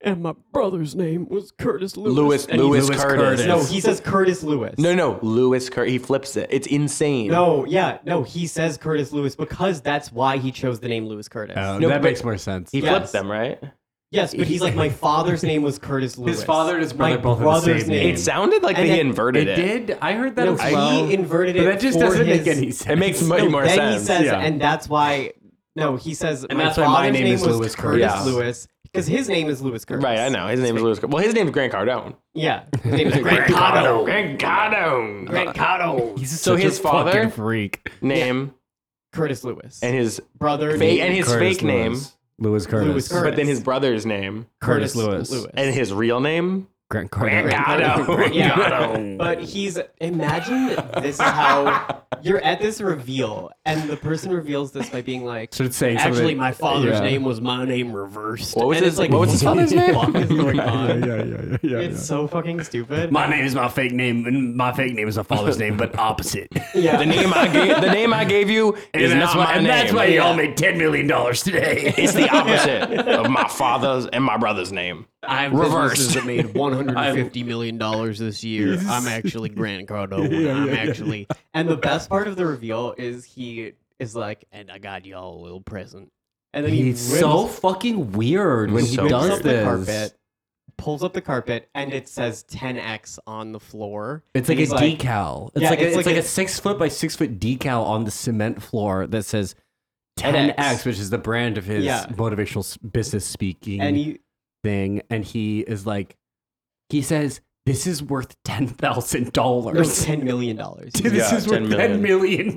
B: and my brother's name was Curtis Lewis.
C: Lewis
B: And he's-
C: Lewis,
A: Lewis
C: Curtis.
A: Curtis.
B: No, he says Curtis Lewis.
C: No, no, Lewis Curtis. He flips it. It's insane.
B: No, yeah, no, he says Curtis Lewis because that's why he chose the name Lewis Curtis.
A: Uh,
C: No,
A: that
C: but-
A: makes more sense.
C: he
B: Yeah.
C: flipped
B: Yes.
C: them right.
B: yes, but he's like, my father's name was Curtis Lewis.
A: father and his
B: My
A: brother both have the
B: brother's
A: same
B: name.
A: name.
C: It sounded like
B: And
C: he
B: it-
C: inverted it.
A: did. I heard that
B: No,
A: as well.
B: he inverted it.
A: but that just
B: for
A: doesn't make
B: his-
A: any sense.
C: It makes much
B: No,
C: more
B: then
C: sense.
B: he says,
A: Yeah.
B: and that's why. No, he says.
A: And that's why my
B: father's
A: name is
B: was
A: Lewis
B: Curtis
C: Curtis.
B: Lewis because his name is Lewis Curtis.
C: Right, I know. His name is Lewis. Cur- Well, his name's Grant Cardone.
B: Yeah, his name is Grant Cotto.
C: Grant Cardone. Uh, Grant Cardone.
A: He's
C: So
A: such a
C: his father
A: fucking freak.
C: name
B: Curtis Lewis
C: and his
B: brother
C: fake
B: name,
C: and his
A: Curtis
C: fake name,
A: Lewis. Lewis Curtis.
B: Lewis Curtis.
C: but then his brother's name
A: Curtis Lewis.
C: and his real name.
A: Grant Cardone.
C: Cardone.
B: Yeah, but he's imagine this is how you're at this reveal, and the person reveals this by being like,
D: So it's saying something-
B: actually, my father's
D: yeah.
B: name was my name reversed.
C: What was
B: and
C: his-
B: it's like,
C: what was his
B: father's
A: name?
B: Fuck is going
D: yeah,
B: on?
D: yeah, yeah, yeah,
B: It's so fucking stupid.
D: My name is my fake name, and my fake name is my father's name, but opposite.
B: yeah.
C: The name I gave, the name I gave you
D: And
C: is
D: that's
C: not
D: why,
C: my
D: and
C: name.
D: that's why you all made ten million dollars today.
C: it's the opposite of my father's and my brother's name.
B: I have businesses
C: Reversed.
B: that made 150 million dollars this year. I'm actually Grant Cardone. I'm actually. And the best part of the reveal is he is like, and I got y'all a little present. And then he
D: He's
B: rips,
D: so fucking weird when he
C: So
B: rips
D: does
B: up the
D: this.
B: carpet, pulls up the carpet, and it says 10x on the floor.
D: It's like a
B: He's like-
D: decal. It's
B: Yeah,
D: like a,
B: it's
D: it's
B: like
D: like
B: a-
D: a six foot by six foot decal on the cement floor that says 10x,
C: 10X,
D: which is the brand of his
B: Yeah.
D: motivational s- business speaking
B: And he,
D: thing. And he is like, he says, "This is worth ten thousand
B: there's
D: dollars.
B: $10 million. dollars.
D: This
G: Yeah,
D: is
G: 10
D: worth ten million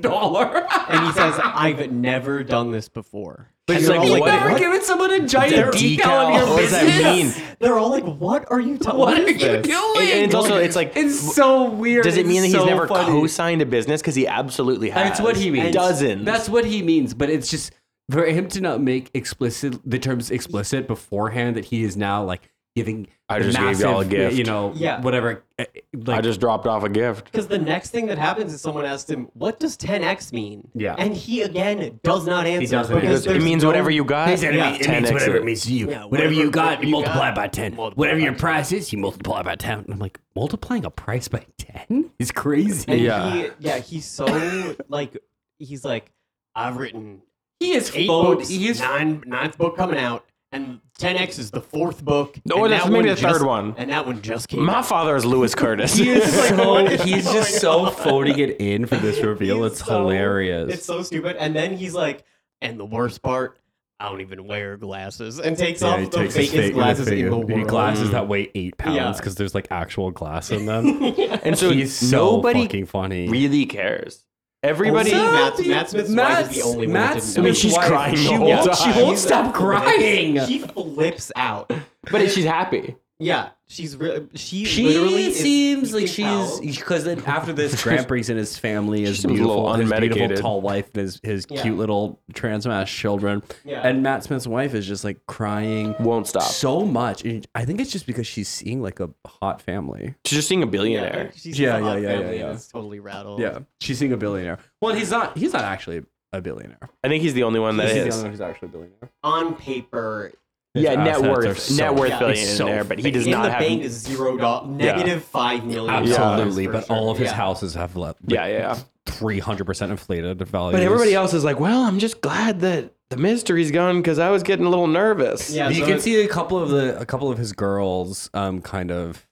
D: dollars."
B: and he says, I've never done this before.
C: But it's
B: you're
C: like,
B: all
C: what-
D: You've never
C: what-
D: given someone a giant
C: They're-
D: decal, on your
C: What does that
D: business.
C: mean?
B: They're all like, what are you talking
D: What are you doing?
C: And, and it's also it's like
D: It's so weird.
C: does it
D: It's
C: mean that he's
D: so
C: never
D: funny.
C: co-signed a business because he absolutely has?
D: That's what he means.
C: Dozens.
D: That's what he means. But it's just for him to not make explicit the terms explicit beforehand that he is now like giving.
G: I
D: the
G: just gave y'all a gift.
D: You know,
B: Yeah.
D: whatever. uh, Like,
G: I just dropped off a gift.
B: Because the next thing that happens is someone asks him, "What does 10x mean?"
D: Yeah.
B: and he again does not answer.
D: doesn't
B: because
D: answer.
C: it
B: there's
C: means
B: no-
C: whatever you got.
D: He said it
B: Yeah.
D: means- it
C: 10x
D: means
C: it.
D: whatever it means to you.
B: Yeah,
D: whatever,
B: whatever-
D: you got,
B: whatever
D: you
B: you
D: multiply
B: got,
D: by 10.
B: multiply
D: whatever
B: by
D: your price is, you multiply by 10. And I'm like, multiplying a price by 10 is crazy.
B: And
G: Yeah.
B: he, yeah, he's so like he's like, I've written
D: He is
B: eight
D: phoned.
B: books,
D: He is
B: nine ninth book coming out, and 10x is the fourth book,
C: Or
B: and
C: that's
B: that
C: maybe
B: one
C: the third
B: just-
C: one.
B: and that one just came.
C: My
B: out.
C: father is Lewis Curtis.
D: He is so he's
B: going
D: just so phoning it in for this reveal.
B: He's
D: It's
B: so-
D: hilarious.
B: It's so stupid. And then he's like, and the worst part, I don't even wear glasses, and takes
D: Yeah,
B: off
D: he
B: the
D: takes his
B: fakest
D: fake-
B: glasses
D: fake-
B: in the
D: he
B: world.
D: Glasses that weigh eight
B: Yeah.
D: pounds because there's like actual glass in them.
B: Mm.
C: and so
D: he's so
C: nobody
D: fucking funny.
C: really cares. Everybody.
B: Also, Matt- Matt Smith's wife is the only one that
D: Matt
B: didn't
D: Smith's
B: know. I mean,
C: she's
D: wife,
C: crying
D: She
C: the whole
D: won't,
C: time.
D: She won't stop crying.
B: She flips out.
C: But if she's happy.
B: Yeah, she's really she, literally
D: She
B: is
D: seems like
B: freaking
D: she's
B: out.
D: because then after this, Grand Prix and his family is
G: seems a little
D: beautiful, his beautiful
G: unmedicated.
D: tall wife and his, his
B: Yeah.
D: cute little trans mass children,
B: Yeah.
D: and Matt Smith's wife is just like crying
G: Won't stop.
D: so much. And I think it's just because she's seeing like a hot family.
C: She's just seeing a
B: Yeah,
C: billionaire.
B: she's a
D: Yeah, yeah,
B: hot
D: yeah, yeah,
B: family
D: yeah.
B: that's totally rattled.
D: Yeah, she's seeing a billionaire. Well, he's not. He's not actually a billionaire.
C: I think he's the only one that
D: He's the
C: is.
D: only one who's actually a billionaire.
B: On paper,
C: Yeah,
D: His
C: net
D: assets are
C: worth,
D: so
C: net worth
B: Yeah.
C: billionaire,
D: It's so
C: but he
B: in
C: does
B: the
C: not have.
B: bank is zero dollars, negative five million.
D: Absolutely,
B: dollars
D: but
B: for
D: all of
B: sure.
D: his
B: Yeah.
D: houses have left.
C: yeah, yeah. yeah.
D: three hundred percent inflated value.
C: But everybody else is like, well, I'm just glad that the mystery's gone because I was getting a little nervous.
B: Yeah,
D: you
B: so
D: can
B: it's-
D: see a couple of the a couple of his girls, um, kind of.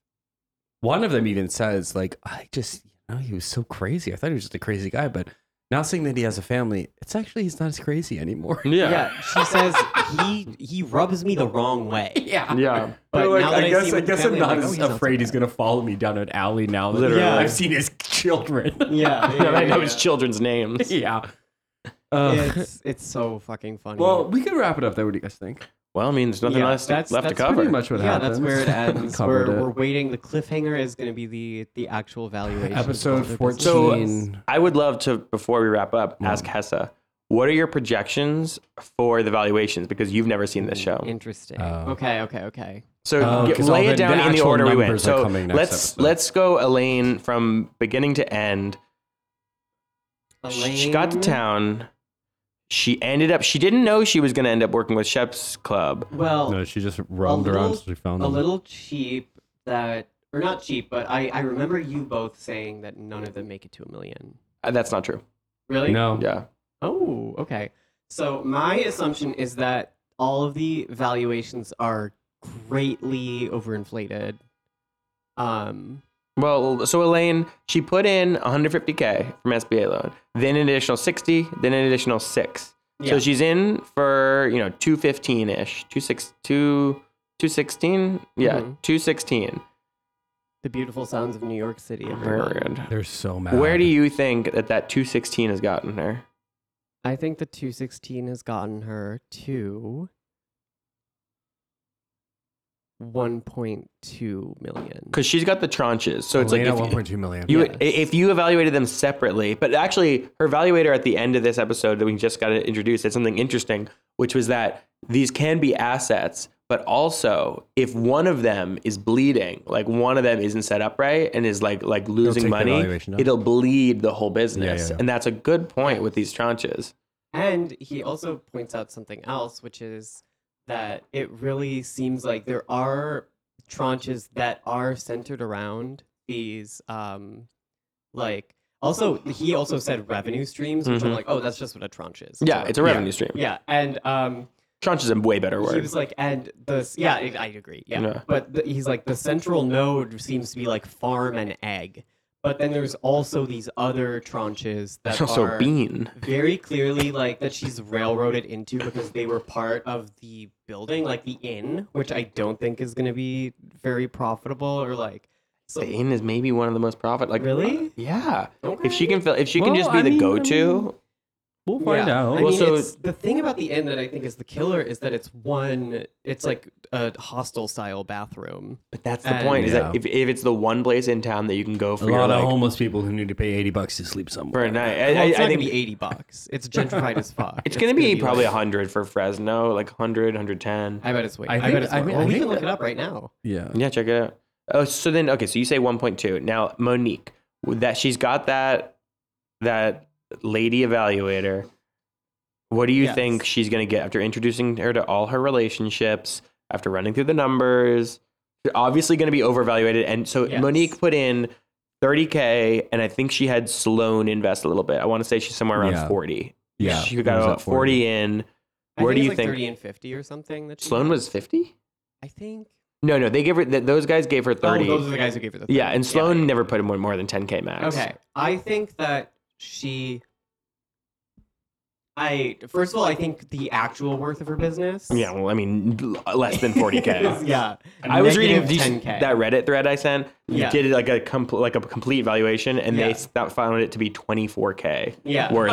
D: One of them even says, "Like I just, you know, he was so crazy. I thought he was just a crazy guy, but now seeing that he has a family, it's actually he's not as crazy anymore."
C: Yeah.
B: Yeah, she says he he rubs me the wrong way.
D: Yeah,
C: Yeah.
B: But
D: Like,
B: now that
D: I, guess,
B: see
D: I
B: him
D: guess I'm
B: family,
D: not
B: like, oh,
D: as
B: he's not so
D: afraid he's
B: bad.
D: gonna follow me down an alley now. that
C: Literally.
D: I've seen his children.
B: Yeah, yeah,
C: I know
B: yeah,
C: his
B: yeah.
C: children's names.
D: yeah. Uh,
B: It's it's so fucking funny.
D: well, we can wrap it up there. What do you guys think?
C: Well, I mean, there's nothing
B: Yeah,
C: left,
B: that's-
C: left
B: that's
C: to cover.
D: Pretty much what
B: yeah, that's
D: happens.
B: where it ends.
D: Covered
B: we're,
D: it.
B: we're waiting. The cliffhanger is going to be the the actual valuation.
D: Episode
B: of the
D: 14.
B: business.
C: So
D: Teen.
C: I would love to, before we wrap up,
D: Hmm.
C: ask Hessa, what are your projections for the valuations? Because you've never seen this show.
B: Interesting.
D: Oh.
B: okay, okay, okay.
C: So
D: Oh,
C: get-
D: 'cause all
C: lay
D: the-
C: it down
D: the
C: in the
D: actual
C: order we went.
D: numbers are
C: So
D: coming next
C: let's
D: episode.
C: let's go Elaine from beginning to end. She got to
B: Elaine-
C: town. She ended up. She didn't know she was going to end up working with Shep's club.
B: Well,
D: No, she just
B: a
D: roamed around
B: little,
D: until she found
B: a
D: them.
B: little cheap that, or not cheap, but I I remember you both saying that none of them make it to a million.
C: Uh, That's not true.
B: Really?
D: no.
C: Yeah.
B: Oh, okay. So my assumption is that all of the valuations are greatly overinflated. Um,
C: Well, so Elaine, she put in 150k from SBA loan, then an additional 60, then an additional six.
B: Yeah.
C: So she's in for you know 215 ish, 26, 2, 216, yeah,
B: Mhm.
C: 216.
B: the beautiful sounds of New York City. everyone.
C: Weird.
D: They're so mad.
C: Where do you think that that 216 has gotten her?
B: I think the 216 has gotten her to 1.2 million.
C: because she's got the tranches. So it's
D: Elena,
C: like if,
D: 1.2 million.
C: You, i- If you evaluated them separately, but actually, her evaluator at the end of this episode that we just got to introduce said something interesting, which was that these can be assets, but also if one of them is bleeding, like one of them isn't set up right and is like like
D: take
C: losing
D: the
C: money,
D: valuation down.
C: it'll bleed the whole business,
D: yeah.
C: and that's a good point with these tranches.
B: And he also points out something else, which is that it really seems like there are tranches that are centered around these, um, like, also, he also said revenue streams, which I'm
C: Mhm.
B: like, oh, that's just what a tranche is.
C: Yeah, it's a revenue stream.
B: Yeah. And, um,
C: Tranche is a way better
B: He
C: word.
B: was like, and the yeah, I, I agree. Yeah,
C: Yeah.
B: but the, he's like the central node seems to be like farm and egg, but then there's also these other tranches that
C: It's also
B: are
C: bean.
B: very clearly like that she's railroaded into because they were part of the building, like the inn, which I don't think is going to be very profitable or like. So,
C: The inn is maybe one of the most profit. Like
B: Really?
C: yeah. If she can fill, if she can
D: Well,
C: just be
D: I
C: the
D: mean,
C: go-to.
D: we'll find
B: yeah.
D: out.
B: I
C: Well,
B: mean,
C: so-
B: it's, the thing about the inn that I think is the killer is that it's one, it's like a hostel style bathroom.
C: But that's the
B: And-
C: point. Is that
D: Yeah.
C: if, if it's the one place in town that you can go for
D: a
C: your
D: lot of
C: like,
D: homeless people who need to pay 80 bucks to sleep somewhere.
C: for a night,
B: Well,
C: I,
B: it's
C: I, I
B: not
C: think
B: gonna be eighty bucks. It's gentrified as fuck.
C: it's going to be probably
B: like-
C: a hundred for Fresno, like 100, 110.
B: I bet it's way.
D: I
B: I,
D: think-
B: bet it's
D: I
B: way.
D: mean,
B: well,
D: I
B: we
D: think
B: can look
D: that-
B: it up right now.
D: Yeah.
C: yeah, check it out. Oh, so then okay, so you say 1.2. Now Monique, that she's got that that lady evaluator. What do you
B: Yes.
C: think she's going to get after introducing her to all her relationships, after running through the numbers? They're obviously going to be overvaluated. And so
B: Yes.
C: Monique put in 30K, and I think she had Sloan invest a little bit. I want to say she's somewhere around
D: Yeah.
C: 40.
D: Yeah,
C: She
D: it
C: got
D: was
C: about
D: at
C: 40.
D: 40.
C: in.
B: I
C: Where do
B: it's
C: you
B: like
C: think
B: thirty and fifty or something? That she
C: Sloan
B: got.
C: was 50?
B: I think.
C: No, no, they gave her, th- those guys gave her 30.
B: Oh, those are the guys who gave her the. 30.
C: Yeah, and Sloan
B: yeah.
C: never put in more more than 10K max.
B: Okay, I think that she. I first of all, I think the actual worth of her business.
C: Yeah, well, I mean, l- less than 40K.
B: yeah,
C: I was reading
B: Negative
C: these-
B: 10K.
C: that Reddit thread I sent.
B: Yeah.
C: Did like a com- like a complete valuation, and
B: Yeah.
C: they s- that found it to be 24K
B: yeah.
C: worth.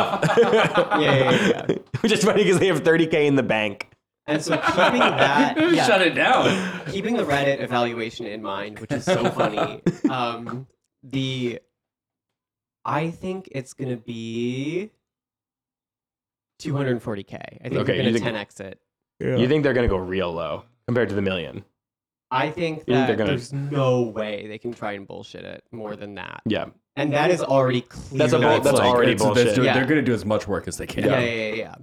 C: yeah,
B: yeah, yeah.
C: Which is funny because they have 30K in the bank.
B: And so keeping that, yeah,
D: Shut it down.
B: keeping the Reddit evaluation in mind, which is so funny, um, the I think it's gonna be 240k. I think
C: Okay,
B: we're gonna
C: you think-
B: 10x it.
C: You think they're gonna go real low compared to the million?
B: I think
C: You think
B: that
C: they're gonna-
B: there's no way they can try and bullshit it more than that,
C: Yeah,
B: and that is already clear.
C: That's a bull-
D: It's
C: that's
D: like-
C: already
D: it's- they're
C: bullshit.
D: doing-
B: Yeah.
D: They're going to do as much work as they can.
B: yeah, yeah, yeah, yeah.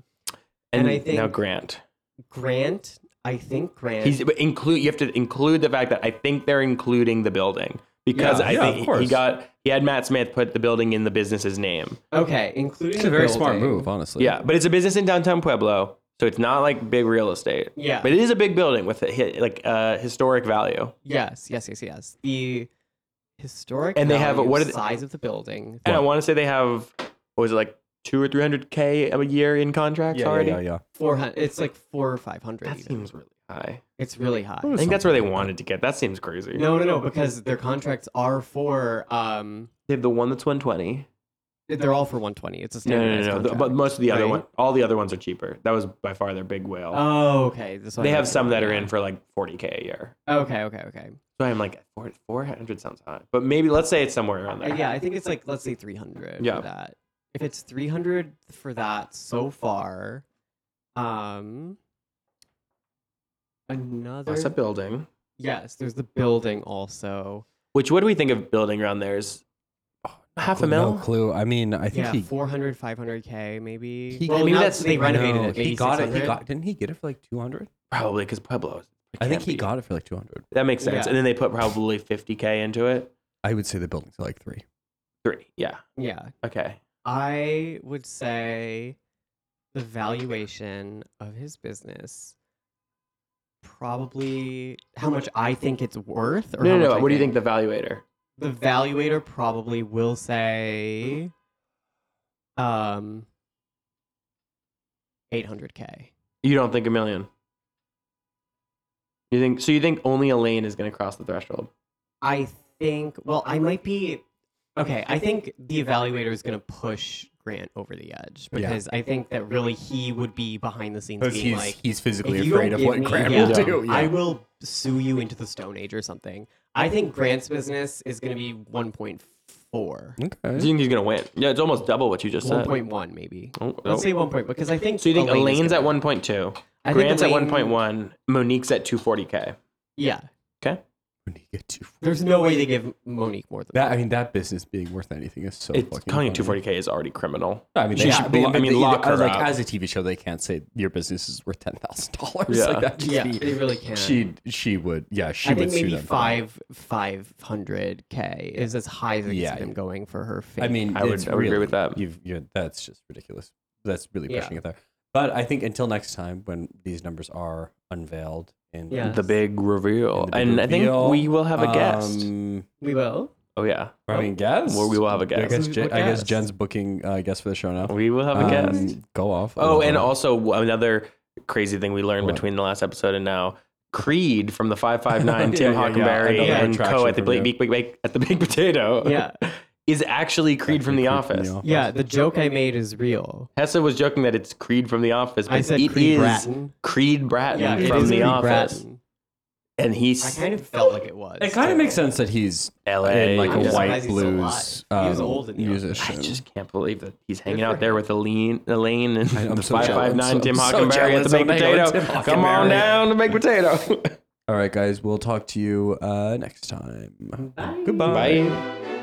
B: And
C: and,
B: I think-
C: now Grant.
B: Grant, I think Grant.
C: He's but include. You have to include the fact that I think they're including the building because
B: Yeah.
C: I
D: Yeah, of
C: think he
D: course.
C: got he had Matt Smith put the building in the business's name.
B: okay, including
D: It's a very smart
B: building.
D: move, honestly.
C: Yeah, but it's a business in downtown Pueblo, so it's not like big real estate.
B: Yeah.
C: but it is a big building with a, hi- like uh, historic value.
B: Yes, yes, yes, yes. The historic
C: And they have-
B: value,
C: what are the-
B: size of the building.
C: And I want to say they have what was it like two or three hundred k a year in contracts already.
D: yeah.
B: Four hundred. It's like four or five hundred.
C: That seems really high.
B: It's really high.
C: I think that's where they wanted to get. That seems crazy.
B: No, no, no, because their contracts are for um,
C: they have the one that's one twenty.
B: they're all for one twenty. It's a
C: No, no,
B: standardized
C: no, no. The-
B: contract.
C: but most of the other
B: right?
C: one, all the other ones are cheaper. That was by far their big whale.
B: Oh, okay. This one
C: they have some that are in for like forty k a year.
B: Okay, okay, okay.
C: So I'm like four hundred sounds high, but maybe let's say it's somewhere around
B: Uh,
C: there.
B: yeah, I think it's like let's say three hundred
C: Yeah.
B: for that. If it's three hundred for that so far, um, another
C: that's a building.
B: yes. There's the building also.
C: Which what do we think of building around there is oh, half a
A: No
C: mil?
A: clue. I mean, I think
B: Yeah,
A: he,
B: 400, 500k maybe.
A: He-
B: well,
C: I mean,
B: now
C: that's-
B: they renovated
A: No,
B: it.
A: he got it. He
B: 8600.
A: got. Didn't he get it for like two hundred?
C: Probably because Pueblo.
A: I think
C: can't
A: he
C: be.
A: got it for like two hundred.
C: that makes sense.
B: Yeah.
C: And then they put probably fifty k into it.
A: I would say the building's like three.
C: Three. Yeah.
B: Yeah,
C: Okay.
B: I would say the valuation of his business probably how much I think it's worth. Or
C: No,
B: how
C: no,
B: much
C: no.
B: I
C: What do you think the valuator?
B: The valuator probably will say, um, 800k.
C: You don't think a million? You think so? You think only Elaine is going to cross the threshold?
B: I think. Well, I might be. Okay, I think the evaluator is going to push Grant over the edge
D: Yeah.
B: because I think that really he would be behind the scenes being
A: he's,
B: like,
A: he's physically
B: "If you don't
A: afraid of
B: give
A: what
B: me-
A: Grant
B: yeah,
A: will do. Yeah.
B: I will sue you into the Stone Age or something. I think Grant's business is going to be 1.4,
C: Do
D: Okay.
C: you think he's gonna win? Yeah, it's almost double what you just
A: Uh,
C: said.
B: 1.1 maybe.
C: Oh, oh.
B: Let's say 1.1 because I think.
C: So you think
B: Elaine's
C: Elaine's
B: gonna-
C: at 1.2,
B: I think
C: Grant's
B: Elaine-
C: at 1.1, Monique's at 240k.
B: Yeah,
C: Okay,
B: there's no way they give Monique more than
D: That I mean, that business being worth anything is so.
C: it's
D: fucking
C: calling it
D: funny.
C: 240k is already criminal.
D: I mean,
C: She
D: they
C: should
D: should.
C: blo-
D: I
C: I mean,
D: mean,
C: lock her
D: like
C: up.
D: as a TV show, they can't say your business is worth ten thousand dollars.
C: Yeah.
D: like that.
B: that. Yeah,
D: she,
B: they really can.
D: she she would. Yeah, she
B: I
D: would
B: think
D: sue
B: maybe
D: them. for that.
B: five five hundred k is as high as I can
D: Yeah,
B: see them
D: yeah.
B: going for her. Fake.
D: I mean,
C: I would-
D: it's
C: I would agree
D: really-
C: with that.
D: You've, you're, that's just ridiculous. That's really
B: Yeah.
D: pushing it there. But I think until next time, when these numbers are unveiled and
B: Yeah.
C: The big reveal,
D: And
C: and,
D: the big
C: I think
D: reveal,
C: we will have a guest.
D: Um,
B: we will.
C: Oh yeah,
D: I mean, guess
C: Well, we will have a
D: I
C: guest.
D: guess,
B: What
D: Jen- I guess
B: guest?
D: Jen's booking uh, guest for the show now.
C: we will have a
D: Um,
C: guest.
D: Go off. Uh, I
C: Oh,
D: love
C: and
D: that.
C: also another crazy thing we learned
D: What?
C: between the last episode and now. Creed from the five five nine, Tim
D: Yeah, yeah, yeah.
C: Hockenberry,
D: Another
C: and
D: attraction
C: Co at the
D: from
C: big,
D: you.
C: big, big, big- at the Big Potato,
B: Yeah.
C: is actually Creed from The
D: Creed from The
C: Office.
D: Office.
B: Yeah, the joke I made is real.
C: Hesse was joking that it's Creed from The Office, but
B: I said
C: it
B: Creed
C: is
B: Bratton.
C: Creed Bratton
B: Yeah, it
C: from
B: is
C: The
B: Creed
C: Office,
B: Bratton.
C: and
B: I
C: he's
B: kind of felt like it was.
D: it kind of makes sense that he's
C: LA.
D: in like
B: I'm
D: a
B: just
D: white
B: surprised he's still
D: blues. um,
B: alive. He was old in The Office.
C: I
D: musician.
C: just can't believe that he's hanging
B: for
C: out there
B: him.
C: with Elaine, Elaine, and
D: I- I'm
C: the
D: so
C: five
D: jealous.
C: five nine
D: I'm
C: Tim
D: so
C: Hockenberry at
D: jealous
C: the Baked
D: of Elaine and
C: Potato.
D: Tim
C: Come on
D: Hockenberry.
C: down to Baked Potato.
D: All right, guys. We'll talk to you uh, next time. Goodbye.
C: Bye.
B: Bye.